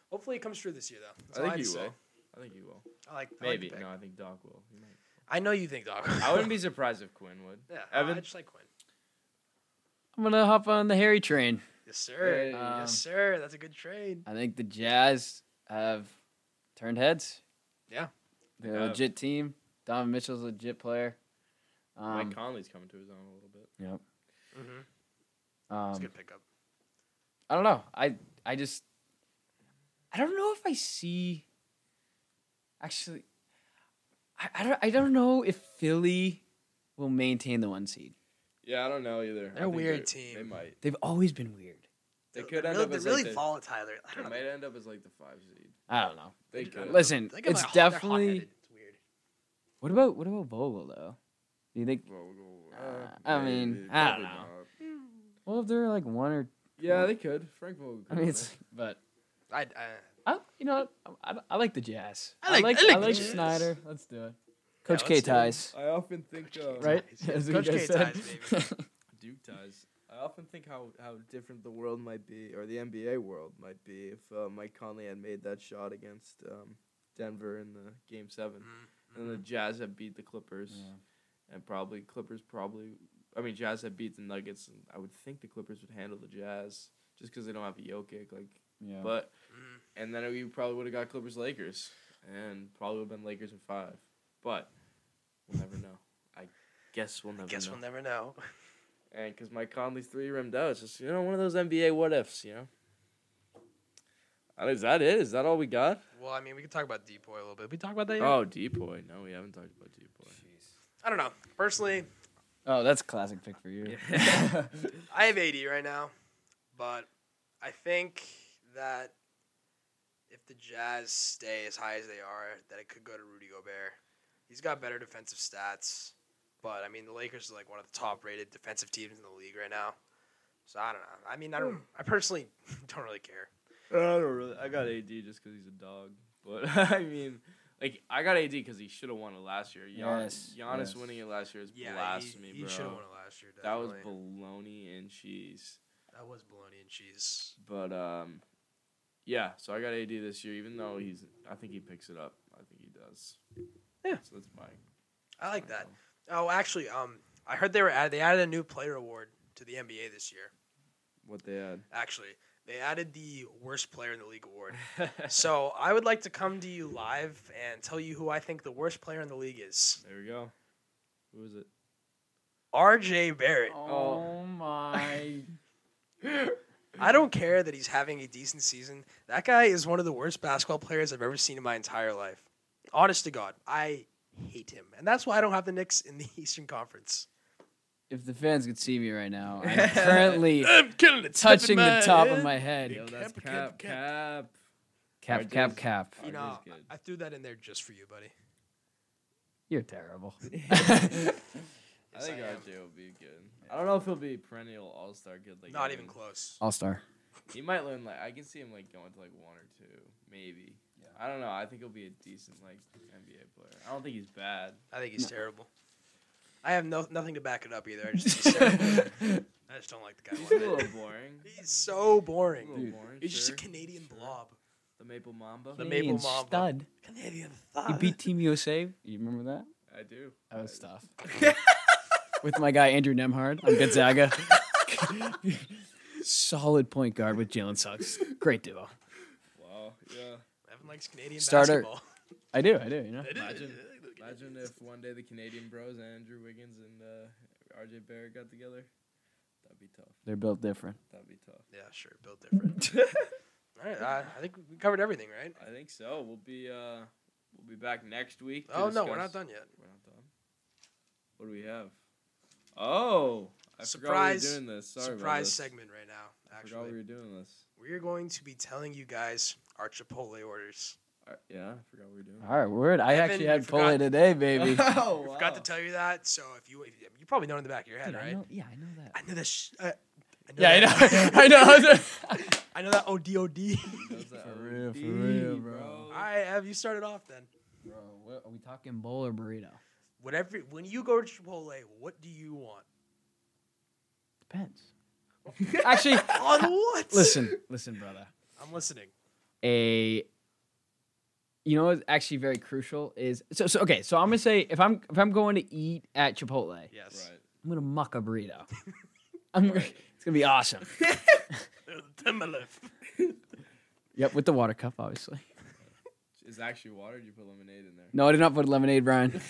Speaker 1: Hopefully, it comes through this year though. That's all
Speaker 2: I
Speaker 1: I had
Speaker 2: think you
Speaker 1: to say.
Speaker 2: will. I think you will.
Speaker 1: I like I like the
Speaker 2: Maybe.
Speaker 1: pick.
Speaker 2: no, I think Doc will. He might.
Speaker 1: I know you think Doc.
Speaker 2: I wouldn't be surprised if Quinn would.
Speaker 1: Yeah,
Speaker 2: Evan?
Speaker 1: I just like Quinn.
Speaker 5: I'm gonna hop on the Harry train.
Speaker 1: Yes, sir.
Speaker 2: Hey.
Speaker 5: Um,
Speaker 1: yes, sir. That's a good trade.
Speaker 5: I think the Jazz have turned heads.
Speaker 1: Yeah.
Speaker 5: They're
Speaker 2: Yeah.
Speaker 5: a legit team. Donovan Mitchell's a legit player. Um,
Speaker 2: Mike Conley's coming to his own a little bit.
Speaker 1: Mm-hmm. It's a
Speaker 5: um,
Speaker 1: good pickup.
Speaker 5: I don't know. I I just I don't know if I see actually I, I don't I don't know if Philly will maintain the one seed.
Speaker 2: Yeah, I don't know either. I
Speaker 1: They're a
Speaker 2: think
Speaker 1: weird
Speaker 2: They
Speaker 1: team.
Speaker 2: might.
Speaker 5: They've always been weird.
Speaker 2: They
Speaker 1: They're-
Speaker 2: could
Speaker 1: they're
Speaker 2: end
Speaker 1: really,
Speaker 2: up
Speaker 1: they're
Speaker 2: as
Speaker 1: really
Speaker 2: like the,
Speaker 1: volatile. They're- I
Speaker 2: They
Speaker 1: don't know.
Speaker 2: might end up as like the five seed.
Speaker 5: I don't know.
Speaker 2: They
Speaker 1: They're-
Speaker 2: could.
Speaker 5: Listen,
Speaker 1: They got
Speaker 5: it's
Speaker 1: my- they're
Speaker 5: definitely
Speaker 1: hot-headed. It's weird.
Speaker 5: what about what about Vogel though? Do you think
Speaker 2: Well, we'll-
Speaker 5: Uh, I mean,
Speaker 2: maybe,
Speaker 5: I don't
Speaker 2: probably
Speaker 5: know.
Speaker 2: not.
Speaker 5: well if they're like one or
Speaker 2: Yeah, they could. Frank Vogel.
Speaker 5: I
Speaker 2: could,
Speaker 5: mean it's
Speaker 2: right?
Speaker 5: but
Speaker 1: I, I
Speaker 5: I, you know, what? I, I, I like the Jazz.
Speaker 1: I like- I like the
Speaker 5: I like
Speaker 1: Jazz.
Speaker 5: Snyder. Let's do it. Coach
Speaker 1: Yeah,
Speaker 5: K
Speaker 1: let's do it.
Speaker 5: ties,
Speaker 2: I often think, uh,
Speaker 5: right?
Speaker 1: Ties, yeah.
Speaker 5: That's what
Speaker 1: Coach
Speaker 5: you
Speaker 1: K
Speaker 5: guys said.
Speaker 1: ties, baby.
Speaker 2: Duke ties. I often think how, how different the world might be, or the NBA world might be, if uh, Mike Conley had made that shot against um, Denver in the Game 7
Speaker 1: Mm-hmm.
Speaker 2: and the Jazz had beat the Clippers, and probably Clippers probably. I mean, Jazz had beat the Nuggets, and I would think the Clippers would handle the Jazz just because they don't have Jokic. Like,
Speaker 7: Yeah.
Speaker 2: but
Speaker 1: Mhm.
Speaker 2: and then we probably would have got Clippers Lakers, and probably would have been Lakers in five. But we'll never know. I guess we'll never.
Speaker 1: Guess
Speaker 2: know.
Speaker 1: we'll never know.
Speaker 2: And because Mike Conley's three rimmed out, it's just you know one of those NBA what ifs, you know. Uh, Is that it? Is that all we got?
Speaker 1: Well, I mean, we could talk about Depoy a little bit. We talk about that. Yet?
Speaker 2: Oh, Depoy. No, we haven't talked about Depoy.
Speaker 1: I don't know. Personally,
Speaker 5: Oh, that's a classic pick for you.
Speaker 1: I have AD right now, but I think that if the Jazz stay as high as they are, that it could go to Rudy Gobert. He's got better defensive stats, but I mean the Lakers are like one of the top rated defensive teams in the league right now. So I don't know. I mean, I don't. I personally don't really care.
Speaker 2: I don't really. I got AD just because he's a dog. But I mean, like I got AD because he should have won it last year. Giannis,
Speaker 5: Yes,
Speaker 2: Giannis
Speaker 5: yes.
Speaker 2: winning it last year is
Speaker 1: Yeah,
Speaker 2: blasphemy,
Speaker 1: he, he should
Speaker 2: bro.
Speaker 1: have won it last year.
Speaker 2: that was
Speaker 1: definitely.
Speaker 2: baloney and cheese.
Speaker 1: that was bologna and cheese.
Speaker 2: But um, yeah. So I got AD this year, even though he's. I think he picks it up. I think he does. Yeah. So that's my
Speaker 1: I like that. Oh, actually, um, I heard they were add, they added a new player award to the NBA this year.
Speaker 2: what they had.
Speaker 1: Actually, they added the worst player in the league award. so I would like to come to you live and tell you who I think the worst player in the league is.
Speaker 2: There we go. Who was it?
Speaker 1: R.J. Barrett.
Speaker 5: Oh my!
Speaker 1: I don't care that he's having a decent season. That guy is one of the worst basketball players I've ever seen in my entire life. Honest to God, I hate him, and that's why I don't have the Knicks in the Eastern Conference.
Speaker 5: If the fans could see me right now, I'm currently
Speaker 1: I'm killing it.
Speaker 5: touching the top of my head.
Speaker 4: Yo, that's cap, cap.
Speaker 5: Cap, cap, cap.
Speaker 1: You know,
Speaker 4: RJ 's good.
Speaker 1: I threw that in there just for you, buddy.
Speaker 5: You're terrible.
Speaker 2: I
Speaker 1: Yes,
Speaker 2: think
Speaker 1: I am.
Speaker 2: RJ will be good. I don't know if he'll be perennial All Star good. Like
Speaker 1: Not
Speaker 2: Ewing.
Speaker 1: even close.
Speaker 5: All star.
Speaker 2: He might learn like I can see him like going to like one or two, maybe. I don't know. I think he'll be a decent like NBA player. I don't think he's bad.
Speaker 1: I think he's terrible. I have no nothing to back it up either. I just, think he's terrible. I just don't like the guy.
Speaker 2: He's a
Speaker 1: One bit.
Speaker 2: little boring.
Speaker 1: He's so
Speaker 2: A
Speaker 1: boring.
Speaker 2: little boring.
Speaker 1: He's just a
Speaker 2: sure.
Speaker 1: Canadian blob.
Speaker 2: the Maple Mamba.
Speaker 1: The Maple
Speaker 5: Canadian
Speaker 1: Mamba. Ah,
Speaker 5: stud.
Speaker 1: Canadian
Speaker 5: He
Speaker 1: thug.
Speaker 5: beat Team USA. You remember that?
Speaker 2: I do.
Speaker 5: That was tough. with my guy Andrew Nemhard on Gonzaga. Solid point guard with Jalen Suggs. Great duo.
Speaker 2: Wow. Yeah.
Speaker 1: Evan likes Canadian
Speaker 5: Starter.
Speaker 1: basketball.
Speaker 5: I do, I do, you know.
Speaker 2: Imagine, imagine if one day the Canadian Bros, Andrew Wiggins and uh, RJ Barrett, got together. That'd be tough.
Speaker 5: They're built different.
Speaker 2: That'd be tough.
Speaker 1: Yeah, sure. Built different. All right. I, I think we covered everything, right?
Speaker 2: I think so. We'll be uh, we'll be back next week. to
Speaker 1: Oh no, we're not
Speaker 2: discuss-
Speaker 1: done yet.
Speaker 2: We're not done. What do we have? Oh, I
Speaker 1: Surprise-
Speaker 2: forgot we were doing this. Sorry about
Speaker 1: Surprise
Speaker 2: this.
Speaker 1: segment right now.
Speaker 2: I forgot we
Speaker 1: Actually,
Speaker 2: were doing this.
Speaker 1: we're going to be telling you guys our Chipotle orders.
Speaker 2: I- yeah, I forgot we were doing.
Speaker 5: All right, word. I
Speaker 1: Evan,
Speaker 5: actually
Speaker 1: you
Speaker 5: had
Speaker 1: forgot-
Speaker 5: Pole today,
Speaker 2: this.
Speaker 5: baby.
Speaker 2: oh, wow.
Speaker 1: Forgot to tell you that. So if you if, you probably know in the back of your head,
Speaker 5: Dude, I
Speaker 1: right?
Speaker 5: know, yeah, I know that.
Speaker 1: I know that. Sh- uh, I know
Speaker 5: Yeah, I
Speaker 1: that-
Speaker 5: know. I know. I was-
Speaker 1: I know that ODOD.
Speaker 2: Does that
Speaker 7: For real, for
Speaker 2: OD,
Speaker 7: real,
Speaker 2: bro.
Speaker 1: All right, Ev, you started off then.
Speaker 5: Bro, what, are we talking bowl or burrito?
Speaker 1: Whatever, when you go to Chipotle, what do you want?
Speaker 5: Depends. actually,
Speaker 1: On what?
Speaker 5: listen, listen, brother.
Speaker 1: I'm listening.
Speaker 5: a you know what's actually very crucial is so so okay so i'm gonna say if i'm if i'm going to eat at chipotle
Speaker 1: Yes.
Speaker 2: Right.
Speaker 5: i'm gonna muck a burrito i'm gonna, it's gonna be awesome yep with the water cup obviously
Speaker 2: Is it actually water? Did you put lemonade in there?
Speaker 5: no i did not put lemonade brian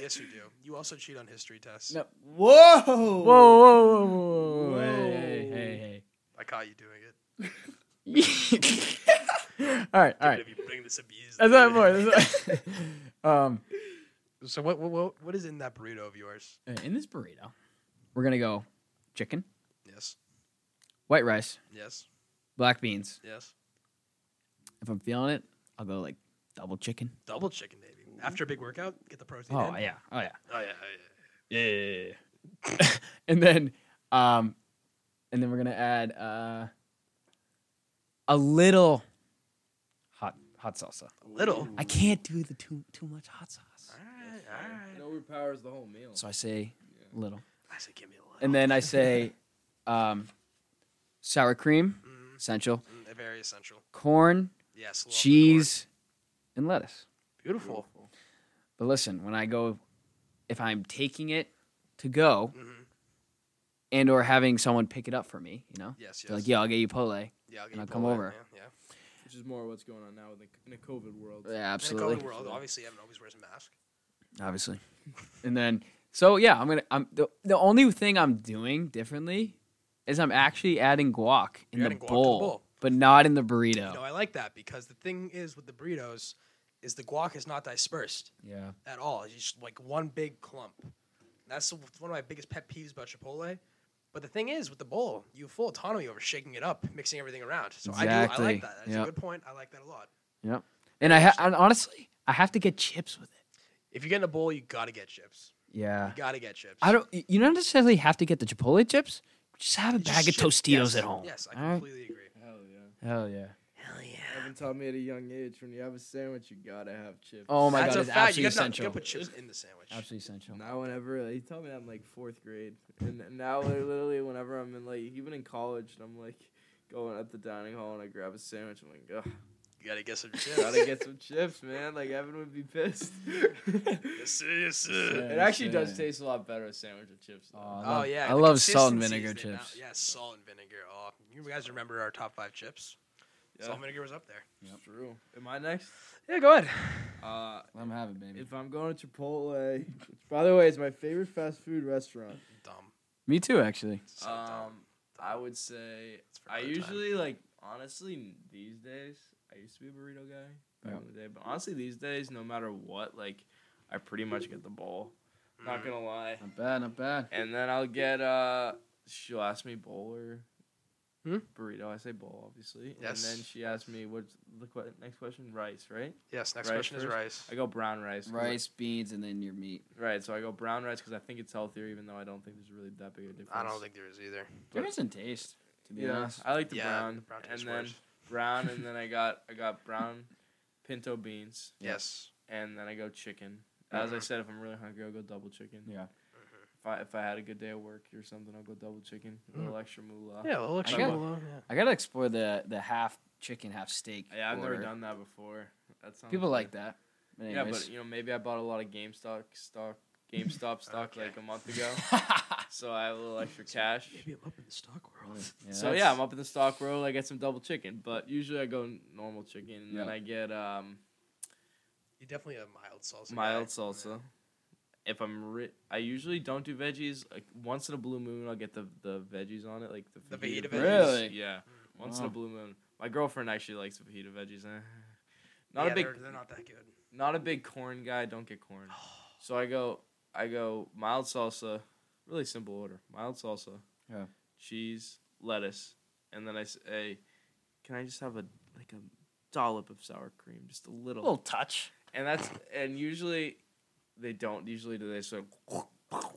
Speaker 1: yes, you do. You also cheat on history tests.
Speaker 5: No.
Speaker 2: Whoa!
Speaker 5: whoa whoa whoa whoa, whoa. hey
Speaker 1: I caught you doing it.
Speaker 5: hey hey all right all right
Speaker 1: If you bring this abuse.
Speaker 5: that's not more that's not- um
Speaker 1: So what, what- what what is in that burrito of yours?
Speaker 5: in this burrito we're gonna go chicken
Speaker 1: Yes.
Speaker 5: white rice
Speaker 1: Yes.
Speaker 5: black beans
Speaker 1: Yes.
Speaker 5: if i'm feeling it i'll go like double chicken
Speaker 1: Double chicken, baby. After a big workout, get the protein.
Speaker 5: Oh
Speaker 1: in.
Speaker 5: yeah, oh yeah,
Speaker 1: Oh yeah.
Speaker 5: yeah, yeah, yeah, yeah. and then, um, and then we're gonna add uh, a little hot hot salsa.
Speaker 1: Little.
Speaker 5: I can't do the too too much hot sauce.
Speaker 1: All right. All right.
Speaker 2: It overpowers the whole meal.
Speaker 5: So I say little.
Speaker 1: I said, give me a little.
Speaker 5: And then I say um, sour cream, essential,
Speaker 1: Mm, they're very essential.
Speaker 5: corn,
Speaker 1: Yes. love the
Speaker 5: cheese, and lettuce.
Speaker 1: corn. Beautiful.
Speaker 5: But listen, when I go, if I'm taking it to go
Speaker 1: Mhm.
Speaker 5: and or having someone pick it up for me, you know,
Speaker 1: Yes. Yes.
Speaker 5: they're like, yeah, I'll get you pole.
Speaker 1: yeah. I'll get
Speaker 5: and
Speaker 1: you
Speaker 5: I'll come
Speaker 1: Chipotle,
Speaker 5: over.
Speaker 1: Yeah. yeah. In
Speaker 2: Which is more what's going on now in the, in the COVID world.
Speaker 5: Yeah,
Speaker 1: the
Speaker 5: absolutely.
Speaker 1: COVID world, obviously, everyone always wears a mask.
Speaker 5: obviously. and then so yeah, I'm gonna I'm the, the only thing I'm doing differently is I'm actually adding guac in
Speaker 1: You're
Speaker 5: the,
Speaker 1: adding guac to the
Speaker 5: bowl,
Speaker 1: bowl.
Speaker 5: but not in the burrito.
Speaker 1: No, I like that because the thing is with the burritos, is the guac is not dispersed
Speaker 5: Yeah.
Speaker 1: at all. It's just like one big clump. That's one of my biggest pet peeves about Chipotle. But the thing is, with the bowl, you have full autonomy over shaking it up, mixing everything around. So I do. I
Speaker 5: Exactly,
Speaker 1: like that. That's
Speaker 5: yeah.
Speaker 1: a good point. I like that a lot.
Speaker 5: And I ha- and honestly, I have to get chips with it.
Speaker 1: If you're getting a bowl, you gotta get chips.
Speaker 5: Yeah.
Speaker 1: You gotta get chips.
Speaker 5: I don't. You don't necessarily have to get the Chipotle chips. Just have a
Speaker 1: Just
Speaker 5: bag of
Speaker 1: ship-
Speaker 5: Tostitos
Speaker 1: yes,
Speaker 5: at home.
Speaker 1: Yes, I
Speaker 5: all right?
Speaker 1: completely agree.
Speaker 2: Hell yeah.
Speaker 5: Hell yeah.
Speaker 1: Hell yeah.
Speaker 5: Oh
Speaker 2: Evan taught me at a young age when you have a sandwich, you gotta have chips.
Speaker 5: Oh my
Speaker 1: That's
Speaker 5: god,
Speaker 1: a
Speaker 5: it's
Speaker 1: fact. You
Speaker 5: absolutely
Speaker 1: gotta, not- you
Speaker 5: essential.
Speaker 1: gotta put chips in the sandwich.
Speaker 5: Absolutely essential.
Speaker 2: Now, whenever he told me that in like fourth grade, and now literally whenever I'm in like even in college, and I'm like going at the dining hall and I grab a sandwich, I'm like, Ugh,
Speaker 1: You gotta get some
Speaker 2: gotta
Speaker 1: chips.
Speaker 2: get some chips, man. Like Evan would be pissed.
Speaker 1: Yes, yes, yes.
Speaker 2: it actually does taste a lot better a sandwich with chips. Though.
Speaker 5: Aw. I
Speaker 1: Oh
Speaker 5: love-
Speaker 1: yeah,
Speaker 5: I
Speaker 1: the
Speaker 5: love salt and
Speaker 1: consistency is
Speaker 5: vinegar
Speaker 1: there now.
Speaker 5: chips.
Speaker 1: Yeah, salt and vinegar. Oh, you guys remember our top five chips? Salt
Speaker 2: Yeah.
Speaker 1: and vinegar was up there.
Speaker 2: It's true. Am I next?
Speaker 1: Yeah, go ahead.
Speaker 2: Uh,
Speaker 5: Let him have it, baby.
Speaker 2: if I'm going to Chipotle, which by the way is my favorite fast food restaurant.
Speaker 1: Dumb.
Speaker 5: Me too, actually.
Speaker 1: So dumb.
Speaker 2: Um, I would say
Speaker 1: It's for
Speaker 2: I
Speaker 1: another time.
Speaker 2: usually like honestly these days. I used to be a burrito guy back
Speaker 5: Yeah.
Speaker 2: in the day, but honestly these days, no matter what, like I pretty much get the bowl.
Speaker 1: Mm.
Speaker 2: Not gonna lie.
Speaker 5: Not bad, not bad.
Speaker 2: And then I'll get uh, she'll ask me bowl or
Speaker 1: Hmm?
Speaker 2: burrito. I say bowl, obviously.
Speaker 1: Yes.
Speaker 2: And then she asked me what's the que- next question? Rice, right?
Speaker 1: Yes. Next
Speaker 2: rice
Speaker 1: question is
Speaker 2: first?
Speaker 1: rice.
Speaker 2: I go brown rice. 'cause I-
Speaker 5: Rice, beans, and then your meat.
Speaker 2: right. So I go brown rice because I think it's healthier, even though I don't think there's really that big a difference.
Speaker 1: I don't think there is either.
Speaker 5: Difference in taste, to be
Speaker 2: Yeah,
Speaker 5: honest.
Speaker 2: I like the
Speaker 1: yeah,
Speaker 2: brown,
Speaker 1: the brown
Speaker 2: and
Speaker 1: tastes
Speaker 2: then
Speaker 1: worse.
Speaker 2: brown, and then I got I got brown pinto beans,
Speaker 1: Yes.
Speaker 2: and then I go chicken. As I
Speaker 1: Mhm.
Speaker 2: said, if I'm really hungry, I'll go double chicken.
Speaker 5: Yeah.
Speaker 2: If I if I had a good day at work or something, I'll go double chicken, a little
Speaker 1: Mm-hmm.
Speaker 2: extra moolah.
Speaker 1: Yeah, a little
Speaker 5: extra got-
Speaker 1: yeah.
Speaker 5: I gotta explore the the half chicken, half steak.
Speaker 2: Yeah, I've never
Speaker 5: order.
Speaker 2: done that before. That sounds
Speaker 5: People
Speaker 2: good.
Speaker 5: like that. But
Speaker 2: Yeah,
Speaker 5: anyways.
Speaker 2: but you know, maybe I bought a lot of GameStop stock, GameStop stock
Speaker 1: Okay.
Speaker 2: like a month ago, so I have a little extra cash.
Speaker 1: Maybe I'm up in the stock world.
Speaker 2: so yeah, I'm up in the stock roll. I get some double chicken, but usually I go n- normal chicken, and then
Speaker 5: Yeah.
Speaker 2: I get um.
Speaker 1: You definitely a mild salsa.
Speaker 2: mild
Speaker 1: guy. Oh,
Speaker 2: salsa. If I'm, ri- I usually don't do veggies. Like once in a blue moon, I'll get the the veggies on it, like the,
Speaker 1: The fajita veggies? Mm.
Speaker 5: Really?
Speaker 2: Yeah, once in a
Speaker 5: Wow.
Speaker 2: blue moon. My girlfriend actually likes the fajita veggies. eh.
Speaker 1: Yeah,
Speaker 2: Not a big,
Speaker 1: They're, they're not that good.
Speaker 2: not a big corn guy. Don't get corn. So I go, I go mild salsa. Really simple order: mild salsa,
Speaker 5: Yeah.
Speaker 2: cheese, lettuce, and then I say, "Can I just have a like a dollop of sour cream, just a
Speaker 5: a little touch.
Speaker 2: and that's and usually they don't usually do this so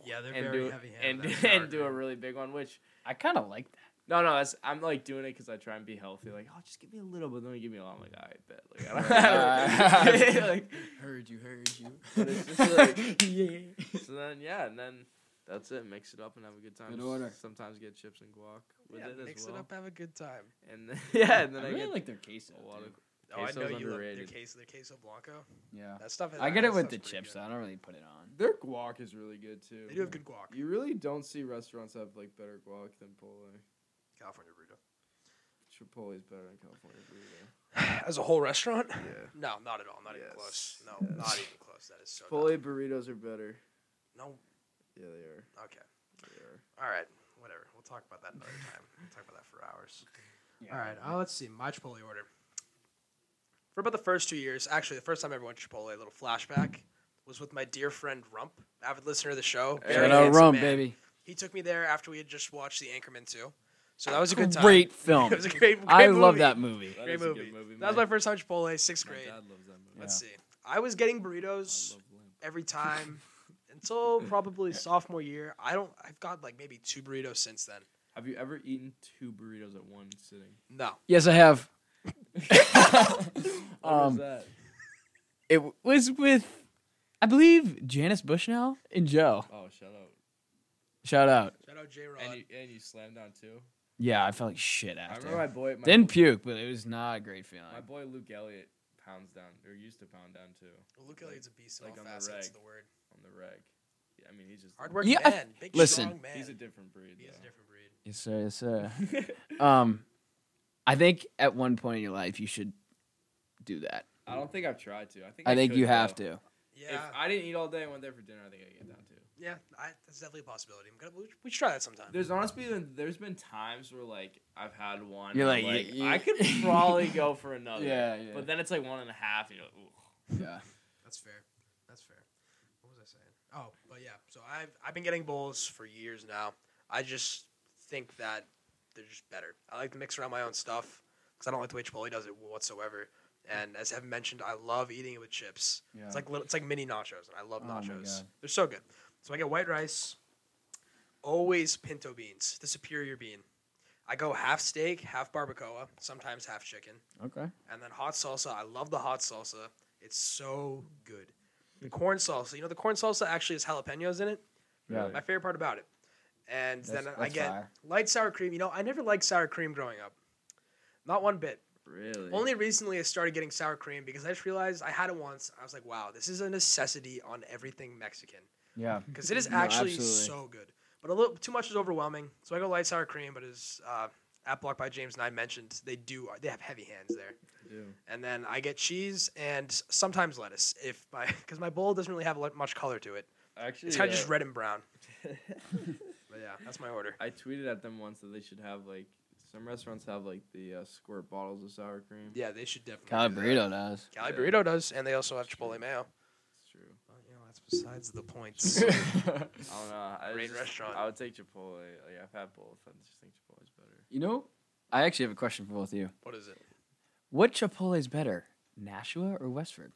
Speaker 1: Yeah, they're
Speaker 2: and
Speaker 1: very
Speaker 2: do
Speaker 1: heavy.
Speaker 2: and, do- and do a really big one which
Speaker 5: I kind of like that.
Speaker 2: no no that's I'm like doing it because I try and be healthy like oh just give me a little but don't give me a lot I'm like all right bet like I don't have like,
Speaker 7: Heard you, heard you.
Speaker 2: But it's just like-
Speaker 7: yeah.
Speaker 2: so then yeah and then that's it mix it up and have a good time
Speaker 7: Good order.
Speaker 2: sometimes get chips and guac with
Speaker 1: yeah,
Speaker 2: it as
Speaker 1: mix
Speaker 2: well
Speaker 1: it up, have a good time.
Speaker 2: and then yeah and then I,
Speaker 5: I really
Speaker 2: get
Speaker 5: like their queso.
Speaker 2: a lot
Speaker 5: dude.
Speaker 2: of
Speaker 1: Oh, I
Speaker 2: Queso's
Speaker 1: know you love their
Speaker 2: underrated.
Speaker 1: queso, their queso blanco.
Speaker 5: yeah.
Speaker 1: That stuff. Is,
Speaker 5: I get
Speaker 1: that
Speaker 5: it
Speaker 1: stuff's
Speaker 5: with the
Speaker 1: pretty good.
Speaker 5: chips. though. I don't really put it on.
Speaker 2: their guac is really good too
Speaker 1: They do have good guac.
Speaker 2: you really don't see restaurants have like better guac than Pole.
Speaker 1: California burrito.
Speaker 2: Chipotle is better than California burrito.
Speaker 1: As a whole restaurant?
Speaker 2: Yeah.
Speaker 1: No, not at all. Not even
Speaker 2: Yes.
Speaker 1: close. No,
Speaker 2: Yes.
Speaker 1: not even close. That is so.
Speaker 2: Chipotle burritos are better.
Speaker 1: dumb. No.
Speaker 2: Yeah, they are.
Speaker 1: Okay.
Speaker 2: They are.
Speaker 1: All right. Whatever. We'll talk about that another time. We'll talk about that for hours. All
Speaker 5: Yeah.
Speaker 1: right. Uh, let's see. My Chipotle order. For about the first two years, actually, the first time I ever went to Chipotle, a little flashback, was with my dear friend Rump, avid listener of the show.
Speaker 2: Hey.
Speaker 1: very
Speaker 5: Shout out
Speaker 1: handsome
Speaker 5: rum,
Speaker 1: man.
Speaker 5: baby.
Speaker 1: He took me there after we had just watched The Anchorman 2. So that was a good time.
Speaker 5: Great film.
Speaker 1: it was a great, great
Speaker 5: I love
Speaker 1: movie.
Speaker 5: that movie.
Speaker 1: Great movie. That was my first time at Chipotle, sixth grade.
Speaker 2: dad loves that movie.
Speaker 1: Let's see. I was getting burritos every time until probably sophomore year. I don't. I've got like maybe two burritos since then.
Speaker 2: Have you ever eaten two burritos at one sitting?
Speaker 1: No.
Speaker 5: Yes, I have.
Speaker 2: What was
Speaker 5: Um,
Speaker 2: that?
Speaker 5: It was with. I believe Janice Bushnell and Joe.
Speaker 2: Oh, shut up.
Speaker 5: Shout out.
Speaker 1: Shout out J Rod.
Speaker 2: And you, and you slammed on too.
Speaker 5: Yeah, I felt like shit
Speaker 2: I
Speaker 5: after.
Speaker 2: remember my boy. My,
Speaker 5: Didn't puke, but it was not a great feeling.
Speaker 2: my boy Luke Elliott pounds down or used to pound down too
Speaker 1: Luke Elliott's a beast in
Speaker 2: like
Speaker 1: all
Speaker 2: on the
Speaker 1: facets of
Speaker 2: reg.
Speaker 1: the word.
Speaker 2: on the reg. Yeah, I mean, he's just
Speaker 1: Hard work
Speaker 5: Yeah, I-
Speaker 1: man. Big
Speaker 5: listen.
Speaker 1: strong man.
Speaker 2: He's a different breed.
Speaker 1: He is a different breed.
Speaker 5: Yes, sir. Yes, sir.
Speaker 2: different.
Speaker 5: um, I think at one point in your life you should do that.
Speaker 2: I don't think I've tried to. I think
Speaker 5: I think
Speaker 2: could,
Speaker 5: you have
Speaker 2: though.
Speaker 5: to.
Speaker 1: Yeah.
Speaker 2: If I didn't eat all day and went there for dinner, I think I get down too.
Speaker 1: Yeah, I, that's definitely a possibility. I'm gonna, we, should, we should try that sometime.
Speaker 2: There's honestly been there's been times where like I've had one.
Speaker 5: You're
Speaker 2: and I'm
Speaker 5: like, y-
Speaker 2: I could probably go for another.
Speaker 5: Yeah, yeah.
Speaker 2: Oh, But then it's like one and a half. And you're like, Ooh.
Speaker 5: Yeah.
Speaker 1: That's fair. That's fair. What was I saying? Oh, but yeah. So I've I've been getting bowls for years now. I just think that they're just better. I like to mix around my own stuff because I don't like the way Chipotle does it whatsoever. And as I've mentioned, I love eating it with chips.
Speaker 5: Yeah.
Speaker 1: It's like little, it's like mini nachos, and I love
Speaker 5: Oh my
Speaker 1: nachos.
Speaker 5: God.
Speaker 1: They're so good. So I get white rice, always pinto beans, the superior bean. I go half steak, half barbacoa, sometimes half chicken.
Speaker 5: Okay.
Speaker 1: And then hot salsa. I love the hot salsa. It's so good. The corn salsa. You know, the corn salsa actually has jalapenos in it.
Speaker 5: Oh, Yeah.
Speaker 1: My favorite part about it. And
Speaker 5: That's-
Speaker 1: then I
Speaker 5: that's
Speaker 1: get
Speaker 5: fire.
Speaker 1: light sour cream. You know, I never liked sour cream growing up. Not one bit.
Speaker 2: really?
Speaker 1: Only recently I started getting sour cream because I just realized I had it once. I was like, wow, this is a necessity on everything Mexican
Speaker 5: Yeah.
Speaker 1: because it is
Speaker 5: No,
Speaker 1: actually
Speaker 5: absolutely.
Speaker 1: so good. But a little too much is overwhelming, so I go light sour cream. But as uh, at Block by James and I mentioned, they do they have heavy hands there.
Speaker 2: do.
Speaker 1: And then I get cheese and sometimes lettuce if my because my bowl doesn't really have le- much color to it.
Speaker 2: Actually,
Speaker 1: It's kind
Speaker 2: uh,
Speaker 1: of just red and brown. But yeah, that's my order.
Speaker 2: I tweeted at them once that they should have like some restaurants have like the uh, squirt bottles of sour cream.
Speaker 1: Yeah, they should definitely.
Speaker 5: Cali
Speaker 1: do that.
Speaker 5: burrito does.
Speaker 1: Cali
Speaker 2: Yeah.
Speaker 1: burrito does, and they also have Chipotle mayo.
Speaker 2: it's true.
Speaker 1: But, you know, that's besides the points.
Speaker 2: I don't know. I
Speaker 1: Great
Speaker 2: just-
Speaker 1: restaurant.
Speaker 2: I would take Chipotle. Like I've had both. I just think Chipotle's better.
Speaker 5: you know, I actually have a question for both of you.
Speaker 1: what is it?
Speaker 5: What Chipotle is better, Nashua or Westford?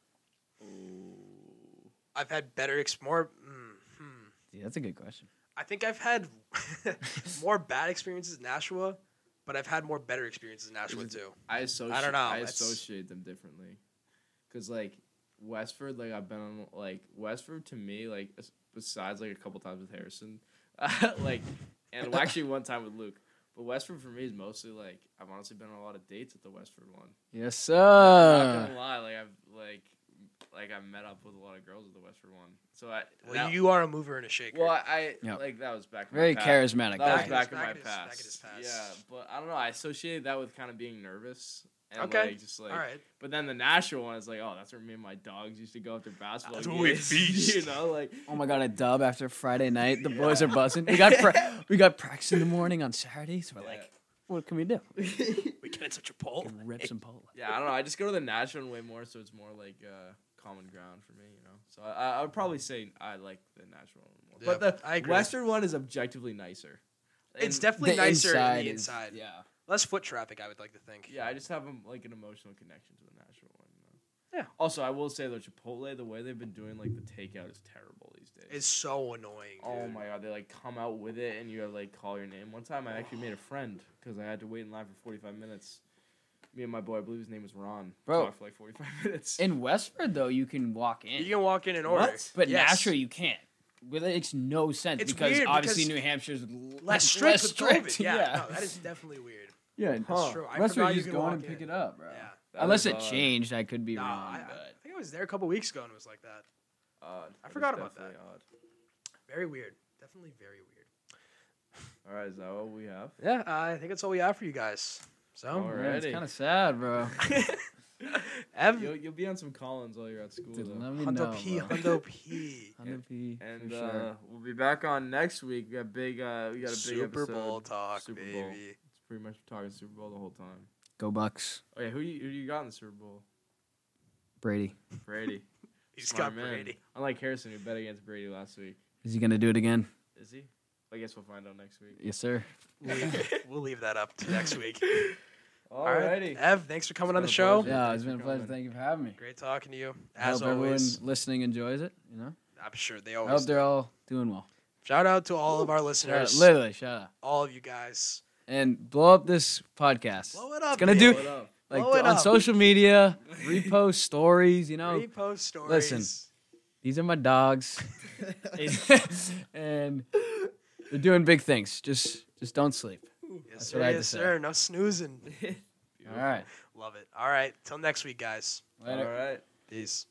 Speaker 1: I've had better ex- more. Mm, hmm.
Speaker 5: Yeah, that's a good question.
Speaker 1: I think I've had more bad experiences in Nashua, but I've had more better experiences in Nashua too.
Speaker 2: I associate.
Speaker 1: I don't know,
Speaker 2: I
Speaker 1: that's-
Speaker 2: associate them differently, because like Westford, like I've been on like Westford to me, like as- besides like a couple times with Harrison, like and well, actually one time with Luke. But Westford for me is mostly like I've honestly been on a lot of dates at the Westford one.
Speaker 5: Yes, Uh.
Speaker 2: Not
Speaker 5: sir.
Speaker 2: gonna lie, like I've like like I met up with a lot of girls at the Westford one. So I
Speaker 1: Well,
Speaker 2: that-
Speaker 1: you are a mover and a shaker.
Speaker 2: well I, I
Speaker 5: Yep.
Speaker 2: like that was back in my
Speaker 5: Very
Speaker 2: past. That
Speaker 5: charismatic.
Speaker 1: Back
Speaker 2: was
Speaker 1: in
Speaker 5: guy.
Speaker 1: his-
Speaker 2: back in
Speaker 1: back
Speaker 2: my
Speaker 1: in his- back
Speaker 2: past.
Speaker 1: in his past.
Speaker 2: Yeah, but I don't know. I associated that with kind of being nervous. And
Speaker 1: Okay.
Speaker 2: Like, just like,
Speaker 1: All right.
Speaker 2: But then the Nashville one is like, oh, that's where me and my dogs used to go after basketball.
Speaker 1: Do it,
Speaker 2: games.
Speaker 1: beast.
Speaker 2: you know, like
Speaker 5: Oh my god, a dub after Friday night. The boys are buzzing. We got pra- we got practice in the morning on Saturday, so we're
Speaker 2: Yeah.
Speaker 5: like, what can we do?
Speaker 1: We get into Chipotle.
Speaker 5: Can rip some polo.
Speaker 2: yeah, I don't know. I just go to the Nashville one way more, so it's more like uh, common ground for me. You know, so I, I- I would probably say I like the Nashville one more.
Speaker 1: Yeah,
Speaker 2: but the
Speaker 1: I agree.
Speaker 2: Western one is objectively nicer.
Speaker 1: It's
Speaker 2: And-
Speaker 1: definitely nicer in the
Speaker 5: is-
Speaker 1: inside.
Speaker 5: yeah.
Speaker 1: Less foot traffic, I would like to think.
Speaker 2: Yeah, I just have um like an emotional connection to the Nashville one. You know?
Speaker 1: Yeah.
Speaker 2: Also, I will say though, Chipotle, the way they've been doing like the takeout is terrible these days.
Speaker 1: It's so annoying.
Speaker 2: oh
Speaker 1: dude.
Speaker 2: my god, they like come out with it and you have like call your name. One time, I actually made a friend because I had to wait in line for forty five minutes. Me and my boy, I believe his name was Ron.
Speaker 5: Bro.
Speaker 2: talked for like forty five minutes.
Speaker 5: In Westford though, you can walk in,
Speaker 1: You can walk in and order.
Speaker 2: What?
Speaker 5: but
Speaker 1: Yes.
Speaker 5: Nashua you can't. Well, that makes no sense
Speaker 1: It's
Speaker 5: because
Speaker 1: weird
Speaker 5: obviously
Speaker 1: because
Speaker 5: New Hampshire's l-
Speaker 1: less strict.
Speaker 5: less
Speaker 1: with
Speaker 5: strict.
Speaker 1: COVID. Yeah,
Speaker 5: yeah.
Speaker 1: No, that is definitely weird.
Speaker 5: Yeah,
Speaker 1: Huh. true. I
Speaker 5: Westford,
Speaker 1: forgot
Speaker 5: you
Speaker 1: you
Speaker 5: just
Speaker 1: could
Speaker 5: go
Speaker 1: walk
Speaker 5: in and pick
Speaker 1: in.
Speaker 5: it up, bro.
Speaker 1: Yeah.
Speaker 2: That
Speaker 5: Unless
Speaker 2: was,
Speaker 5: it
Speaker 2: uh,
Speaker 5: changed, I could be
Speaker 1: Nah,
Speaker 5: wrong.
Speaker 1: I, I
Speaker 5: but
Speaker 1: think I was there a couple weeks ago and it was like that.
Speaker 2: Odd.
Speaker 1: I
Speaker 2: It
Speaker 1: forgot
Speaker 2: was
Speaker 1: about
Speaker 2: definitely Odd.
Speaker 1: Very weird. Definitely very weird.
Speaker 2: All right, is that what we have?
Speaker 1: Yeah, I think that's all we have for you guys.
Speaker 2: All
Speaker 1: So,
Speaker 5: Yeah, it's
Speaker 2: Alrighty.
Speaker 5: kind of sad, bro.
Speaker 1: Ev,
Speaker 2: You'll, you'll be on some Collins while you're at school.
Speaker 5: Dude,
Speaker 2: though.
Speaker 5: let me know,
Speaker 1: Hundo P,
Speaker 5: bro.
Speaker 1: Hundo P.
Speaker 5: Hundo P,
Speaker 2: And
Speaker 5: for
Speaker 2: uh,
Speaker 5: sure.
Speaker 2: we'll be back on next week. We got big. Uh, we got a big
Speaker 1: Super
Speaker 2: episode.
Speaker 1: Bowl talk,
Speaker 2: Super
Speaker 1: baby.
Speaker 2: Bowl. It's pretty much talking Super Bowl the whole time.
Speaker 5: Go Bucks,
Speaker 2: Oh yeah, who you, who you got in the Super Bowl?
Speaker 5: Brady.
Speaker 2: Brady.
Speaker 1: He's
Speaker 2: Smart
Speaker 1: got
Speaker 2: man.
Speaker 1: Brady.
Speaker 2: Unlike Harrison, who bet against Brady last week.
Speaker 5: Is he gonna do it again?
Speaker 2: Is he? I guess we'll find out next week.
Speaker 5: Yes, sir.
Speaker 1: we'll leave that up to next week. All right,
Speaker 2: Alrighty.
Speaker 1: Ev, thanks for coming on
Speaker 2: been
Speaker 1: the
Speaker 2: a
Speaker 1: show.
Speaker 2: pleasure.
Speaker 5: Yeah,
Speaker 2: thanks
Speaker 5: it's
Speaker 2: for
Speaker 5: been a pleasure.
Speaker 2: coming.
Speaker 5: Thank you for having me.
Speaker 1: Great talking to you.
Speaker 5: I
Speaker 1: As
Speaker 5: hope
Speaker 1: always,
Speaker 5: everyone listening enjoys it. You know,
Speaker 1: I'm sure they
Speaker 5: I hope
Speaker 1: always. do.
Speaker 5: they're all doing well.
Speaker 1: Shout out to all of our
Speaker 5: Shout out-
Speaker 1: listeners,
Speaker 5: Uh, literally, shout out
Speaker 1: all of you guys.
Speaker 5: and blow up this podcast.
Speaker 1: Blow it up.
Speaker 5: gonna
Speaker 1: baby.
Speaker 5: do-
Speaker 2: What up?
Speaker 5: like
Speaker 1: blow it
Speaker 5: on
Speaker 1: up.
Speaker 5: social media, repost stories. You know,
Speaker 1: Repost stories.
Speaker 5: Listen, These are my dogs, and they're doing big things. Just just don't sleep.
Speaker 1: Yes,
Speaker 5: That's
Speaker 1: sir.
Speaker 5: what I had to
Speaker 1: yes,
Speaker 5: say.
Speaker 1: sir. No snoozing.
Speaker 5: All right.
Speaker 1: Love it. All right. Till next week, guys.
Speaker 2: All right.
Speaker 1: Peace.